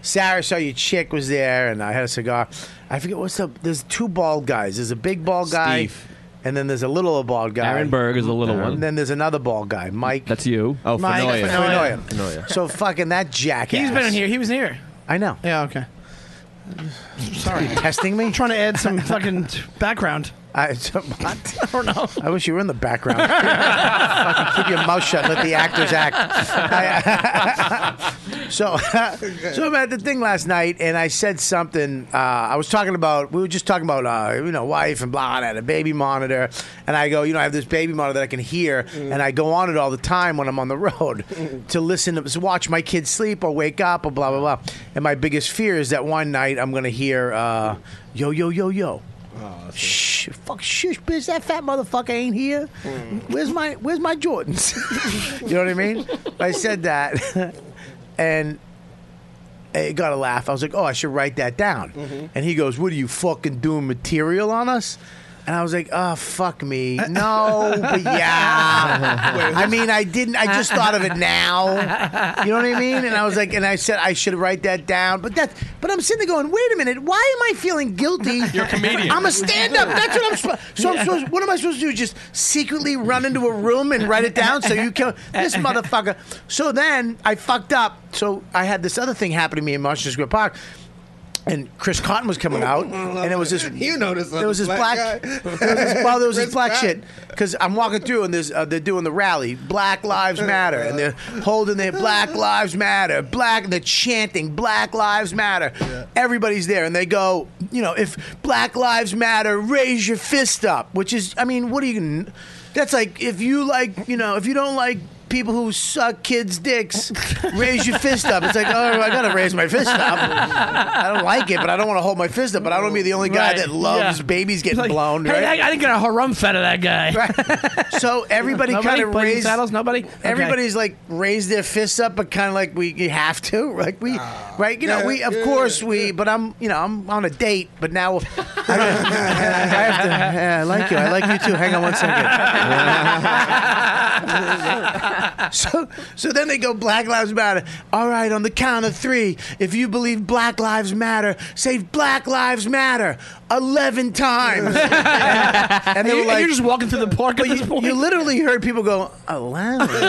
S2: Sarah, saw you chick was there, and I had a cigar. I forget what's up. There's two bald guys. There's a big bald guy,
S9: Steve.
S2: and then there's a little bald guy.
S9: Aaron Berg is the little one.
S2: And then there's another bald guy, Mike.
S9: That's you.
S11: Oh,
S2: Mike
S11: Fenoya.
S2: Fenoya.
S11: Fenoya.
S2: So fucking that jackass.
S8: He's been in here. He was in here.
S2: I know.
S8: Yeah. Okay.
S2: Sorry, testing me.
S8: Trying to add some fucking t- background.
S2: I, what?
S8: I don't know.
S2: I wish you were in the background. Fucking keep your mouth shut. and Let the actors act. I, So, so I'm at the thing last night, and I said something. Uh, I was talking about we were just talking about uh, you know wife and blah, and I had a baby monitor, and I go, you know, I have this baby monitor that I can hear, and I go on it all the time when I'm on the road to listen to to watch my kids sleep or wake up or blah blah blah. And my biggest fear is that one night I'm going to hear uh, yo yo yo yo. Shh! Fuck! Shush, bitch! That fat motherfucker ain't here. Where's my Where's my Jordans? you know what I mean? I said that, and it got a laugh. I was like, "Oh, I should write that down."
S18: Mhm.
S2: And he goes, "What are you fucking doing material on us?" And I was like, "Oh, fuck me, no, but yeah."
S18: Wait,
S2: I mean, I didn't. I just thought of it now. You know what I mean? And I was like, and I said I should write that down. But that, but I'm sitting there going, "Wait a minute, why am I feeling guilty?" You're a
S18: comedian.
S2: I'm a stand-up. That's what I'm. Sp- so I'm supposed. What am I supposed to do? Just secretly run into a room and write it down so you kill this motherfucker. So then I fucked up. So I had this other thing happen to me in Marshall Square Park. And Chris Cotton was coming out, and it was this. You know this. There was this
S10: black
S2: black.
S10: guy.
S2: there was this, well, there was this
S10: Chris
S2: black
S10: Cotton.
S2: shit because I'm walking through, and there's uh, they're doing the rally, Black Lives Matter, and they're holding their Black Lives Matter, Black. They're chanting Black Lives Matter. Everybody's there, and they go, you know, if Black Lives Matter, raise your fist up. Which is, I mean, what are you? gonna- That's like if you like, you know, if you don't like. People who suck kids' dicks raise your fist up. It's like, oh, I gotta raise my fist up. I don't like it, but I don't want to hold my fist up. But I don't want to be the only guy
S8: Right,
S2: that loves
S8: yeah.
S2: babies getting
S8: Like,
S2: blown.
S8: Hey,
S2: right?
S8: I, I didn't get a harum fed of that guy.
S2: So everybody
S8: Nobody
S2: kind of
S8: played in
S2: raised
S8: saddles? Nobody.
S2: Everybody's like raised their fists up, but kind of like we you have to, like we, right? You know, we of course we, but I'm, you know, I'm on a date, but now I, don't, I have to. yeah, I like you. I like you too. Hang on one second. so, so then they go Black Lives Matter. All right, on the count of three, if you believe Black Lives Matter, say Black Lives Matter eleven times. and they
S8: And
S2: were
S8: you- and
S2: like,
S8: you're just walking through the park at
S2: but
S8: this
S2: you,
S8: point.
S2: you literally heard people go, "Eleven." so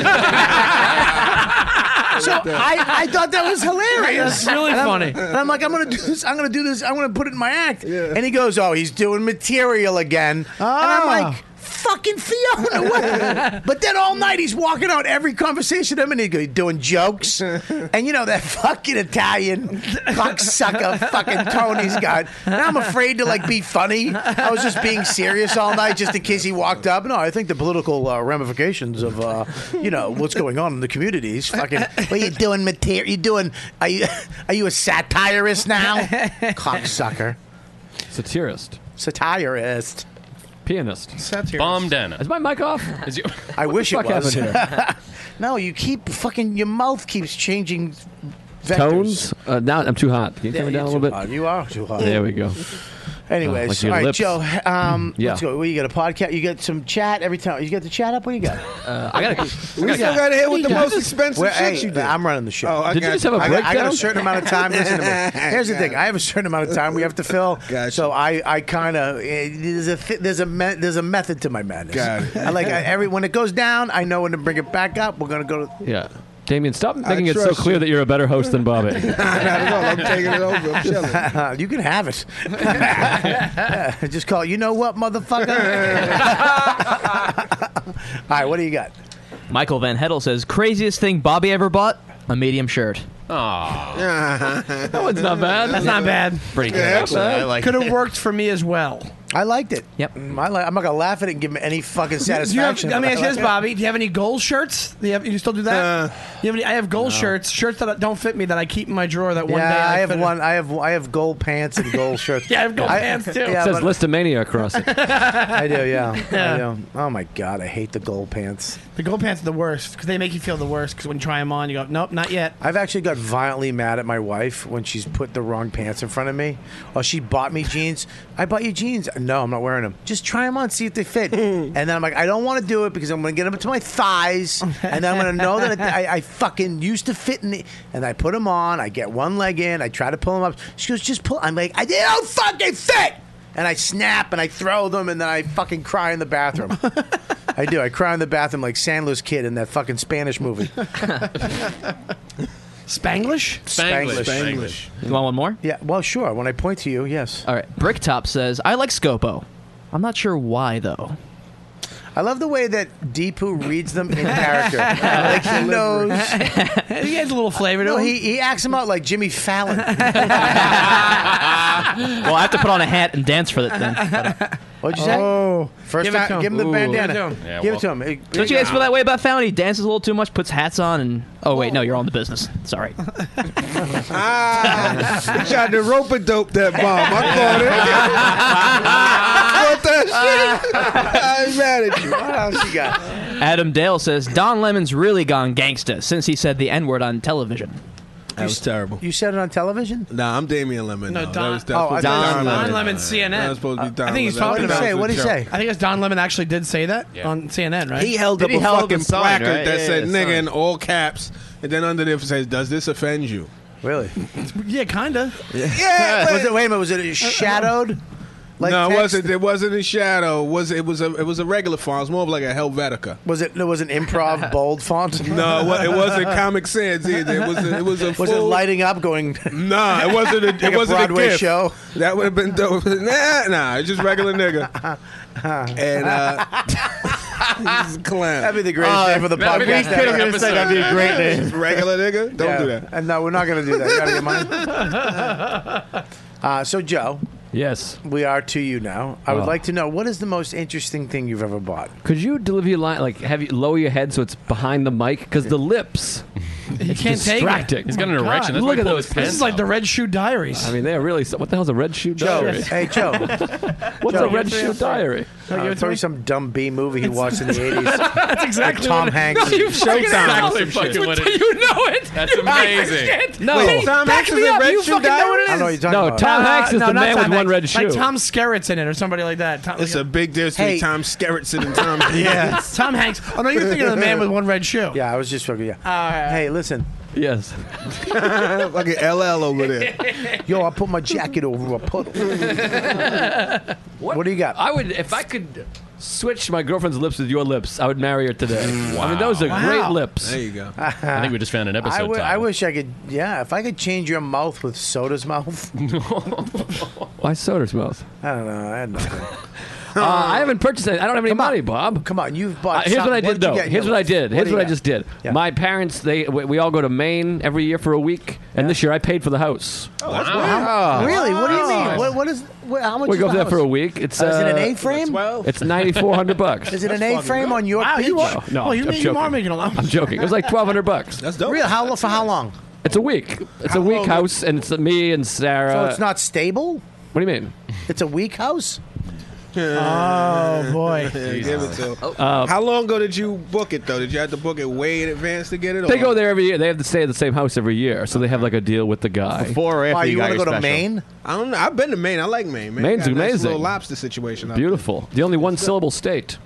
S2: I, I thought that was hilarious.
S8: That's really
S2: And I'm-
S8: funny.
S2: And I'm like, I'm gonna do this. I'm gonna do this. I'm gonna put it in my act. And he goes, "Oh, he's doing material again." And
S8: Ah.
S2: I'm like. Fucking Fiona! What? but then all night he's walking out every conversation. I'm in, he go, doing jokes, and you know that fucking Italian cocksucker, fucking Tony's got. Now I'm afraid to like be funny. I was just being serious all night, just in case he walked up. No, I think the political uh, ramifications of uh, you know what's going on in the communities. Fucking, what you doing? Mater- you doing? Are you are you a satirist now? Cocksucker,
S9: satirist,
S2: satirist,
S9: pianist,
S2: satirist.
S5: Bomb down.
S9: Is my mic off?
S2: I
S9: What
S2: wish
S9: the
S2: it
S9: fuck
S2: was.
S9: happened here?
S2: no, you keep fucking your mouth keeps changing vectors.
S9: Tones? Uh, now I'm too hot. Can you
S2: Yeah,
S9: turn it down a
S2: you're
S9: little bit?
S2: too hot. You are too hot.
S9: There we go.
S2: Anyways,
S9: like
S2: all
S9: your
S2: right,
S9: lips. Mm,
S2: Joe. Um,
S9: Yeah.
S2: Let's go. What, you got a podcast? You got some chat every time. You got the chat up. What do you got?
S9: Uh, I gotta.
S10: We still got to hit with the most expensive
S2: Well,
S10: shit
S2: hey,
S10: you did.
S2: I'm running the show.
S10: Oh, I Did you got just you. have a
S2: I got- I got
S10: breakdown?
S2: a certain amount of time. Listen to me. Here's the thing. I have a certain amount of time we have to fill. So I, I kind of there's a thi- there's a me- there's a method to my madness.
S9: Got it.
S2: I like I, every when it goes down, I know when to bring it back up. We're gonna go. to...
S9: Yeah. Damien, stop making it so
S2: trust
S9: clear
S2: you.
S9: that you're a better host than Bobby.
S2: I'm
S10: taking it over. I'm
S2: you can have it. Just call. it, You know what, motherfucker? All right, what do you got?
S14: Michael Van Hedel says, craziest thing Bobby ever bought? A medium shirt.
S5: Aww.
S10: that
S9: one's not bad.
S8: That's not bad.
S14: Pretty good, actually. I like
S8: Could have
S14: it.
S8: worked for me as well.
S2: I liked it. Mm,
S14: Yep.
S2: I like, I'm not gonna laugh at it and give him any fucking
S8: Do you have-
S2: satisfaction.
S8: let me
S2: but
S8: ask you
S2: I
S8: this,
S2: like it.
S8: Bobby. Do you have any gold shirts? Do you, have, you still do that? you have any, I have gold
S2: no.
S8: shirts, shirts that don't fit me that I keep in my drawer. That one
S2: yeah,
S8: day
S2: I,
S8: I
S2: have
S8: fit-
S2: one. I have I have gold pants and gold shirts.
S8: Yeah, I have gold pants, too.
S9: it
S2: Yeah,
S9: says
S2: but-
S9: Listomania across it.
S2: I do. Yeah,
S8: Yeah.
S2: I do. Oh my god, I hate the gold pants.
S8: The gold pants are the worst because they make you feel the worst. Because when you try them on, you go, nope, not yet.
S2: I've actually got violently mad at my wife when she's put the wrong pants in front of me. Oh, she bought me jeans. I bought you jeans. No, I'm not wearing them. Just try them on, see if they fit. and then I'm like, I don't want to do it because I'm going to get them up to my thighs, and then I'm going to know that I, I fucking used to fit in. The, and I put them on. I get one leg in. I try to pull them up. She goes, just pull. I'm like, I they don't fucking fit. And I snap and I throw them and then I fucking cry in the bathroom. I do. I cry in the bathroom like Sandler's kid in that fucking Spanish movie.
S8: Spanglish?
S2: Spanglish. Spanglish.
S14: You want one more?
S2: Yeah, well, sure. When I point to you, yes.
S14: All right. Bricktop says, I like Scopo. I'm not sure why, though.
S2: I love the way that Deepu reads them in character. like he knows. he has a little flavor to no, He, he acts him out like Jimmy Fallon.
S14: well, I have to put on a hat and dance for that then.
S2: What'd you say?
S14: Oh.
S2: First
S14: Give it
S2: time,
S14: to him.
S2: give him the
S14: Ooh.
S2: bandana.
S14: Give
S2: give it
S14: it to him.
S2: to him. It-
S14: Don't you guys feel that way about Fallon? He dances a little too much, puts hats on, and oh wait, no, you're on the business. Sorry.
S10: I tried to rope a dope that bomb. I caught it. what that shit? I'm mad at you. What
S2: else you got?
S14: Adam Dale says Don Lemon's really gone gangsta since he said the N word on television.
S10: That was terrible.
S2: You said it on television?
S10: Nah, I'm Damian Lemon.
S8: No,
S10: though. That
S8: Don-
S10: was, supposed to
S8: Oh,
S10: be
S8: I thought Don Lemon. Don Lemon's
S10: That
S8: CNN.
S10: was supposed to be Don
S8: I think he's
S10: Lemon.
S8: talking
S10: That was
S8: about.
S10: a joke.
S8: I think it's Don Lemon actually did say that on CNN, right?
S10: He held up a fucking placard that said "nigga" in all caps, and then under there it says, "Does this offend you?"
S2: Really?
S8: Yeah, kinda.
S10: Yeah, but-
S2: was it, wait a minute.
S10: Uh,
S2: Was it shadowed? Like
S10: no,
S2: text?
S10: it wasn't. It wasn't in shadow. It was it was a it was a regular font. It was more of like a Helvetica.
S2: Was it? It was an improv bold font.
S10: No, it wa- it wasn't Comic Sans either. It was a, it was a.
S2: Was it
S10: full-
S2: lighting up? Going?
S10: Nah, it wasn't. A,
S2: Like
S10: it
S2: a
S10: wasn't
S2: Broadway
S10: a gift.
S2: show.
S10: That would have been dope. Nah, nah, it's just regular nigga. and uh, he's a clown.
S2: Uh, That'd be the greatest name for the
S10: Uh, that'd be-
S2: podcast.
S10: we could've
S2: ever.
S10: said that'd be a great name. Just regular nigga? Don't do that.
S2: And no, we're not going to do that. You gotta get mine. Uh, so, Joe.
S9: Yes.
S2: We are to you now. I would
S9: Oh.
S2: like to know what is the most interesting thing you've ever bought?
S9: Could you deliver your line like have you lower your head so it's behind the mic because the lips? You
S8: can't take it.
S9: distracting.
S8: He's got
S2: Oh
S8: an erection. That's why
S9: Look
S8: he
S9: at
S8: pulled
S9: those.
S8: his This pants is like the Red Shoe Diaries.
S9: I mean, they're really. What the hell's a red shoe
S2: Joe,
S9: diary?
S2: hey Joe,
S9: What's
S2: Joe,
S9: a red
S2: give it
S9: shoe
S2: to me.
S9: diary?
S2: Uh,
S9: Uh,
S2: probably some dumb B movie he watched in the eighties.
S9: That's
S2: like Tom Hanks.
S9: You know it.
S2: That's You amazing. shit.
S9: No,
S2: Wait, Tom
S8: Back
S2: Hanks is
S8: me
S2: in
S8: up.
S2: Red
S8: You
S2: Shoe
S8: fucking know what
S2: Diaries?
S8: it is.
S2: I don't know what you're talking No, about.
S9: Tom Hanks is the
S8: not Tom
S9: man with one
S8: Hanks.
S9: red
S8: Like
S9: shoe.
S8: Tom Skerritt's in it or somebody like that. Tom,
S10: It's a big difference
S8: Hey.
S10: between Tom Skerrittson and Tom.
S8: Yeah. It's Tom Hanks. Oh, no, you're thinking of the man with one red shoe.
S2: Yeah, I was just fucking. Yeah.
S8: Uh,
S2: hey, listen.
S9: Yes.
S10: Fucking LL over there.
S2: Yo, I put my jacket over a puddle.
S9: What?
S2: do you got?
S9: I would, if I could switch my girlfriend's lips with your lips, I would marry her today. I mean, those are
S2: Wow.
S9: great lips.
S10: There you go.
S5: I think we just found an episode
S2: I, w- I
S5: title.
S2: wish I could. Yeah, if I could change your mouth with soda's mouth.
S9: Why soda's mouth?
S2: I don't know. I had nothing.
S9: Uh, I haven't purchased it. I don't have any money, Bob.
S2: Come on, you've
S9: Uh,
S2: bought.
S9: here's
S2: something.
S9: what I did
S2: did you
S9: though.
S2: get in
S9: Here's
S2: your
S9: what I
S2: life?
S9: did.
S2: What
S9: Here's
S2: do you
S9: what I
S2: got?
S9: just did.
S2: Yeah.
S9: My parents, they we, we all go to Maine every year for a week, and this year I paid for the house.
S2: Wow. Oh. Really? What do you mean?
S9: Wow.
S2: What, what is? What, how much?
S9: We
S2: is
S9: go
S2: the
S9: there
S2: house?
S9: for a week. It's
S2: Uh, is it an
S9: uh,
S2: A-frame?
S9: It's ninety four hundred bucks.
S2: Is it an A-frame on your
S8: Wow,
S2: pitch?
S8: you
S9: No,
S8: are.
S9: no,
S2: Oh,
S8: well, you,
S9: I'm
S8: you are
S9: joking.
S8: making a lot.
S9: I'm joking. It was like twelve hundred bucks.
S10: That's
S2: Real? How for how long?
S9: It's a week. It's a week house, and it's me and Sarah.
S2: So it's not stable.
S9: What do you mean?
S2: It's a weak house.
S8: Oh boy.
S10: Give it to him. Oh.
S9: Uh,
S10: How long ago did you book it though? Did you have to book it way in advance to get it?
S9: They
S10: or-
S9: go there every year. They have to stay at the same house every year, so they have like a deal with the guy.
S10: Before or after Why, you you got wanna your go to special?
S2: Maine?
S10: I don't know. I've been to Maine. I like Maine. man.
S9: Maine's
S10: Got a nice
S9: amazing.
S10: little lobster situation. out
S9: Beautiful. The only one syllable state.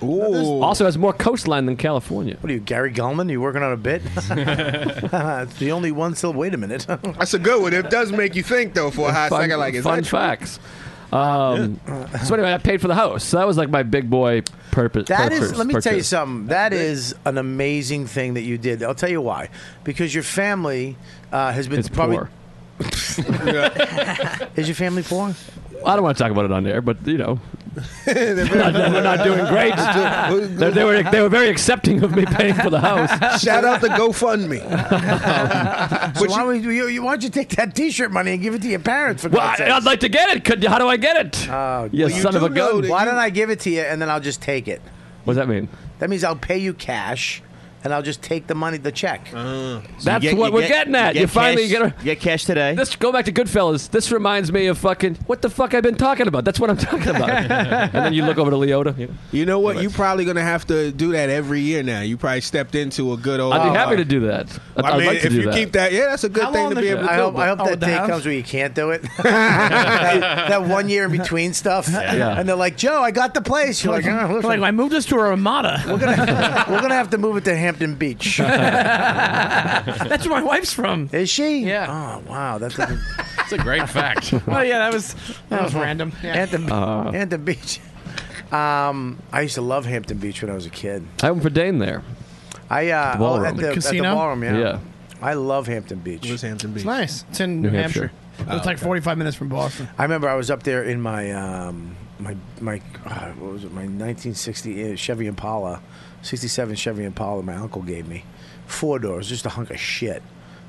S10: there. Ooh.
S9: Also has more coastline than California.
S2: What are you, Gary Gulman? You working on a bit? it's the only one syllable. Wait a minute.
S10: That's a good one. It does make you think though for a hot
S9: fun,
S10: second. Like is
S9: fun
S10: that true?
S9: facts. Um, so anyway, I paid for the house. So that was like my big boy purpose.
S2: That
S9: purchase,
S2: is. Let me tell you
S9: purchase.
S2: something. That is an amazing thing that you did. I'll tell you why. Because your family uh, has been
S9: It's
S2: probably.
S9: poor.
S2: is your family poor?
S9: I don't want to talk about it on air, but you know, they're not doing great. they, they were they were very accepting of me paying for the house.
S10: Shout out to GoFundMe.
S2: So why, don't we- you, you, why don't you take that T-shirt money and give it to your parents for
S9: Well,
S2: God's
S9: I,
S2: sakes?
S9: I'd like to get it. Could how do I get it?
S2: Oh,
S9: you son of a gun.
S2: Why don't I give it to you and then I'll just take it?
S9: What does that mean?
S2: That means I'll pay you cash, and I'll just take the money, the check.
S9: That's what we're getting at. You, finally get a,
S14: get cash today.
S9: This go back to Goodfellas. This reminds me of fucking what the fuck I've been talking about. That's what I'm talking about. and then you look over to Leota. you know,
S10: You know what? You're probably gonna have to do that every year now. You probably stepped into a good old. uh,
S9: I'd be happy to do that. I'd,
S10: I
S9: I'd
S10: mean,
S9: like to
S10: if
S9: do
S10: you
S9: that.
S10: keep that, yeah, that's a good
S2: How
S10: thing
S2: long
S10: to
S2: the-
S10: be able to
S2: I
S10: do.
S2: hope, I hope
S8: Oh,
S10: but-
S2: that day comes where you can't do it. that, that one year in between stuff.
S8: Yeah.
S2: And they're like, Joe, I got the place. You're like, "Oh,
S8: Like,
S2: listen,
S8: like I moved us to a Ramada. We're
S2: gonna, we're gonna have to move it to Hampton Beach. That's
S8: where my wife's from.
S2: Is she? Yeah. Oh wow, that's a, Uh-huh.
S5: That's a great fact.
S8: Oh yeah, that was that was random. Yeah.
S2: Hampton,
S9: Uh.
S2: Hampton Beach. Um, I used to love Hampton Beach when I was a kid.
S9: I went for Dane there.
S2: I uh,
S9: The ballroom.
S2: oh, at
S9: The
S2: the, at
S8: casino?
S2: the ballroom, yeah.
S9: Yeah.
S2: I love Hampton Beach. Where's
S10: Hampton Beach?
S8: It's nice. It's in
S9: New
S8: New,
S9: Hampshire.
S2: Uh,
S8: Hampshire. It's like 45 minutes from Boston.
S2: I remember I was up there in my um, my my uh, what was it? My 1960 uh, Chevy Impala, 67 Chevy Impala. My uncle gave me four doors, just a hunk of shit.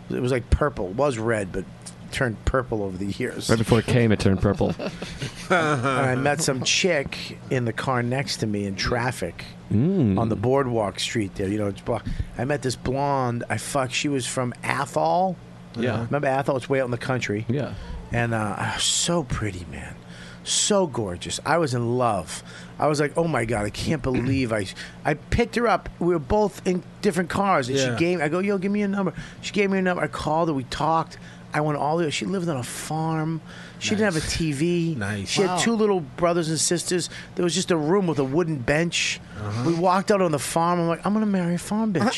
S2: It was like purple. It was red, but turned purple over the years.
S9: Right before it came, it turned purple.
S2: and I met some chick in the car next to me in traffic
S9: Mm.
S2: on the boardwalk street there. You know, it's block. I met this blonde. I fuck. She was from Athol. Uh-huh.
S9: Yeah.
S2: remember Athol? It's way out in the country.
S9: Yeah,
S2: and uh, so pretty, man. So gorgeous. I was in love. I was like, oh my god, I can't believe I. I picked her up. We were both in different cars, and
S10: Yeah.
S2: she gave. I go, yo, give me your number. She gave me her number. I called her. We talked. I went all the. She lived on a farm. She didn't have a TV. Nice. She
S10: Wow.
S2: had two little brothers and sisters. There was just a room with a wooden bench. We walked out on the farm. I'm like, I'm gonna marry a farm bitch.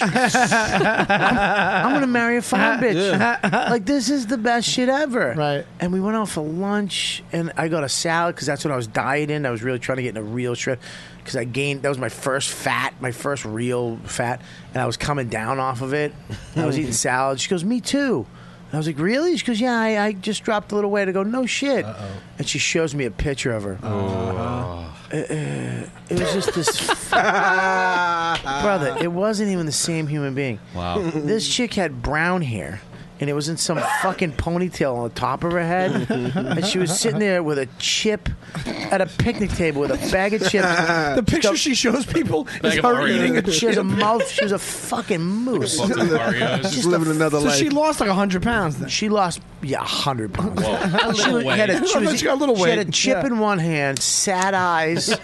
S2: I'm, I'm gonna marry a farm bitch. Like this is the best shit ever. Right. And we went out for lunch, and I got a salad because that's when I was dieting. I was really trying to get in a real shred because I gained. That was my first fat, my first real fat, and I was coming down off of it. I was eating salad. She goes, "Me too." And I was like, really? She goes, yeah, I, I just dropped a little weight. I go, no shit. And she shows me a picture of her. Uh, uh, it was just this. Brother,
S8: Ah.
S2: it wasn't even the same human being.
S5: Wow.
S2: this chick had brown hair. And it was in some fucking ponytail on the top of her head. and she was sitting there with a chip at a picnic table with a bag of chips.
S8: The picture she shows people
S2: Bag
S8: is
S2: of
S8: her
S2: Oreos.
S8: eating a
S2: She has a
S8: chip.
S2: mouth. She was a fucking moose.
S8: Box of Oreos. She's living another So life. she
S2: lost like hundred pounds. Then. She lost yeah hundred pounds.
S8: Whoa.
S2: she,
S8: A little
S2: had a,
S8: weight.
S2: she, was-
S8: She got a little
S2: she had a
S8: weight.
S2: chip
S8: Yeah.
S2: in one hand, sad eyes, and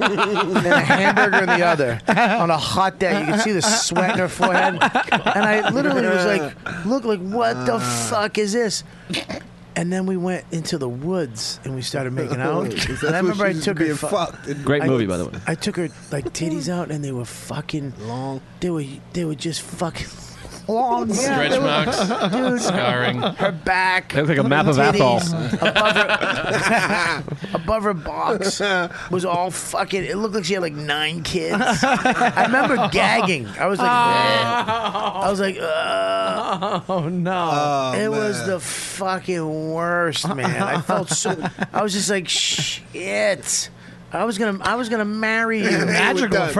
S2: then a hamburger in the other. On a hot day, you could see the sweat in her forehead, and I literally was like, "Look, like what the
S10: Ah.
S2: fuck is this?" And then we went into the woods and we started making out.
S10: That's
S2: and I
S10: what
S2: remember I
S10: she used to
S2: took
S10: be
S2: her
S10: fucked in-
S9: Great
S2: I-
S9: movie, by the way.
S2: I took her like titties out, and they were fucking long. They were they were just fucking long.
S5: Stretch
S2: they were-
S5: marks,
S2: dude.
S5: scarring.
S2: Her back.
S9: They look like a map of Athol.
S2: above her box was all fucking. It looked like she had like nine kids. I remember gagging. I was like,
S10: Ah.
S2: I was like, oh no, it was the fucking worst, man. I felt so. I was just like, shit. I was gonna, I was gonna marry you.
S10: It was done. It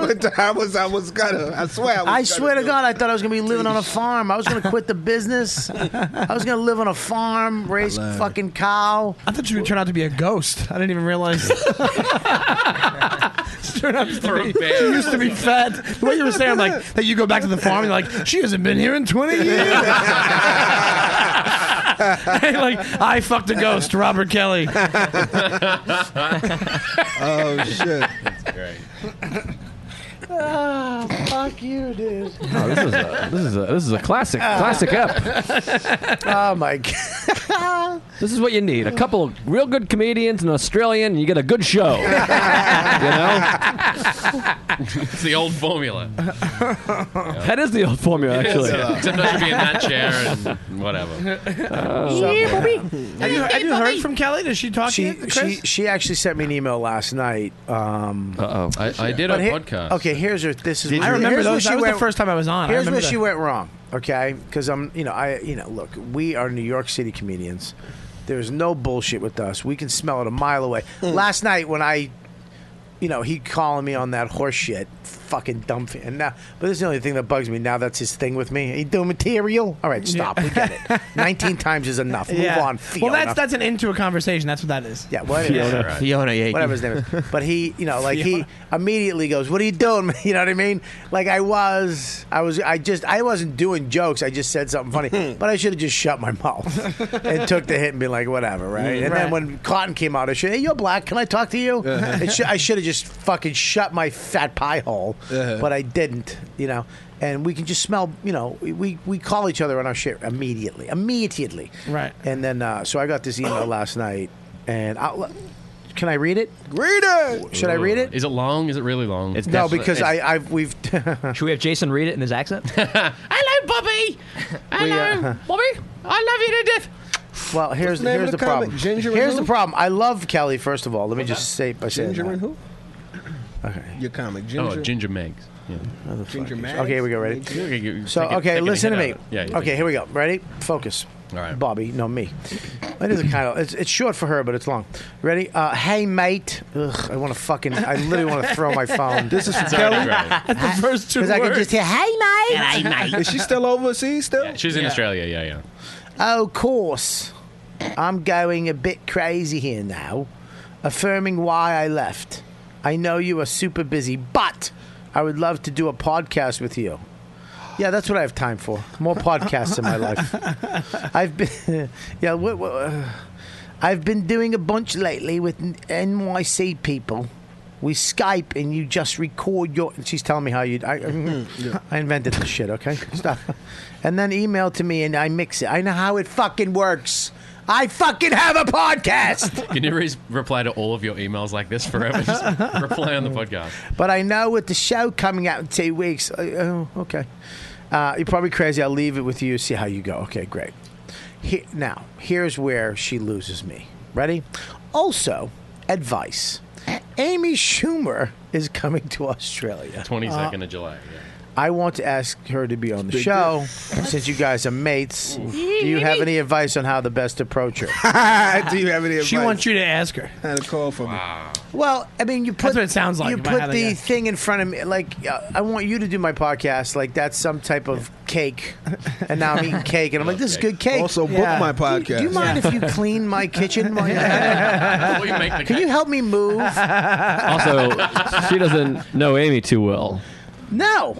S10: was done. I was, I was gonna. I swear. I, was
S2: I
S10: gonna
S2: swear to
S10: do it.
S2: God, I thought I was gonna be living on a farm. I was gonna quit the business. I was gonna live on a farm, raise
S8: I lied.
S2: fucking cow.
S8: I thought you would turn out to be a ghost. I didn't even realize. She turned out to be- she used to be fat. The way you were saying, like that, you go back to the farm. You're like, she hasn't been here in 20 years. like I fucked a ghost, Robert Kelly.
S10: oh shit!
S5: That's great.
S2: Ah, fuck you, dude.
S9: Oh, this is a, this is a, this is a classic classic up.
S2: oh my god.
S9: This is what you need: a couple of real good comedians, an Australian, and you get a good show. you know,
S5: it's the old formula.
S9: that is the old formula, actually.
S5: Sometimes you'd be in that chair and whatever.
S9: Oh. Yeah,
S8: Have you, have you heard from Kelly? Does she talk
S2: She,
S8: to you,
S2: she
S8: Chris?
S2: she actually sent me an email last night. Um,
S9: Uh oh,
S5: I did
S2: But
S5: a
S2: he-
S5: podcast.
S2: Okay, here's her. This is.
S8: Did I you? remember
S2: here's where
S8: those. That
S2: she
S8: was the
S2: went-
S8: first time I was on. I
S2: Here's where
S8: remember
S2: she
S8: that.
S2: went wrong. Okay, because I'm, you know, I, you know, look, we are New York City comedians. There's no bullshit with us. We can smell it a mile away.
S8: Hmm.
S2: Last night when I, you know, he calling me on that horse shit, fucking dumb. f- And now, but this is the only thing that bugs me. Now that's his thing with me. He do material. All right, stop. We get it. Nineteen times is enough. Move
S8: Yeah.
S2: on.
S8: Well, that's
S2: Fiona.
S8: that's an into a conversation. That's what that is.
S2: Yeah, what is- whatever his name is. But he, you know, like he immediately goes, "What are you doing?" man?" You know what I mean? Like I was, I was, I just, I wasn't doing jokes. I just said something funny, but I should have just shut my mouth and took the hit and been like, "Whatever," right?
S10: Mm.
S2: And then
S10: Right.
S2: when Cotton came out, I should, "Hey, you're black. Can I talk to you?" It should- I should have just fucking shut my fat pie hole,
S10: Uh-huh.
S2: but I didn't. You know. And we can just smell, you know, we- we, we call each other on our shit immediately. Immediately. Right. And then, uh, so I got this email last night, and I'll, uh, can I read it? Read it. Should I read it?
S5: Is it long? Is it really long? It's
S2: no, because I, I've we've.
S14: Should we have Jason read it in his accent?
S5: Hello, Bobby.
S2: Hello,
S5: Bobby. I love you to death.
S2: uh, Well, here's
S10: the name of
S2: here's the,
S10: the comic?
S2: problem.
S10: Ginger and
S2: here's
S10: who?
S2: the problem. I love Kelly. First of all, let me just say by saying
S10: Ginger
S2: that.
S10: and who?
S2: Okay.
S10: Your comic,
S5: Oh,
S10: Ginger.
S5: Ginger Megs. Yeah.
S10: Ginger Mags.
S2: Okay, here we go.
S5: You-
S2: Ready?
S5: you- you
S2: So
S5: take a-
S2: okay,
S5: take a
S2: listen to
S5: hit
S2: me.
S5: out of it. Yeah. you
S2: okay, here we go. Ready? Focus. Bobby, no me. It is a kind of it's, it's short for her, but it's long. Ready? Uh, hey mate. Ugh, I want to fucking. I literally want to throw my phone.
S10: This is for It's already Kelly? great.
S2: That's the first
S10: two
S2: I can
S10: words.
S2: just hear hey mate.
S10: Is she still overseas still?
S5: She's in Australia. Yeah, yeah.
S2: Oh, of course. I'm going a bit crazy here now, affirming why I left. I know you are super busy, but I would love to do a podcast with you. Yeah, that's what I have time for. More podcasts in my life. I've been, yeah, what, what, uh, I've been doing a bunch lately with N- NYC people. We Skype and you just record your. She's telling me how you. I, I invented this shit. Okay, stop. And then email to me and I mix it. I know how it fucking works. I fucking have a podcast.
S5: Can you re- reply to all of your emails like this forever? Just reply on the podcast.
S2: But I know with the show coming out in two weeks. I, oh, okay. Uh, you're probably crazy. I'll leave it with you. See how you go. Okay, great. He, now, here's where she loses me. Ready? Also, advice. Amy Schumer is coming to Australia.
S5: Twenty second of July. Yeah.
S2: I want to ask her to be on the
S5: Big
S2: show since you guys are mates. Do you have any advice on how the best approach her?
S10: Do you have any
S8: She
S10: advice?
S8: wants you to ask her.
S10: Had a call for
S5: me.
S2: Well, I mean, you put
S8: That's what it sounds like.
S2: you
S8: if I
S2: put
S8: had a
S2: the
S8: guess.
S2: thing in front of me. Like, uh, I want you to do my podcast. Like, that's some type of cake. And now I'm eating cake, and I'm like, this is good cake.
S10: Also, book my podcast.
S2: Do, you mind if you clean my kitchen? while you're at it?
S5: Will you make the
S2: Can you help me move?
S9: Also, she doesn't know Amy too well.
S2: no.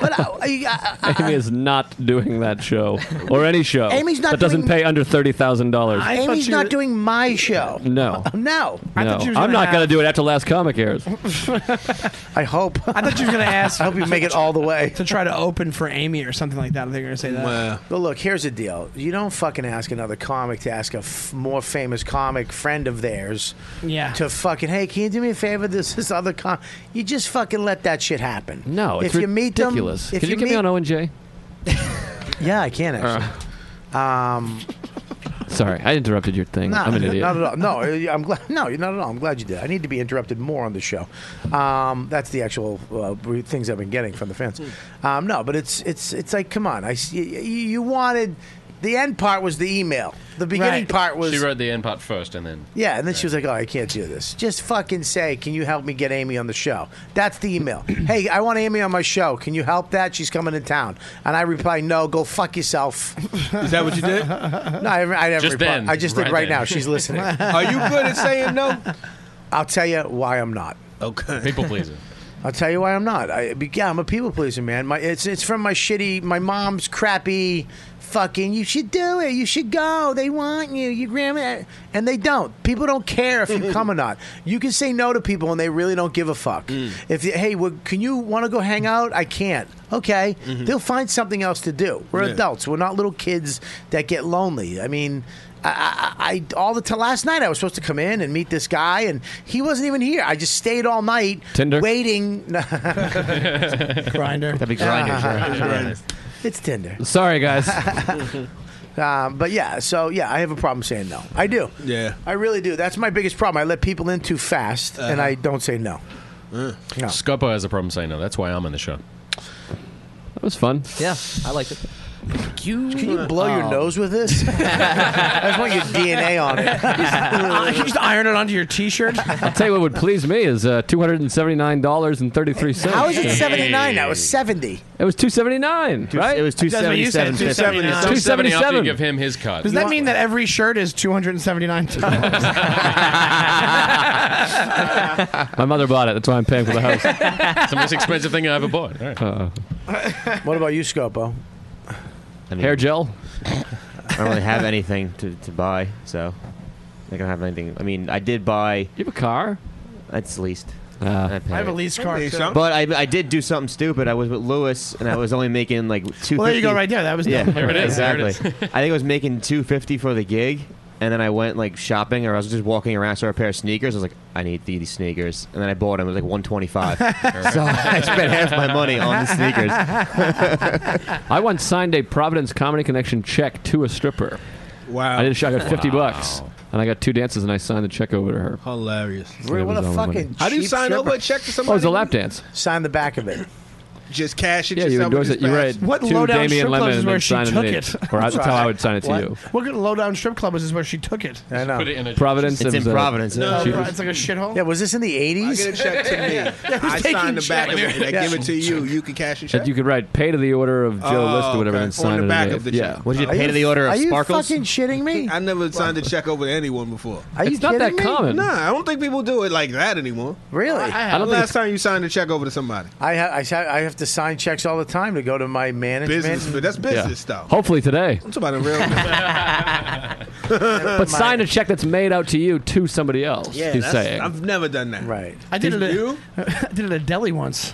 S2: But I, I,
S9: Amy is not doing that show or any show.
S2: Uh-uh. Amy's not
S9: that doesn't
S2: doing-
S9: pay under thirty thousand dollars.
S2: I, Amy's not doing my show.
S9: No,
S2: No.
S9: no. I'm not going to do it after last comic airs.
S2: I hope.
S8: I thought you were going to ask.
S2: I hope you make it all the way
S8: to try to open for Amy or something like that. I think you're going to say that.
S2: But look, here's the deal. You don't fucking ask another comic to ask a f- more famous comic friend of theirs
S8: Yeah.
S2: to fucking, hey, can you do me a favor? This is other com. You just fucking let that shit happen.
S9: No, it's
S2: if you meet them,
S9: ridiculous.
S2: if
S9: Can you, get me
S2: meet-
S9: on Owen J?
S2: Yeah, I can actually. um,
S9: Uh. Sorry, I interrupted your thing.
S2: no,
S9: I'm an idiot.
S2: Not at all. No, I'm glad. No, you're not at all. I'm glad you did. I need to be interrupted more on the show. Um, that's the actual uh, re- things I've been getting from the fans.
S10: Hmm.
S2: Um, no, but it's it's it's like, come on. I s- y- y- you wanted the end part was the email. The beginning part was
S5: she wrote the end part first, and then
S2: Yeah, and then she was like, "Oh, I can't do this. Just fucking say, can you help me get Amy on the show?" That's the email. hey, I want Amy on my show. Can you help that? She's coming to town. And I reply, "No, go fuck yourself."
S10: Is that what you did?
S2: No, I, I never.
S10: Just
S2: replied.
S10: then,
S2: I just
S10: right
S2: did right
S10: then.
S2: now. She's listening.
S10: Are you good at saying no?
S2: I'll tell you why I'm not.
S10: Okay.
S5: people pleaser.
S2: I'll tell you why I'm not. I, be- yeah, I'm a people pleaser, man. My it's it's from my shitty, my mom's crappy, fucking. You should do it. You should go. They want you. Your grandma, and they don't. People don't care if you come or not. You can say no to people, and they really don't give a fuck.
S10: Mm.
S2: If you, hey, well, can you want to go hang out? I can't. Okay,
S10: Mm-hmm.
S2: they'll find something else to do. We're
S18: Yeah.
S2: adults. We're not little kids that get lonely. I mean. I, I, I all the t- last night I was supposed to come in and meet this guy and he wasn't even here. I just stayed all night
S9: Tinder?
S2: waiting.
S8: grinder.
S9: That'd be
S2: Grindr, sure.
S9: Grindr.
S2: it's Tinder.
S9: Sorry, guys.
S2: um, but yeah, so yeah, I have a problem saying no. I do.
S10: Yeah.
S2: I really do. That's my biggest problem. I let people in too fast and
S8: Uh-huh.
S2: I don't say no.
S5: Scopo has a problem saying no. That's why I'm on the show.
S9: That was fun.
S14: Yeah, I liked it.
S2: You, Can
S8: uh,
S2: you blow your
S14: Oh.
S2: nose with this? I just want your DNA on
S8: Uh, you
S2: it.
S8: just iron it onto your T-shirt.
S9: I'll tell you what would please me is uh, two hundred and seventy nine dollars and thirty three cents.
S2: How is it 79? That was 70.
S9: It was two seventy nine, right?
S2: it was That's what you said, 277.
S5: It's
S9: Two
S5: 270
S9: seventy
S5: after you
S9: seven.
S5: give him his cut.
S8: Does that mean that every shirt is two hundred and seventy nine dollars?
S9: My mother bought it. That's why I'm paying for the house.
S5: it's the most expensive thing I ever bought. All right.
S9: Uh,
S2: What about you, Scopo?
S9: Hair gel.
S11: I don't really have anything to, to buy, so I don't have anything. I mean, I did buy.
S9: You have a car? Ah.
S11: That's leased.
S9: I,
S11: pay
S8: I have a
S11: it.
S8: leased car, Leased too. something?
S11: but I, I did do something stupid. I was with Lewis, and I was only making like two.
S8: Well, there you go, right there. That was
S11: yeah.
S8: nothing. There it is, there it
S11: Exactly. I think I was making two fifty for the gig, and then I went like shopping, or I was just walking around, saw a pair of sneakers. I was like, I need these sneakers, and then I bought them. It was like one twenty five. so I spent half my money on the sneakers.
S9: I once signed a Providence Comedy Connection check to a stripper.
S10: Wow.
S9: I did a show. I got fifty
S10: Wow.
S9: bucks, and I got two dances, and I signed the check over to her.
S10: Hilarious.
S9: Really, what a fucking
S10: How do you
S9: cheap
S10: sign
S9: stripper.
S10: over a check to
S9: Oh, it
S10: somebody?
S9: was a lap dance.
S2: Sign the back of it.
S10: just cash it
S9: Yeah, you
S10: yourself with
S9: endorse
S10: this
S9: it. You
S10: badge?
S9: write to Damian Lemon and then sign
S8: took
S9: underneath.
S8: it.
S9: Or that's how I would sign it to
S8: What?
S9: you.
S8: What good low down strip club is where she took it?
S2: I know. Put it in a-
S9: Providence, It's it in was a- Providence,
S8: No,
S9: yeah.
S8: Pro-
S9: She-
S8: it's like a shithole.
S2: Yeah, was this in the 80s?
S10: I get a check to me.
S8: Yeah, who's
S10: I
S8: taking
S10: sign the back of
S8: checks?
S10: it. and I
S8: Yeah.
S10: give it to you. You can cash it.
S9: That you could write pay to the order of Joe
S10: Oh,
S9: List or whatever
S10: okay.
S9: and
S10: On
S9: sign
S10: the
S9: it
S10: back
S9: underneath.
S10: of the
S9: yeah.
S10: check. What did you Are pay to the you- order of are you Sparkles? fucking
S2: shitting me?
S10: I never signed a check over to anyone before.
S2: Are you It's not kidding that me? common.
S10: Nah, I don't think people do it like that anymore.
S2: Really?
S10: I, the last time you signed a check over to somebody.
S2: I, ha- I, sa- I have to sign checks all the time to go to my management.
S10: Business, but that's business stuff.
S9: Hopefully today.
S10: I'm talking about a real.
S9: But sign a check that's made out to you to somebody else.
S10: Yeah,
S9: he's
S10: that's-
S9: saying.
S10: I've never done that. Right.
S8: I did it. At, I did it at a deli once.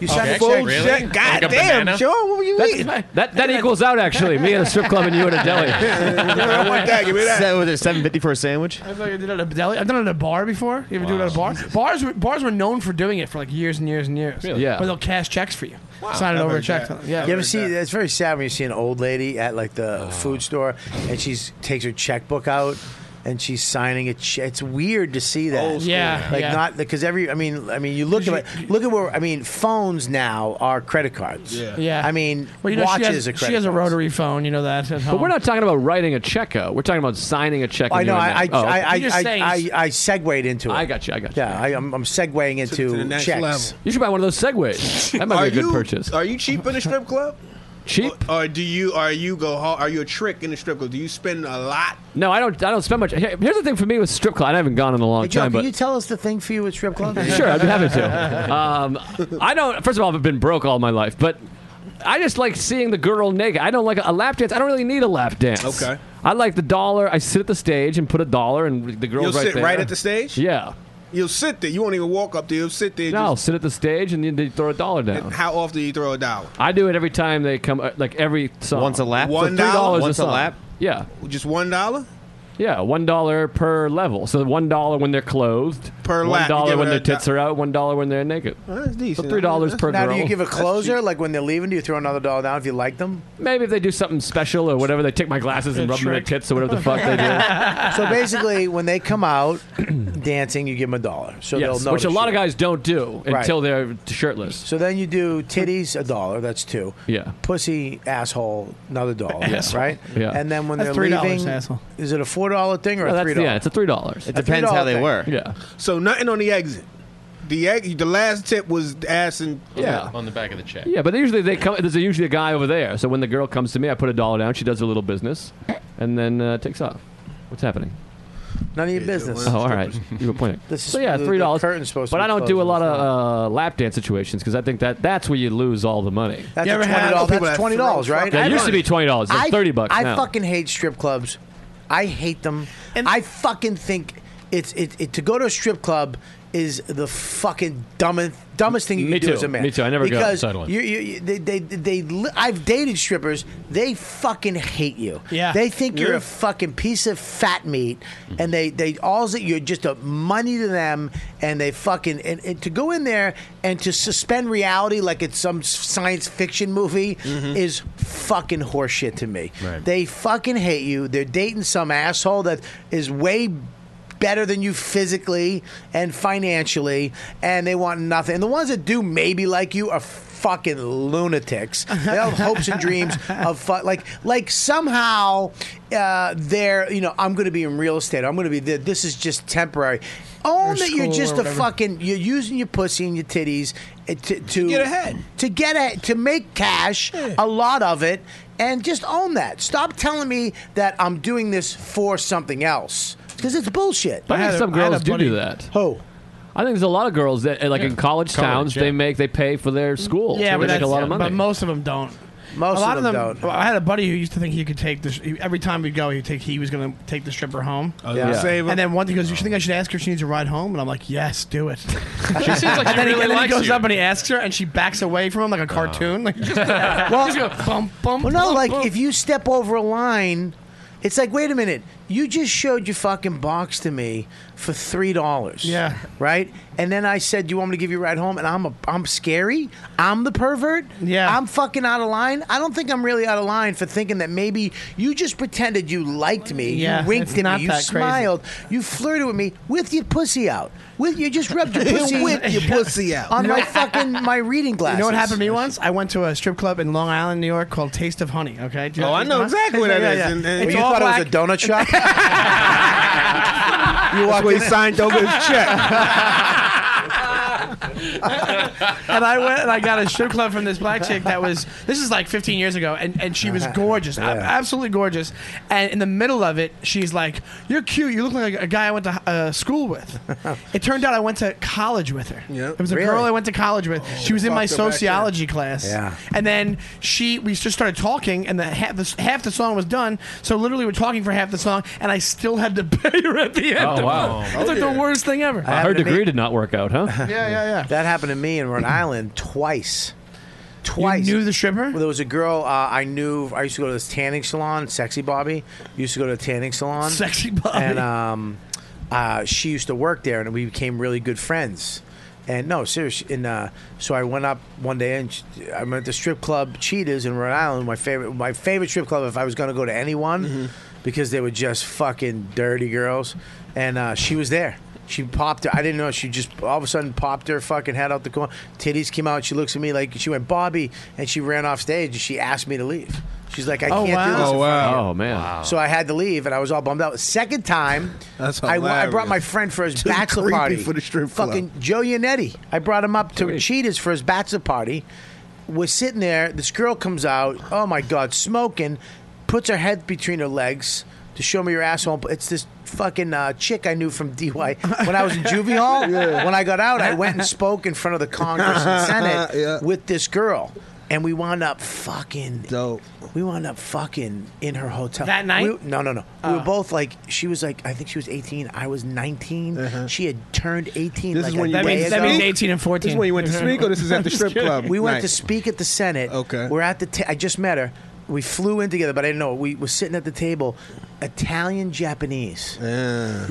S10: You signed a full check. God damn, Joe. What were you eating?
S9: That that equals out actually. Me at a strip club and you at a deli.
S10: I want that. Give me that.
S11: was it seven fifty for a sandwich?
S8: I've done it at a deli. I've done it at a bar before. You ever do it at a bar? Bars were, bars were known for doing it for like years and years and years.
S2: Really? Yeah.
S8: Where they'll cash checks for you. Sign it
S2: I've
S8: over a
S2: heard
S8: check.
S2: that.
S8: Yeah.
S2: You ever see? It's very sad when you see an old lady at like the food store and she takes her checkbook out and she's signing a. Che- it's weird to see that.
S8: Old school. Yeah,
S2: like
S8: yeah.
S2: not because every. I mean, I mean, you look at it- look at where. I mean, phones now are credit cards.
S8: Yeah. Yeah.
S2: I mean,
S8: Well, you know,
S2: watches
S8: she has,
S2: are credit.
S8: she has a
S2: cards.
S8: rotary phone. You know that. At home.
S9: But we're not talking about writing a check out. We're talking about signing a check.
S2: I
S9: and
S2: know.
S9: doing
S2: I I,
S9: that. Oh,
S2: I, I,
S9: okay.
S2: I, I, I segued into it. I
S9: got you. I got
S2: you. Yeah, I, I'm, I'm segueing into
S10: the next
S2: checks.
S10: level.
S9: You should buy one of those Segways. That might
S10: are
S9: be a good
S10: you,
S9: purchase.
S10: Are you cheap in a strip club?
S9: Cheap?
S10: Or, or do you? Are you go? Hard, are you a trick in a strip club? Do you spend a lot?
S9: No, I don't. I don't spend much. Here- Here's the thing for me with strip club. I haven't gone in a long
S2: Hey, Joe,
S9: time,
S2: can
S9: but
S2: you tell us the thing for you at strip club?
S9: sure, I'd be happy to. Um, I don't. First of all, I've been broke all my life, but I just like seeing the girl naked. I don't like a lap dance. I don't really need a lap dance.
S10: Okay.
S9: I like the dollar. I sit at the stage and put a dollar, and the girl's
S10: You'll
S9: right
S10: sit
S9: there.
S10: right at the stage.
S9: Yeah.
S10: You'll sit there. You won't even walk up there. You'll sit there.
S9: No, I'll sit at the stage and then they throw a dollar down.
S10: Just, how often do you throw a dollar?
S9: I do it every time they come, uh, like every song.
S10: Once a lap?
S9: So
S10: One
S9: three
S10: dollar?
S9: dollars
S10: Once a
S9: a song.
S10: lap?
S9: Yeah,
S10: Just one dollar?
S9: yeah, one dollar per level. So one dollar when they're clothed,
S10: Per
S9: one
S10: lap, you
S9: dollar
S10: give
S9: when
S10: it
S9: their
S10: a
S9: tits are out, one dollar when they're naked.
S10: that's decent.
S9: So $3 per
S2: Now,
S9: girl.
S2: do you give a
S9: That's
S2: closer? Like when they're leaving, do you throw another dollar down if you like them?
S9: Maybe if they do something special or whatever, they take my glasses and
S2: A
S9: rub them in their
S2: trick.
S9: tits or whatever the fuck they do.
S2: so basically, when they come out dancing, you give them a dollar. So
S9: yes,
S2: they'll
S9: which a
S2: notice
S9: lot of
S2: you.
S9: guys don't do
S2: Right.
S9: until they're shirtless.
S2: So then you do titties a dollar. That's two.
S9: Yeah.
S2: Pussy asshole another dollar.
S9: Asshole.
S2: Right.
S9: Yeah.
S2: And then when
S8: That's
S2: they're
S8: $3,
S2: leaving,
S8: asshole.
S2: is it a four dollar thing or
S9: No,
S2: a
S9: that's-
S2: three dollar?
S9: yeah, it's a three dollars. It
S2: A
S9: depends how
S2: $3
S9: they
S2: thing.
S9: were. Yeah.
S10: So nothing on the exit. The egg, the last tip was ass and
S9: Yeah.
S5: on the back of the check.
S9: Yeah, but usually they come. There's usually a guy over there. So when the girl comes to me, I put a dollar down. She does her little business, and then uh, takes off. What's happening?
S2: None of your business.
S9: Oh, all right. You were pointing.
S2: This is
S9: so yeah,
S2: the-
S9: three dollars.
S2: the curtain's supposed to
S9: But
S2: be
S9: I don't do a
S2: closed
S9: lot of uh, lap dance situations because I think that that's where you lose all the money.
S2: That's
S10: You
S2: a
S10: ever
S2: twenty
S10: had- I know
S2: dollars.
S10: people
S2: That's
S10: that
S2: twenty dollars,
S10: throw
S2: right?
S10: fucking Yeah, it used to
S9: money. be $20. It's
S2: I-
S9: 30 bucks
S2: I
S9: now.
S2: fucking hate strip clubs. I hate them. I fucking think it's it, it to go to a strip club is the fucking dumbest dumbest thing you
S9: Me
S2: can
S9: too.
S2: do as a man.
S9: Me too. I never go
S2: because
S9: outside one.
S2: You, you, you- they, they, they, li- I've dated strippers. They fucking hate you.
S8: Yeah.
S2: They think you're
S8: Yeah.
S2: a fucking piece of fat meat, and they they all that you're just a money to them, and they fucking and, and to go in there and to suspend reality like it's some s- science fiction movie
S8: Mm-hmm.
S2: is fucking horseshit to me.
S18: Right.
S2: They fucking hate you. They're dating some asshole that is way. Better than you physically and financially, and they want nothing. And the ones that do maybe like you are fucking lunatics. They have hopes and dreams of fu- like like somehow uh, they're you know I'm going to be in real estate. I'm going to be th- this is just temporary. Own that you're
S8: school
S2: just
S8: or
S2: a
S8: whatever.
S2: fucking you're using your pussy and your titties uh, to, to get ahead to get a, to make cash a lot of it and just own that. Stop telling me that I'm doing this for something else because it's bullshit.
S9: But I think some girls do do that.
S2: Who?
S9: I think there's a lot of girls that, uh, like in
S8: College,
S9: college, towns,
S8: yeah.
S9: they make they pay for their school.
S8: Yeah,
S9: so
S8: but
S9: they make a
S8: that's-
S9: lot of
S8: But
S9: money.
S8: most of them don't. a
S2: Most of
S8: lot
S2: them don't.
S8: well, I had a buddy who used to think he could take this. Every time we'd go, he'd take. He was going to take the stripper home.
S2: Oh,
S10: was gonna Yeah. save her.
S8: And then one day he goes, "You should think I should ask her if she needs a ride home?" And I'm like, "Yes, do it." she
S5: seems like she
S8: and then he,
S5: really
S8: and then he
S5: likes
S8: goes
S5: you.
S8: up and he asks her, and she backs away from him like a cartoon. Like, just, well, just go, bump, bump.
S2: Well, no,
S8: bump,
S2: like
S8: bump.
S2: if you step over a line, it's like, wait a minute, You just showed your fucking box to me for three dollars.
S8: Yeah.
S2: Right? And then I said, Do you want me to give you a ride home? And I'm a I'm scary. I'm the pervert. Yeah. I'm fucking out of line. I don't think I'm really out of line for thinking that maybe you just pretended you liked me.
S8: Yeah,
S2: you winked
S8: it's
S2: at
S8: not
S2: me. You
S8: that crazy.
S2: smiled. You flirted with me with your pussy out. With you just rubbed your pussy
S8: With your pussy out.
S2: On
S8: You know-
S2: my fucking my reading glasses.
S8: You know what happened to me once? I went to a strip club in Long Island, New York, called Taste of Honey. Okay. Do you
S2: Oh, I know
S8: Taste of
S2: exactly
S8: Honey?
S2: what that
S8: Yeah,
S2: is.
S8: yeah.
S2: And- and-
S8: It's
S2: You
S8: all
S2: thought it was
S8: black.
S2: a donut shop? You walked
S10: where he
S2: in-
S10: signed over his check.
S8: and I went and I got a strip club from this black chick that was this is like 15 years ago, and, and she was gorgeous, a- absolutely gorgeous. And in the middle of it, she's like, "You're cute. You look like a guy I went to uh, school with." it turned out I went to college with her. Yeah, it was a
S2: Really?
S8: girl I went to college with. she was in my
S2: fucked her back
S8: sociology class.
S2: Yeah.
S8: And then she, we just started talking, and the half, the half the song was done. So literally, we're talking for half the song, and I still had to pay her at the end.
S9: Oh, wow.
S8: It's like
S2: Oh,
S8: the worst thing ever.
S9: Uh, her degree did not work out, huh?
S8: Yeah, yeah, yeah.
S2: That happened to me in Rhode Island twice. Twice.
S8: You knew the stripper?
S2: Well, there was a girl uh, I knew. I used to go to this tanning salon, Sexy Bobby. Used to go to a tanning salon,
S8: Sexy Bobby.
S2: And um, uh, she used to work there, and we became really good friends. And no, seriously. And uh, so I went up one day, and sh- I'm at the strip club Cheetahs in Rhode Island. My favorite, my favorite strip club. If I was going to go to anyone,
S9: Mm-hmm.
S2: because they were just fucking dirty girls, and uh, she was there. She popped her. I didn't know. She just all of a sudden popped her fucking head out the corner. Titties came out. She looks at me like she went Bobby, and she ran off stage. and She asked me to leave. She's like, I
S9: Oh,
S2: can't do
S9: wow.
S2: this. in
S9: Oh,
S2: front of
S9: wow.
S2: you.
S9: Oh, man. Wow.
S2: So I had to leave, and I was all bummed out. Second time,
S10: That's
S2: I, I brought
S10: hilarious.
S2: my friend for his
S10: Too
S2: bachelor
S10: creepy
S2: party
S10: for the strip club.
S2: Fucking Joe Yannetti. I brought him up to Cheetahs for his bachelor party. We're sitting there. This girl comes out. Oh my god, smoking. Puts her head between her legs to show me her asshole. It's this fucking uh, chick I knew from DY when I was in juvie hall. When I got out, I went and spoke in front of the Congress and Senate with this girl. And we wound up fucking. Dope. We wound up fucking in her hotel
S8: That night?
S2: We- no, no, no. we
S8: Oh.
S2: were both like. She was like, I think she was 18. I was 19. She had turned 18.
S10: Uh-huh. This
S2: like
S10: is
S2: a
S10: when you
S2: day
S10: went to
S2: ago.
S10: That means- that means 18 and 14. This is when you went to speak, or this is at the
S2: I'm
S10: strip
S2: just
S10: club
S2: kidding. We went
S10: night?
S2: to speak at the Senate. Okay. We're at the. Ta- I just met her. We flew in together, but I didn't know. We were sitting at the table, Italian Japanese. Okay?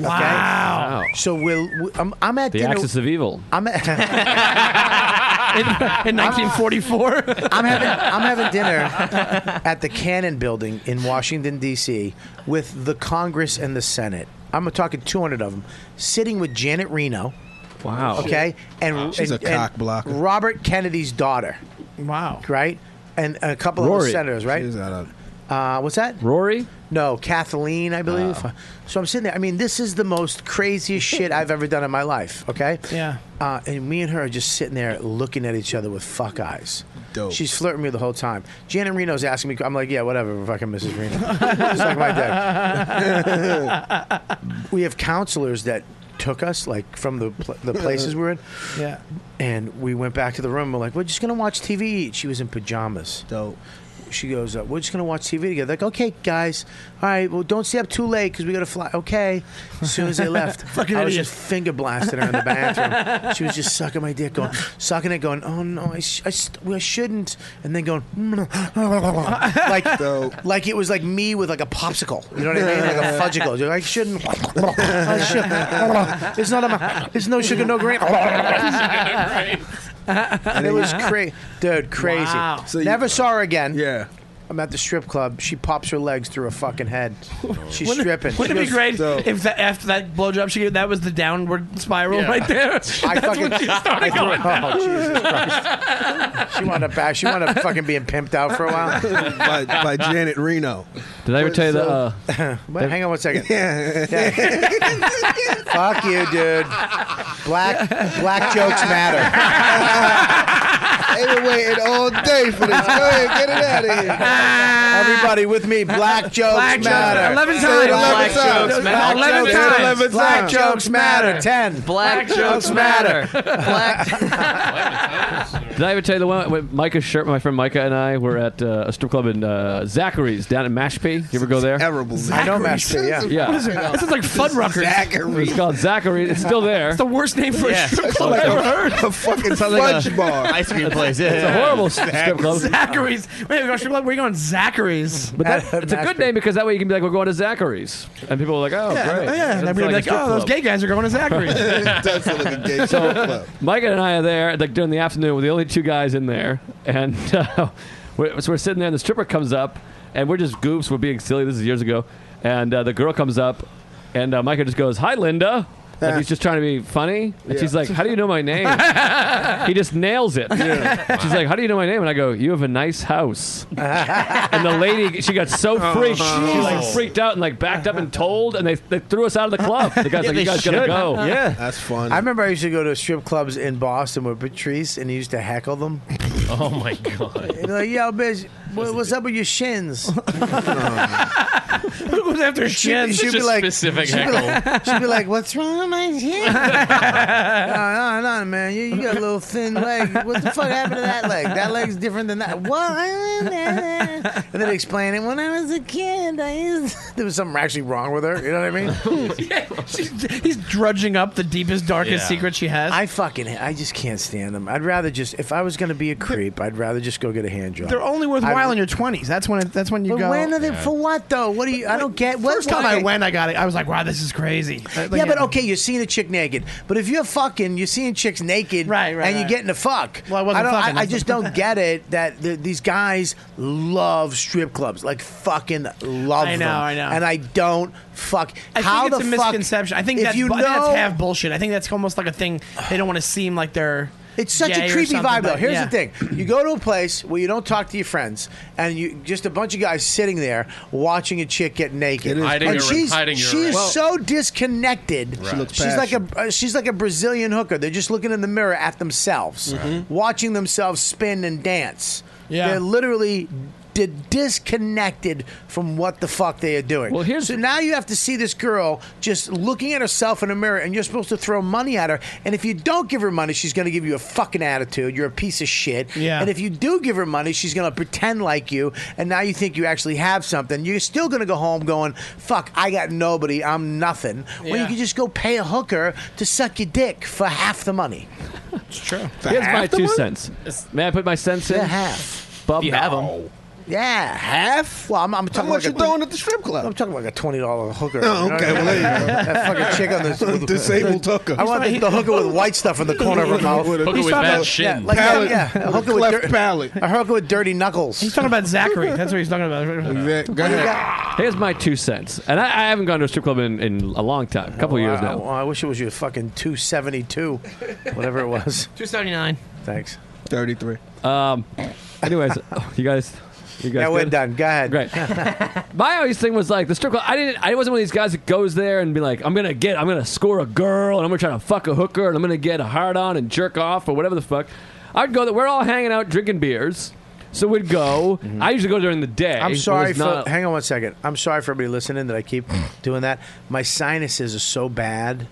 S9: Wow. Wow.
S2: So we're, we- I'm, I'm at
S9: The
S2: dinner.
S9: axis of evil.
S2: I'm at.
S8: in 1944.
S2: I'm having I'm having dinner at the Cannon Building in Washington D.C. with the Congress and the Senate. I'm talking 200 of them, sitting with Janet Reno.
S9: Wow.
S2: Okay, and
S10: She's
S2: and-
S10: a cock
S2: and
S10: blocker.
S2: Robert Kennedy's daughter,
S8: Wow.
S2: right? And a couple of
S10: Rory.
S2: other senators, right?
S10: She's out of-
S2: Uh, what's that?
S9: Rory?
S2: No, Kathleen, I believe. So I'm sitting there. I mean, this is the most craziest shit I've ever done in my life. Okay.
S8: Yeah.
S2: Uh, and me and her are just sitting there looking at each other with fuck eyes. Dope. She's flirting with me the whole time. Janet Reno's asking me. I'm like, yeah, whatever, fucking Mrs. Reno. Just like my dad. we have counselors that took us like from the pl- the places we were in.
S8: Yeah.
S2: And we went back to the room. We're like, we're just gonna watch TV. She was in pajamas. Dope. She goes, uh, we're just gonna watch TV together. Like, okay, guys, all right. Well, don't stay up too late because we gotta fly. Okay. As soon as they left,
S8: Fucking
S2: I was
S8: idiot.
S2: just finger blasting her in the bathroom. she was just sucking my dick, going, sucking it, going, oh no, I, sh- I, st- I shouldn't, and then going, like, like it was like me with like a popsicle. You know what I mean? Like a fudgicle. You're like, I shouldn't.
S8: Oh,
S2: I shouldn't. It's not. A, ma- it's no sugar, no grain. and it was crazy, dude. Crazy.
S8: Wow. So you-
S2: Never saw her again. Yeah. I'm at the strip club. She pops her legs through her fucking head. She's
S8: Wouldn't-
S2: stripping.
S8: Wouldn't it be
S2: She
S8: great
S2: goes-
S8: if that, after that blowjob she gave, that was the downward spiral
S2: Yeah.
S8: right there?
S2: I
S8: That's
S2: fucking-
S8: what she started
S2: I threw-
S8: going down.
S2: Oh, Jesus Christ. She wound up back. She wound up fucking being pimped out for a while
S10: by, by Janet Reno.
S9: Did I ever tell you that? Uh,
S2: Wait, hang on one second. Fuck you, dude. Black black jokes matter.
S10: They've been waiting all day for this. Go ahead, get it out of here.
S2: Everybody with me. Black jokes
S10: Black jokes.
S2: matter.
S10: 11
S2: Say
S10: times.
S2: it 11
S10: Black
S2: times.
S10: jokes matter. 11
S2: Say it
S10: times. Black jokes matter.
S2: 11 times. 10.
S10: Black jokes matter.
S9: Did I ever tell you the one with Micah's shirt? My friend Micah and I were at uh, a strip club in uh, Zachary's down in Mashpee. You ever go there?
S10: Terrible.
S2: I know Mashpee, yeah.
S9: yeah.
S2: What is it?
S8: This is like Fuddruckers.
S9: It's called Zachary. It's still there.
S8: It's the worst name for a strip
S10: It's
S8: club
S10: like
S8: I've
S10: a-
S8: ever heard.
S10: a fucking fudge bar.
S11: Ice cream place. place. Yeah,
S9: It's a horrible strip club.
S8: Zachary's. Wait, we're going strip club. We're going Zachary's.
S9: But that, it's a good name because that way you can be like, we're going to Zachary's, and people are like, oh,
S8: Yeah,
S9: great.
S8: yeah, and
S9: Doesn't
S8: I'm
S9: feel
S8: gonna be
S9: a
S8: like,
S9: strip
S8: oh, those
S9: club.
S8: gay guys are going to Zachary's.
S10: does feel like a gay strip club.
S9: So Micah and I are there, like during the afternoon. We're the only two guys in there, and uh, we're, so we're sitting there, and the stripper comes up, and we're just goofs. We're being silly. This is years ago, and uh, the girl comes up, and uh, Micah just goes, "Hi, Linda." And he's just trying to be funny. And she's like, How do you know my name? he just nails it. She's like, How do you know my name? And I go, You have a nice house. and the lady, she got so freaked. she like
S10: Jesus.
S9: freaked out and like backed up and told. And they, they threw us out of the club. The guy's like, You guys gotta go.
S10: that's fun.
S2: I remember I used to go to strip clubs in Boston with Patrice, and he used to heckle them.
S5: Oh my god!
S2: He'd be like, yo, bitch, what, what's up with your shins?
S8: Who goes after shins?
S2: She'd, be
S8: Just
S2: like,
S8: specific
S2: she'd be like-
S8: heckle.
S2: she'd be like, what's wrong with my shins? no, no, no, man, you, you got a little thin leg. What the fuck happened to that leg? That leg's different than that. What? And then explain it. When I was a kid, I used there was something actually wrong with her. You know what I mean?
S8: He's drudging up the deepest, darkest
S2: Yeah.
S8: secret she has.
S2: I fucking, I just can't stand them. I'd rather just, if I was gonna be a creep, I'd rather just go get a hand job.
S8: They're only
S2: I-
S8: worthwhile in your twenties. That's when. It, that's when you
S2: But
S8: go.
S2: when are they for what though? What do you? I don't get. What,
S8: First time I
S2: why?
S8: went, I got it. I was like, wow, this is crazy. Uh, like,
S2: yeah, but okay, you're seeing a chick naked. But if you're fucking, you're seeing chicks naked, right,
S8: right,
S2: and you're
S8: right.
S2: getting a fuck. Well, I
S8: wasn't
S2: don't,
S8: fucking,
S2: I, I
S8: that's
S2: just
S8: the-
S2: don't get it that the, these guys love strip clubs, like fucking love
S8: I know,
S2: them.
S8: I know.
S2: And I don't fuck.
S8: I
S2: How
S8: think it's
S2: the
S8: a
S2: fuck,
S8: misconception. I think
S2: if
S8: that's,
S2: you
S8: bu-
S2: know,
S8: that's half bullshit. I think that's almost like a thing. They don't want to seem like they're.
S2: It's such
S8: gay
S2: a
S8: or
S2: creepy
S8: something,
S2: vibe, though.
S8: but
S2: Here's
S8: yeah.
S2: the thing: you go to a place where you don't talk to your friends, and you just a bunch of guys sitting there watching a chick get naked,
S5: It is Hiding
S2: and
S5: her-
S2: she's
S5: hiding her-
S2: she is
S5: Well-
S2: so disconnected.
S5: She looks
S2: she's like a uh, she's like a Brazilian hooker. They're just looking in the mirror at themselves,
S5: Right.
S2: watching themselves spin and dance.
S5: Yeah.
S2: they're literally. di- Disconnected from what the fuck they are doing. Well, here's so now you have to see this girl just looking at herself in a mirror, and you're supposed to throw money at her. And if you don't give her money, she's going to give you a fucking attitude. You're a piece of shit.
S8: Yeah.
S2: And if you do give her money, she's going to pretend like you. And now you think you actually have something. You're still going to go home going, "Fuck, I got nobody. I'm nothing." When
S8: Yeah.
S2: you can just go pay a hooker to suck your dick for half the money.
S8: It's true.
S9: Here's my two cents. May I put my cents in?
S2: Yeah, half.
S9: Bob, you have
S2: them. Yeah, half. Well, I'm, I'm talking
S10: much
S2: like
S10: you
S2: a,
S10: throwing at the strip club?
S2: I'm talking like a twenty dollar hooker.
S10: Oh, okay,
S2: You
S10: well,
S2: know what I mean?
S10: there you go.
S2: That fucking chick on this with-
S10: Disabled hooker.
S2: I want the, the hooker with white stuff in the corner of her mouth.
S10: With a- Hooker with bad
S2: Yeah,
S10: shin.
S2: like
S10: Palate.
S2: that, yeah. A hooker with
S10: Cleft
S2: dirt,
S10: palate.
S2: A hooker with dirty knuckles.
S8: He's talking about Zachary. That's what he's talking about.
S10: Go ahead.
S9: Here's my two cents. And I, I haven't gone to a strip club in, in a long time, a couple
S2: Oh,
S9: years
S2: I-
S9: now.
S2: I, I wish it was your fucking 272, whatever it was.
S8: Two seventy nine.
S2: Thanks.
S10: 33.
S9: Um, anyways, oh, you guys. You guys
S2: Yeah, we're
S9: good?
S2: done. Go ahead.
S9: Great. My always thing was like the strip club. I didn't. I wasn't one of these guys that goes there and be like, I'm gonna get, I'm gonna score a girl, and I'm gonna try to fuck a hooker, and I'm gonna get a hard on and jerk off or whatever the fuck. I'd go there. We're all hanging out drinking beers, so we'd go.
S2: Mm-hmm.
S9: I usually go during the day.
S2: I'm sorry
S9: It's
S2: for.
S9: not-
S2: hang on one second. I'm sorry for everybody listening that I keep doing that. My sinuses are so bad.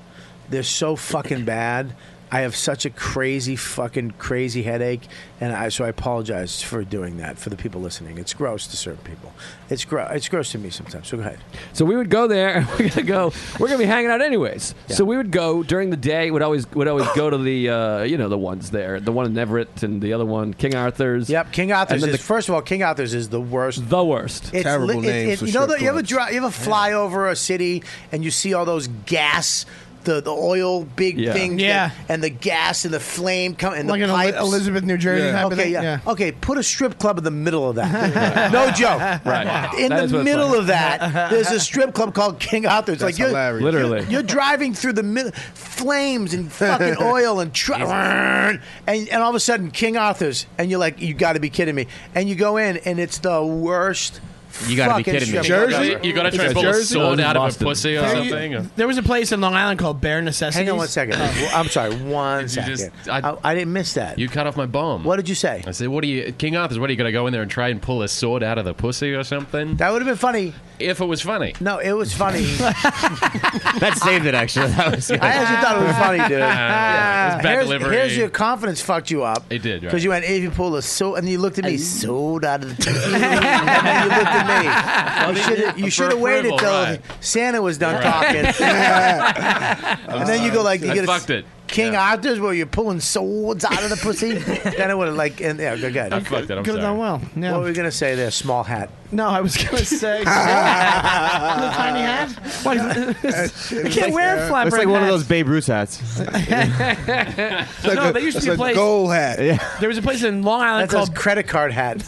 S2: They're so fucking bad. I have such a crazy fucking crazy headache, and I, so I apologize for doing that for the people listening. It's gross to certain people. It's gross. It's gross to me sometimes. So go ahead.
S9: So we would go there, and we're gonna go. We're gonna be hanging out anyways. So we would go during the day. Would always would always go to the uh, you know the ones there, the one in Everett and the other one King Arthur's.
S2: Yep, King Arthur's.
S9: And then
S2: Is, first of all, King Arthur's is the worst.
S9: The worst.
S2: It's
S9: Terrible
S2: li- it-
S9: names
S2: it-
S9: for
S2: you know
S9: strip
S2: that you ever
S9: clubs.
S2: drive, you ever fly over a city and you see all those gas. The, the oil big
S8: Yeah.
S2: things that-
S8: Yeah.
S2: and the gas and the flame come and
S8: Like
S2: the
S8: an Eli-
S2: pipes.
S8: Elizabeth, New Jersey type of
S2: okay,
S8: thing?
S2: Yeah.
S8: Yeah.
S2: okay put a strip club in the middle of that no joke
S9: Right. Wow.
S2: in
S9: That is
S2: the
S9: what it's
S2: middle
S9: like.
S2: of that there's a strip club called King Arthur's
S9: That's
S2: like you're,
S9: hilarious.
S2: you're-
S9: Literally.
S2: you're, driving through the mid- flames and fucking oil and tr- and and all of a sudden King Arthur's and you're like you got to be kidding me and you go in and it's the worst
S11: You gotta be
S2: fucking
S11: kidding me.
S2: strip
S11: Jersey?
S2: club.
S11: You gotta try Is it to pull a Jersey? sword No, this is out of a Boston. pussy or
S8: There
S11: something, or-
S8: there was a place in Long Island called Bare Necessities. Oh.
S2: Hang on one second. Well, I'm sorry. One
S5: you
S2: second.
S5: just-
S2: I, I didn't miss that.
S5: You cut off my bomb.
S2: What did you say?
S5: I said, "What are you, King Arthur's? What are you going to go in there and try and pull a sword out of the pussy or something?"
S2: That would have been funny
S5: if it was funny.
S2: No, it was funny.
S11: That saved it actually. That was good.
S2: I actually thought it was funny, dude.
S8: Ah,
S11: Yeah, it was bad
S2: here's,
S11: delivery.
S2: here's your confidence fucked you up. It
S5: did, right.
S2: because you went if you pull a so and you looked at me sold out of the. and then you looked at me. You should you
S5: For
S2: should have waited
S5: approval,
S2: till
S5: right.
S2: Santa was done
S5: Right.
S8: Uh,
S2: talking. and then you go like you
S5: I
S2: get a,
S5: fucked it.
S2: King Arthur's where you're pulling swords out of the pussy? then it would have like, and, yeah, go good.
S8: I fucked it, I'm Could've sorry. done well. No.
S2: What were we gonna say there? Small hat.
S8: No, I was gonna say. the tiny hat. What is
S11: You
S8: I can't wear a flat
S11: It's like one of those Babe Ruth hats. like
S8: no,
S11: a-
S8: there used to
S11: it's
S8: be a
S11: like
S8: place.
S11: gold hat. Yeah.
S8: There was a place in Long Island
S2: That's
S8: called
S2: his credit card hat.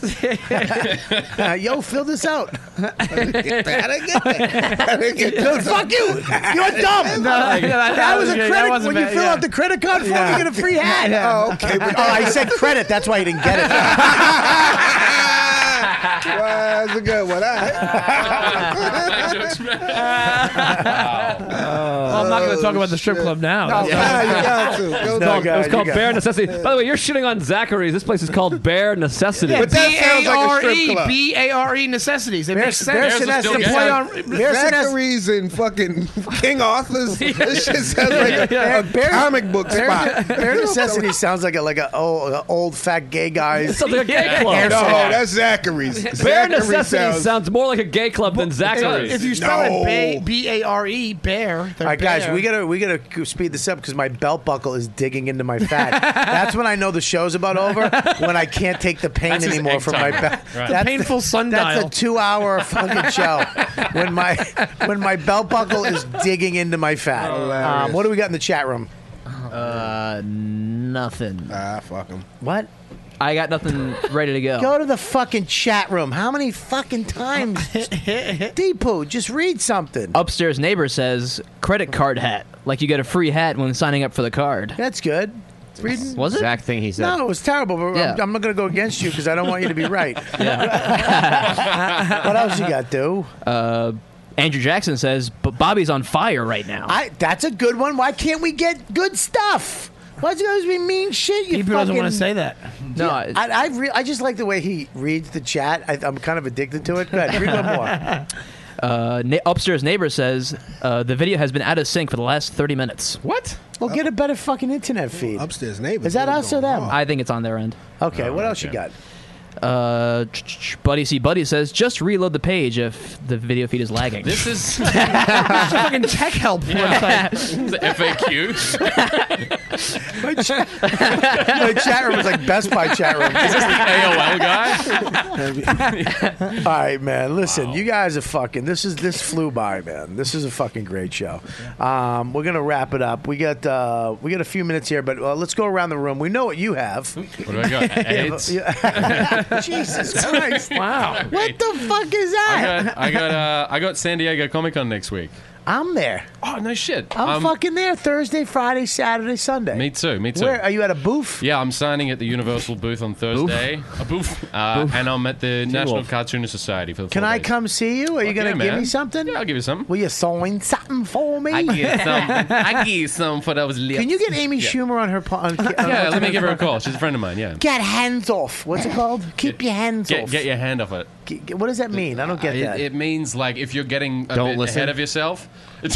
S2: Uh, yo, fill this out.
S8: get that, I
S2: get that.
S8: get
S2: Dude,
S8: that.
S2: fuck you. You're dumb.
S8: No, no, no,
S2: that,
S8: that
S2: was
S8: was
S2: a
S8: good.
S2: credit.
S8: That wasn't
S2: when
S8: bad,
S2: you fill
S8: yeah.
S2: out the credit card form,
S8: Yeah.
S2: you get a free hat.
S8: Yeah. Oh, okay.
S2: oh, I said credit. That's why you didn't get it.
S10: well, that's a good one. All
S9: Uh,
S8: well, I'm not going to talk about the
S2: Oh,
S8: strip club now.
S9: No,
S10: got
S8: That's-
S9: you
S10: to.
S9: It was called, it was called Bare Necessity. By the way, you're shitting on Zachary's. This place is called Bare Necessity.
S8: Yeah, B A R E B A R E necessities. It makes sense. to play on.
S10: Zachary's and fucking King Arthur's. This shit sounds like a, a comic book spot.
S2: Bare necessity sounds like a like a old, a old fat gay guy's.
S9: Sounds like a gay club.
S2: hair
S9: No,
S2: salon.
S9: that's
S10: Zachary's.
S9: Bare Necessity sounds, more like a gay club than Zachary's.
S8: If you spell it B A R E, bear.
S2: All right, guys, we gotta we gotta speed this up because my belt buckle is digging into my fat. That's when I know the show's about over. When I can't take the pain
S8: That's his
S2: anymore
S8: egg
S2: from
S8: timer.
S2: my back.
S8: Right. The painful sundial.
S2: That's a two-hour fucking show. When my when my belt buckle is digging into my fat. Um, what do we got in the chat room?
S14: Uh, nothing.
S10: Ah, fuck him.
S2: What?
S14: I got nothing ready to go.
S2: Go to the fucking chat room. How many fucking times? Deepu, just read something.
S14: Upstairs neighbor says credit card hat. Like you get a free hat when signing up for the card.
S2: That's good. Reading.
S14: Was it?
S11: Exact thing he said.
S2: No, it was terrible. But
S14: Yeah.
S2: I'm, I'm not going to go against you because I don't want you to be right. what else you got, dude?
S14: Uh, Andrew Jackson says, but Bobby's on fire right now.
S2: I that's a good one. Why can't we get good stuff? Why does it always be mean shit? You
S8: People doesn't
S2: fucking-
S8: want to say that.
S14: No,
S2: I I, re- I just like the way he reads the chat. I, I'm kind of addicted to it. Go ahead, read one more.
S14: Uh, na- upstairs neighbor says uh, the video has been out of sync for the last 30 minutes.
S2: What? Well, get a better fucking internet feed.
S10: Upstairs neighbor.
S2: Is that us or them?
S14: I think it's on their end.
S2: Okay, what else you got?
S14: Uh, ch- ch- ch- buddy C buddy says just reload the page if the video feed is lagging.
S5: This is
S8: It's a fucking tech help website.
S5: the FAQ.
S2: My, chat my chat room was like Best Buy chat room.
S5: Is this the AOL guy?
S2: All right, man. Listen, you guys are fucking. This is this flew by, man. This is a fucking great show. Um, we're gonna wrap it up. We got uh, we got a few minutes here, but uh, let's go around the room. We know what you have. What
S5: do I got? AIDS?
S2: Jesus Christ!
S8: Wow.
S2: What the fuck is
S5: I
S2: that?
S5: got I got uh, I got San Diego Comic Con next week.
S2: I'm there.
S5: Oh no shit!
S2: I'm
S5: Um,
S2: fucking there Thursday, Friday, Saturday, Sunday.
S5: Me too. Me too.
S2: Where are you at a booth?
S5: Yeah, I'm signing at the Universal booth on Thursday. A booth. Uh, And I'm at the National
S2: Wolf.
S5: Cartoonist Society for the
S2: Can
S5: four
S2: I
S5: days.
S2: come see you? Are you
S5: Fuck
S2: gonna
S5: yeah,
S2: give
S5: man.
S2: me something? Yeah,
S5: I'll give you something.
S2: Will you sign something for me?
S5: I get some. I get some for those lips.
S2: Can you get Amy
S5: Yeah.
S2: Schumer on her? Po- on, on
S5: Yeah,
S2: on-
S5: let me give her a call. She's a friend of mine. Yeah.
S2: Get hands off. What's it called? Keep your hands
S5: Get,
S2: off.
S5: get your hand off it.
S2: G- g- what does that mean? I don't get
S5: it,
S2: that.
S5: it means like if you're getting a
S2: Don't
S5: bit
S2: listen.
S5: ahead of yourself.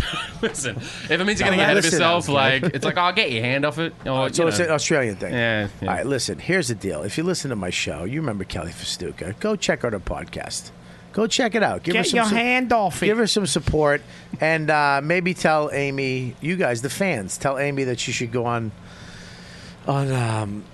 S5: listen, if it means you're
S2: No,
S5: getting ahead of
S2: listen,
S5: yourself,
S2: okay.
S5: like it's like, oh, get your hand off it. Oh,
S2: so
S5: you
S2: it's
S5: know.
S2: an Australian thing. Yeah, All right, listen, here's the deal. If you listen to my show, you remember Kelly Festuca. Go check out her podcast. Go check it out. Give her
S8: Get
S2: some
S8: your
S2: su-
S8: hand off it.
S2: Give her some support. And uh, maybe tell Amy, you guys, the fans, tell Amy that she should go on on um,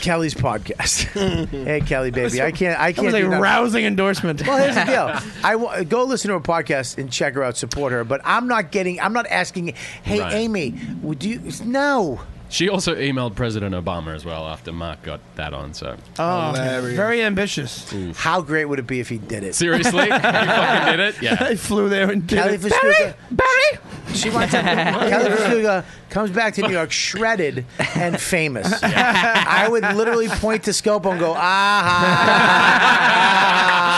S2: Kelly's podcast. hey, Kelly, baby. I can't. I
S8: That
S2: can't.
S8: was a
S2: do nothing.
S8: rousing endorsement.
S2: Well, here's the deal. I w- go listen to her podcast and check her out, support her. But I'm not getting. I'm not asking. Hey,
S5: Right.
S2: Amy, would you? No.
S5: She also emailed President Obama as well after Mark got that on. So
S8: Oh,
S5: Hilarious.
S8: very ambitious.
S2: How great would it be if he did it?
S5: seriously, you fucking did it. Yeah.
S8: I flew there and did
S2: Kelly
S8: it.
S2: Festuca.
S8: Barry,
S2: She wants to, Kelly Fuga comes back to New York shredded and famous. I would literally point to Scopo and go,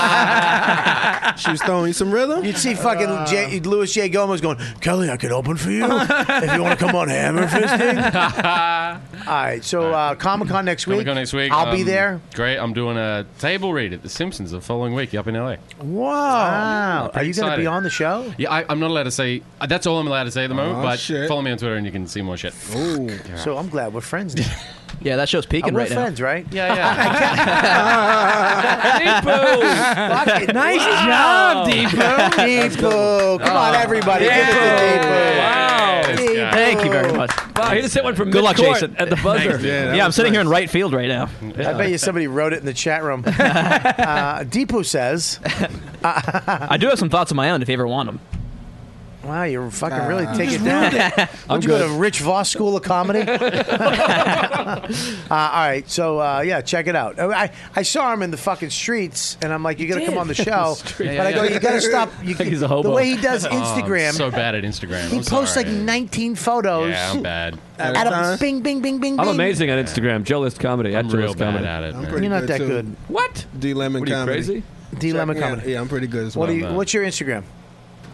S2: ah.
S10: She was throwing you some rhythm.
S2: You'd see fucking J, Louis J. Gomez going, Kelly, I could open for you if you want to come on Hammer Fisting. All right, so uh, Comic Con next week.
S5: Comic Con next week.
S2: I'll be
S5: um,
S2: there.
S5: Great. I'm doing a table read at The Simpsons the following week up in LA.
S2: Whoa! Are
S5: Pretty
S2: you going to
S5: excited.
S2: be on the show?
S5: Yeah, I, I'm not allowed to say. uh, That's all I'm allowed to say at the moment.
S2: Oh,
S5: but
S2: shit.
S5: follow me on Twitter and you can see more shit.
S2: Ooh. So I'm glad we're friends. Now.
S14: Yeah, that show's peaking
S2: Uh, we're
S14: right now.
S2: friends, right?
S5: Yeah, yeah.
S2: Fuck it.
S8: Nice
S2: Wow.
S8: job, Deepu.
S2: Deepu. Come on, everybody. Give it to Deepu. Deepu.
S14: Thank you very much.
S9: Wow, he just hit one from
S14: Good luck,
S9: midcourt
S14: Jason.
S9: at the buzzer.
S14: Thanks, dude.
S9: Yeah,
S14: yeah,
S9: that
S14: I'm
S9: was
S14: sitting here in right field right now.
S2: I bet you somebody wrote it in the chat room. uh, Deepu says,
S14: I do have some thoughts of my own if you ever want them.
S2: "Wow, you're fucking really
S14: Ah.
S2: taking
S14: You
S2: it down."
S14: just ruined it.
S2: Would
S14: I'm
S2: you go to
S14: good.
S2: Rich Voss School of Comedy? Uh, all right, so uh, yeah, check it out. Oh, I, I saw him in the fucking streets, and I'm like, you got to
S5: did.
S2: come on the show. but
S5: Street.
S2: I go,
S5: Yeah, yeah.
S2: you got to stop. You,
S5: Like he's a hobo.
S2: The way he does
S5: Oh, I'm
S2: Instagram,
S5: so bad at Instagram.
S2: he
S5: I'm
S2: posts
S5: sorry.
S2: like 19 photos.
S5: Yeah, I'm bad.
S2: Out of bing, bing, bing, bing, bing.
S9: I'm amazing on Instagram. Joe List Comedy. at Joe
S5: real
S9: List
S5: bad
S9: Comedy.
S5: at it, I'm man.
S2: You're not that good.
S9: What?
S10: D Lemon
S9: What are you,
S10: comedy.
S9: crazy?
S2: D Lemon
S10: yeah,
S2: Comedy.
S10: Yeah, I'm pretty good as well.
S2: What do you, what's your Instagram?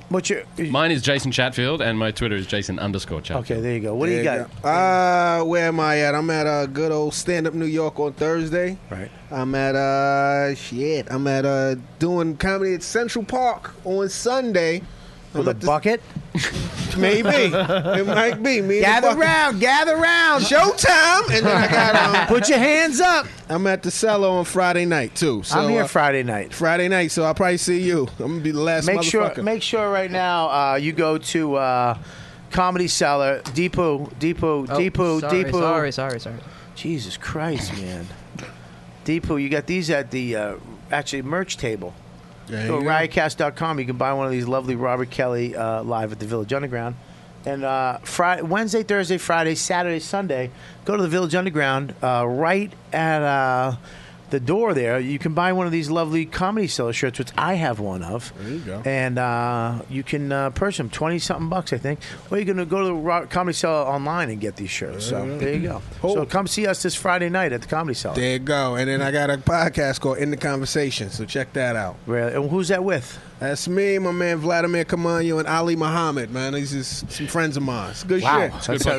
S2: What's your?
S5: Mine is Jason Chatfield, and my Twitter is Jason underscore Chatfield.
S2: Okay, there you go. What do you
S10: There
S2: got?
S10: go. Uh, where am I at? I'm at uh, good old stand up New York on Thursday.
S2: Right.
S10: I'm at uh shit. I'm at uh doing comedy at Central Park on Sunday.
S2: With a bucket?
S10: Maybe it might be. Me and the
S2: Gather
S10: bucket.
S2: round, gather round.
S10: Showtime, and then I got um,
S2: put your hands up.
S10: I'm at the cello on Friday night too. So,
S2: I'm here
S10: uh,
S2: Friday night.
S10: Friday night, so I'll probably see you. I'm gonna be the last.
S2: make sure
S10: motherfucker.
S2: make sure right now uh, you go to uh, comedy cellar deepu deepu deepu
S14: Oh, sorry,
S2: deepu
S14: sorry, sorry, sorry.
S2: jesus christ man deepu you got these at the uh, actually merch table
S10: There
S2: go
S10: you
S2: to
S10: go.
S2: riotcast.com you can buy one of these lovely robert kelly uh, live at the village underground and uh, Friday, Wednesday, Thursday, Friday, Saturday, Sunday, go to the Village Underground. Uh, right at uh, the door there, you can buy one of these lovely comedy cellar shirts, which I have one of. There you go. And uh, you can uh, purchase them, 20 something bucks, I think. Or you can go to the Ro- Comedy Cellar online and get these shirts. So
S10: Yeah.
S2: there you go. So come see us this Friday night at the Comedy Cellar.
S10: There you go. And then I got a podcast called In the Conversation, so check that out.
S2: Really? And who's that with?
S10: That's me, my man Vladimir Kamanyo, and Ali Muhammad, man. These is some friends of mine. It's good
S2: Wow,
S10: shit.
S2: that's a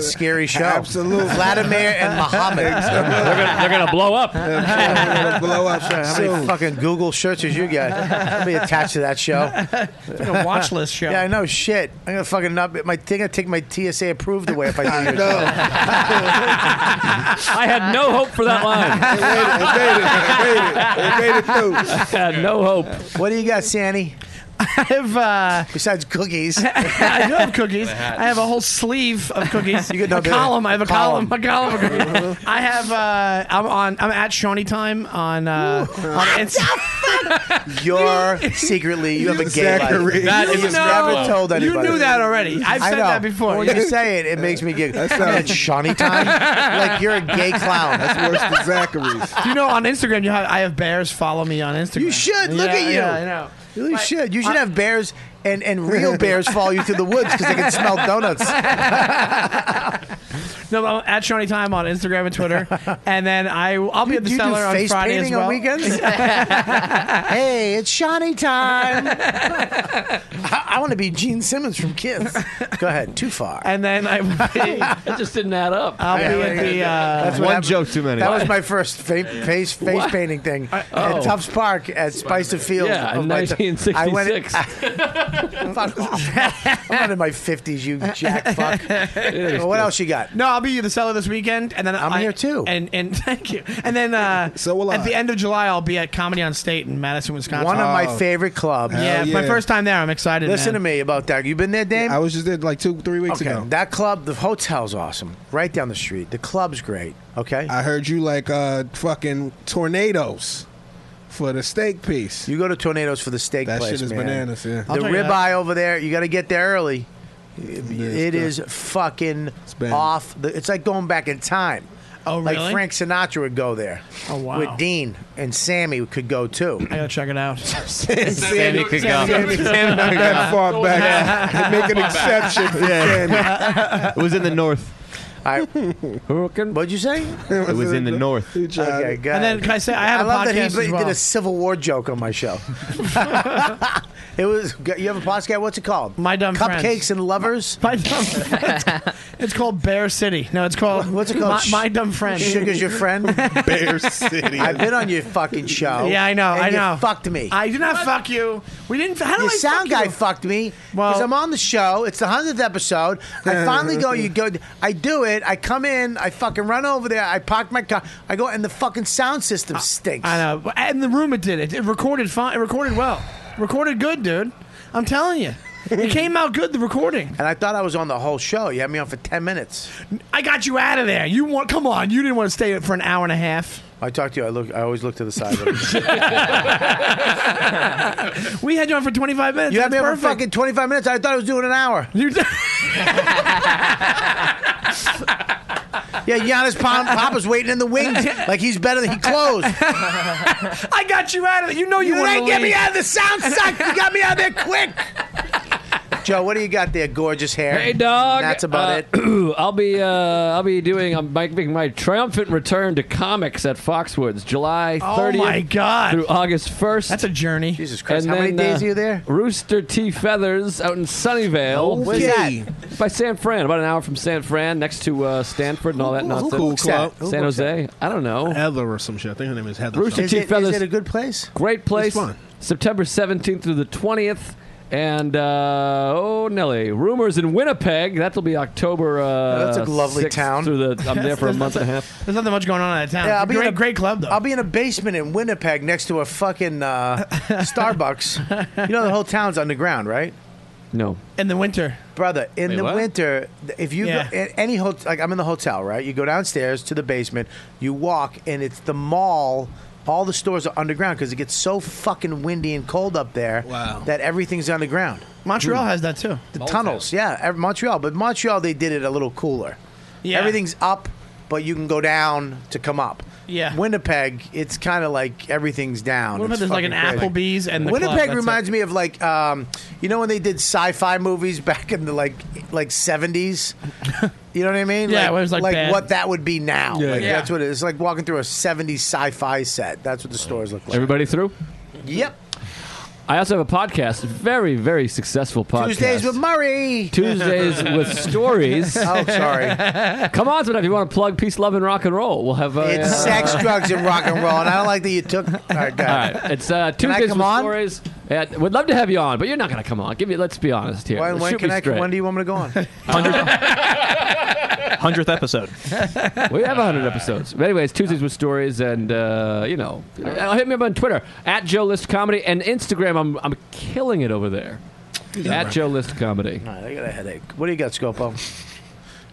S2: scary show.
S10: Absolutely.
S2: Vladimir and Muhammad.
S10: They're
S9: gonna- they're gonna blow up.
S10: blow up
S2: How
S10: soon.
S2: many fucking Google searches you got? I'll be attached to that show. It's
S8: been a watch list show.
S2: Yeah, I know. Shit, I'm gonna fucking not. My thing, I take my TSA approved away if I do.
S10: I
S2: your
S10: know.
S2: show.
S9: I had no hope for that line.
S10: Made it through.
S9: no hope.
S2: What do you got, Sandy?
S8: I have uh,
S2: besides cookies.
S8: I do have cookies.
S2: The hats.
S8: I have a whole sleeve of cookies.
S2: You could not
S8: a
S2: do it.
S8: column. I have a column.
S2: Column. Uh-huh.
S8: A column. Of cookies. I have. Uh, I'm on. I'm at Shawnee time on. Uh, on Instagram.
S2: You're secretly you have a gay
S10: Zachary.
S2: life.
S10: That
S2: you
S10: is a
S2: never
S10: problem.
S2: told
S10: You
S2: anybody.
S10: knew that already. I've
S2: I
S10: said
S2: know.
S10: that before.
S2: When you say it, it makes me giggle.
S10: That
S2: That's at
S10: sounds-
S2: Shawnee time. like you're a gay clown.
S10: That's worse than Zachary's.
S8: Do you know on Instagram you have I have bears follow me on Instagram.
S2: You should look
S8: Yeah,
S2: at you.
S8: Yeah, I know.
S2: You really should. You should have bears and, and real bears follow you through the woods because they can smell donuts.
S8: No, but I'm at Shawnee Time on Instagram and Twitter, and then I I'll be
S2: You-
S8: at the
S2: you do
S8: cellar on
S2: face
S8: Friday as
S2: painting
S8: well.
S2: on weekends? hey, it's Shawnee time. I, I want to be Gene Simmons from Kiss. Go ahead, too far.
S8: and then I
S9: That just didn't add up.
S8: I'll be at the uh,
S2: That's what
S11: One
S2: happened-
S11: joke too many.
S2: That was my first fa- face face
S11: What?
S2: painting thing
S11: Oh.
S2: at Tufts Park at Spice of Fields.
S9: Yeah,
S2: of
S9: in
S2: my- I went in-
S9: 1966.
S2: Fuck off. I'm not in my fifties, you jack fuck.
S8: is
S2: Well, what else you got?
S8: No, I'll be at the cellar this weekend, and then I'm
S2: here too.
S8: And and thank you. And then uh, so will at
S2: I.
S8: the end of July, I'll be at Comedy on State in Madison, Wisconsin.
S2: One of
S10: Oh.
S2: my favorite clubs.
S8: Yeah, Hell my yeah. first time there. I'm excited.
S2: Listen
S8: man.
S2: to me about that. You been there, Dave?
S10: I was just there like two, three weeks
S2: okay.
S10: ago.
S2: That club, the hotel's awesome. Right down the street. The club's great. Okay.
S10: I heard you like uh, fucking tornadoes for the steak piece.
S2: You go to tornadoes for the steak
S10: That
S2: place,
S10: shit is
S2: man.
S10: bananas. Yeah,
S2: The ribeye over there, you got to get there early. It
S10: good.
S2: is fucking
S10: bad.
S2: off. The, it's like going back in time.
S8: Oh,
S2: Like
S8: really?
S2: Frank Sinatra would go there.
S8: Oh, wow.
S2: With Dean and Sammy could go too.
S8: I gotta check it out.
S2: Sammy could go.
S10: Sammy, not that far back. They make an exception for Sammy.
S11: it was in the north.
S2: I,
S9: What'd
S2: you say?
S11: It was in the north.
S2: Okay, good.
S8: And then can I say I have
S2: I
S8: a
S2: love
S8: podcast
S2: that he
S8: as
S2: did
S8: well.
S2: a Civil War joke on my show. it was. You have a podcast? What's it called?
S8: My dumb
S2: Cupcakes
S8: Friends.
S2: and lovers.
S8: My dumb. Friends. it's called Bear City. No, it's called
S2: What's it called?
S8: My, My dumb friend.
S2: Sugar's your friend.
S10: Bear City.
S2: I've been on your fucking show.
S8: Yeah, I know.
S2: and
S8: I
S2: you
S8: know.
S2: fucked me.
S8: I did not fuck you. We didn't. How do
S2: Your
S8: I
S2: sound
S8: fuck
S2: guy
S8: you?
S2: fucked me because I'm on the show. It's the hundredth episode. I finally go. You go. I do it. I come in. I fucking run over there. I park my car. I go, and the fucking sound system stinks.
S8: I know. And the room it did it. It recorded fine. It recorded well. Recorded good, dude. I'm telling you. it came out good. The recording.
S2: And I thought I was on the whole show. You had me on for ten minutes.
S8: I got you out of there. You want? Come on. You didn't want to stay for an hour and a half.
S2: I talked to you. I look. I always look to the side. When I'm-
S8: We had you on for 25 minutes.
S2: You had
S8: That's
S2: me on for
S8: perfect.
S2: fucking 25 minutes. I thought I was doing an hour.
S8: You did.
S2: yeah, Giannis Pop- Papa's waiting in the wings like he's better than he closed.
S8: I got you out of it. You know you,
S2: You
S8: wanted
S2: didn't
S8: to
S2: get me
S8: leave.
S2: out of the sound suck. You got me out of there quick. Joe, what do you got there? Gorgeous hair.
S9: Hey, dog.
S2: That's about
S9: Uh,
S2: it.
S9: I'll be uh, I'll be doing I'm making my triumphant return to comics at Foxwoods, July
S2: Oh,
S9: 30th
S2: my God.
S9: through August 1st. That's
S8: a journey.
S9: Jesus
S2: Christ. How many days are you there?
S9: uh, Rooster T Feathers out in Sunnyvale.
S2: Okay. Where's
S9: that? By San Fran, about an hour from San Fran, next to uh, Stanford and all that
S10: Who- who
S9: nonsense.
S10: books that? Who
S9: San
S10: books
S9: Jose. I don't know.
S10: Heather or some shit. I think her name is Heather.
S9: Rooster Teeth Feathers.
S2: good place?
S9: Great place.
S10: It's fun.
S9: September 17th through the 20th. And, uh, oh, Nelly. Rumors in Winnipeg. That'll be October. Uh,
S2: that's a lovely
S9: 6th
S2: town.
S9: Through the, I'm there for a
S8: There's
S9: month and a
S8: nothing-
S9: half.
S8: There's nothing much going on in that town.
S2: Yeah,
S8: Yeah,
S2: I'll be
S8: great,
S2: in a-
S8: great club though.
S2: I'll be in a basement in Winnipeg next to a fucking uh, Starbucks. You know the whole town's underground, right?
S9: No.
S8: in the winter,
S2: brother. In
S8: Wait,
S2: the
S8: what?
S2: winter, th- if you
S8: Yeah.
S2: go, a- any hotel, like I'm in the hotel, right? You go downstairs to the basement, you walk, and it's the mall. All the stores are underground because it gets so fucking windy and cold up there that everything's underground.
S8: Montreal has that too.
S2: The tunnels, yeah, ev- Montreal. But Montreal, they did it a little cooler.
S8: Yeah.
S2: Everything's up, but you can go down to come up.
S8: Yeah.
S2: Winnipeg, it's kind of like everything's down.
S8: Winnipeg,
S2: It's
S8: there's like an
S2: fucking crazy.
S8: Applebee's and the club,
S2: Winnipeg
S8: that's it.
S2: reminds me of like um, you know when they did sci-fi movies back in the like like seventies. You know what I mean?
S8: Yeah, it was, like, bad.
S2: what that would be now.
S9: Yeah.
S2: like,
S9: Yeah.
S2: That's what it is. It's like walking through a 70s sci-fi set. That's what the stores look like.
S9: Everybody through?
S2: Yep.
S9: I also have a podcast. Very, very successful podcast.
S2: Tuesdays with Murray.
S9: Tuesdays with stories.
S2: Oh, sorry.
S9: Come on, tonight if you want to plug peace, love, and rock and roll. We'll have uh,
S2: It's sex,
S9: uh,
S2: drugs, and rock and roll. And I don't like that you took. All right, go
S9: All
S2: ahead.
S9: right, it's uh,
S2: Can I
S9: Tuesdays
S2: come
S9: with
S2: on?
S9: stories. Yeah, we'd love to have you on, but you're not going to come on. Give me, let's be honest here.
S2: When, when
S9: Shoot
S2: can
S9: me
S2: I?
S9: straight.
S2: When do you want me to go on?
S9: hundredth episode. we have hundred episodes. But anyways, Tuesdays with stories, and uh, you know, uh, hit me up on Twitter at Joe List Comedy and Instagram. I'm I'm killing it over there.
S2: Yeah,
S9: At
S2: right.
S9: Joe List Comedy.
S2: All right, I got a headache. What do you got, Scopo?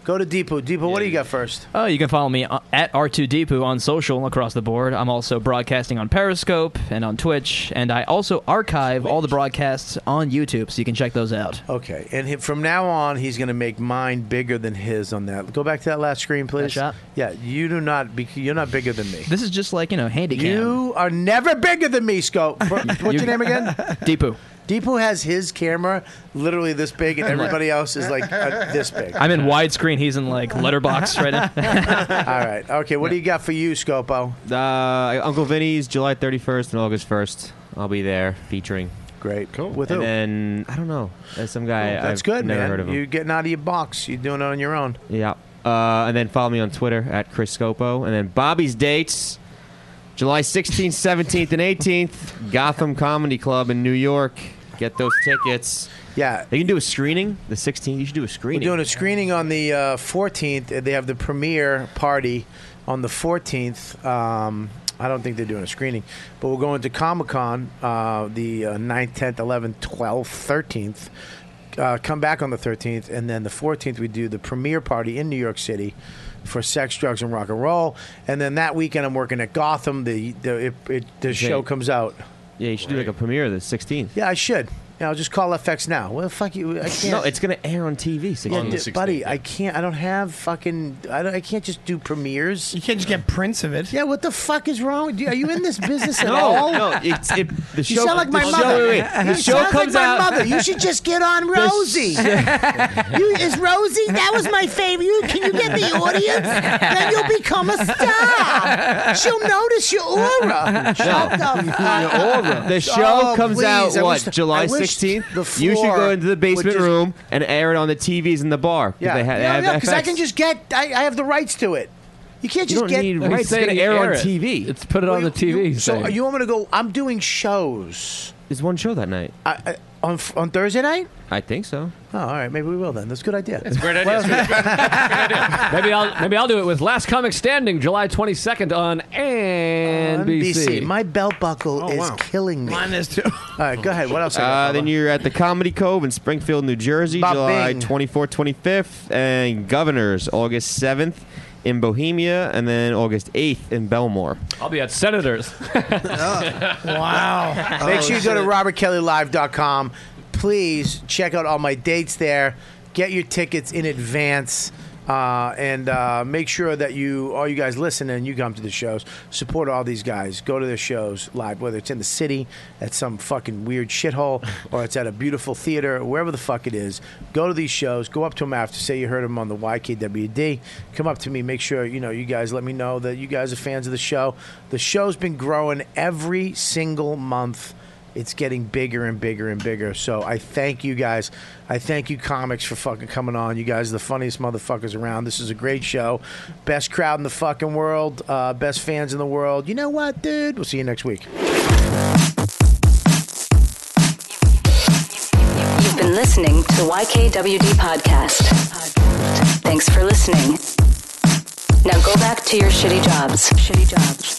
S2: Go to Deepu. Deepu, what do you got first?
S14: Oh, you can follow me uh, at R2Deepu on social across the board. I'm also broadcasting on Periscope and on Twitch, and I also archive all the broadcasts on YouTube, so you can check those out.
S2: Okay, and he, from now on, he's going to make mine bigger than his on that. Go back to that last screen, please.
S14: shot?
S2: Yeah, you do not. Be, you're not bigger than me.
S14: This is just like, you know, handicap.
S2: You are never bigger than me, Scope. What's your name again?
S14: Deepu.
S2: Deepu has his camera literally this big, and everybody else is like uh, this big.
S14: I'm in widescreen. He's in like letterbox right now.
S2: All right. Okay. What do you got for you, Scopo?
S11: Uh, Uncle Vinny's July 31st and August 1st. I'll be there featuring.
S2: Great. Cool. With
S11: and
S2: who? Oh,
S11: then I don't know. There's some guy.
S2: That's
S11: I've
S2: good,
S11: never
S2: man.
S11: Heard of him.
S2: You're getting out of your box. You're doing it on your own.
S11: Yeah. Uh, and then follow me on Twitter at Chris Scopo. And then Bobby's dates July 16th, 17th, and 18th, Gotham Comedy Club in New York. Get those tickets.
S2: Yeah.
S11: They can do a screening. The 16th, you should do a
S2: We're
S11: screening.
S2: doing a screening on the uh, 14th. and They have the premiere party on the 14th. Um, I don't think they're doing a screening, but we're going to Comic Con uh, the uh, 9th, 10th, 11th, 12th, 13th. Uh, come back on the 13th, and then the 14th, we do the premiere party in New York City for sex, drugs, and rock and roll. And then that weekend, I'm working at Gotham. The, the, it, it, the
S11: Okay.
S2: show comes out.
S11: yeah, you should do like a premiere the 16th.
S2: Yeah, I should. Yeah, I'll just call FX now. Well, fuck you. I can't.
S11: No, it's going to air on TV. 16th.
S2: Yeah, d- buddy, I can't. I don't have fucking. I, don't, I can't just do premieres. You
S8: can't just get prints of it.
S2: Yeah, what the fuck is wrong? with you? Are you in this business at
S11: No,
S2: all?
S11: no, it's- it- the
S2: you
S11: show-
S2: sound like
S11: the
S2: my
S11: show-
S2: mother.
S11: wait, wait, the
S2: you
S11: show
S2: sound
S11: comes
S2: like my
S11: out-
S2: mother. You should just get on Rosie.
S17: you, is Rosie? That was my favorite. You, can you get the audience? Then you'll become a star. She'll notice your aura. Shut the fuck up.
S11: The show
S2: Oh,
S11: comes
S2: please,
S11: out
S2: I
S11: what
S2: wish- I
S11: July
S2: wish
S11: 16th.
S2: the
S11: you should go
S2: floor
S11: into the
S2: would
S11: basement
S2: just-
S11: room and air it on the TVs in the bar.
S2: Yeah,
S11: they ha- they
S2: yeah,
S11: have
S2: yeah. Because I
S11: FX.
S2: can just get. I, I have the rights to it. You can't
S11: You
S2: just
S11: don't
S2: get
S11: need rights. It's gonna
S2: to
S11: air on TV.
S9: It's put it on the TV.
S2: So
S9: thing.
S2: you want me to go? I'm doing shows.
S11: There's one show that night.
S2: I, I, on on Thursday night.
S11: I think so.
S2: Oh, all right. Maybe we will then. That's a good idea. That's
S5: a great idea.
S9: maybe I'll maybe I'll do it with Last Comic Standing, July 22nd on NBC.
S2: NBC. My belt buckle is killing me. Oh, Mine is too. All right, go ahead. What else? I got,
S11: Uh, then
S2: Bubba?
S11: you're at the Comedy Cove in Springfield, New Jersey,
S2: Ba-bing.
S11: July 24th, 25th, and Governors, August 7th in Bohemia, and then August 8th in Belmore.
S9: I'll be at Senators.
S2: Oh, Wow.
S11: Oh,
S2: Make sure you go to robertkellylive.com. Please check out all my dates there. Get your tickets in advance. Uh, and uh, make sure that you, all you guys listen and you come to the shows. Support all these guys. Go to their shows live, whether it's in the city, at some fucking weird shithole, or it's at a beautiful theater, or wherever the fuck it is. Go to these shows. Go up to them after. Say you heard them on the YKWd. Come up to me. Make sure you know you guys. Let me know that you guys are fans of the show. The show's been growing every single month. It's getting bigger and bigger and bigger. So I thank you guys. I thank you comics for fucking coming on. You guys are the funniest motherfuckers around. This is a great show. Best crowd in the fucking world. Uh, best fans in the world. You know what, dude? We'll see you next week.
S18: You've been listening to the YKWD podcast. Thanks for listening. Now go back to your shitty jobs. Shitty jobs.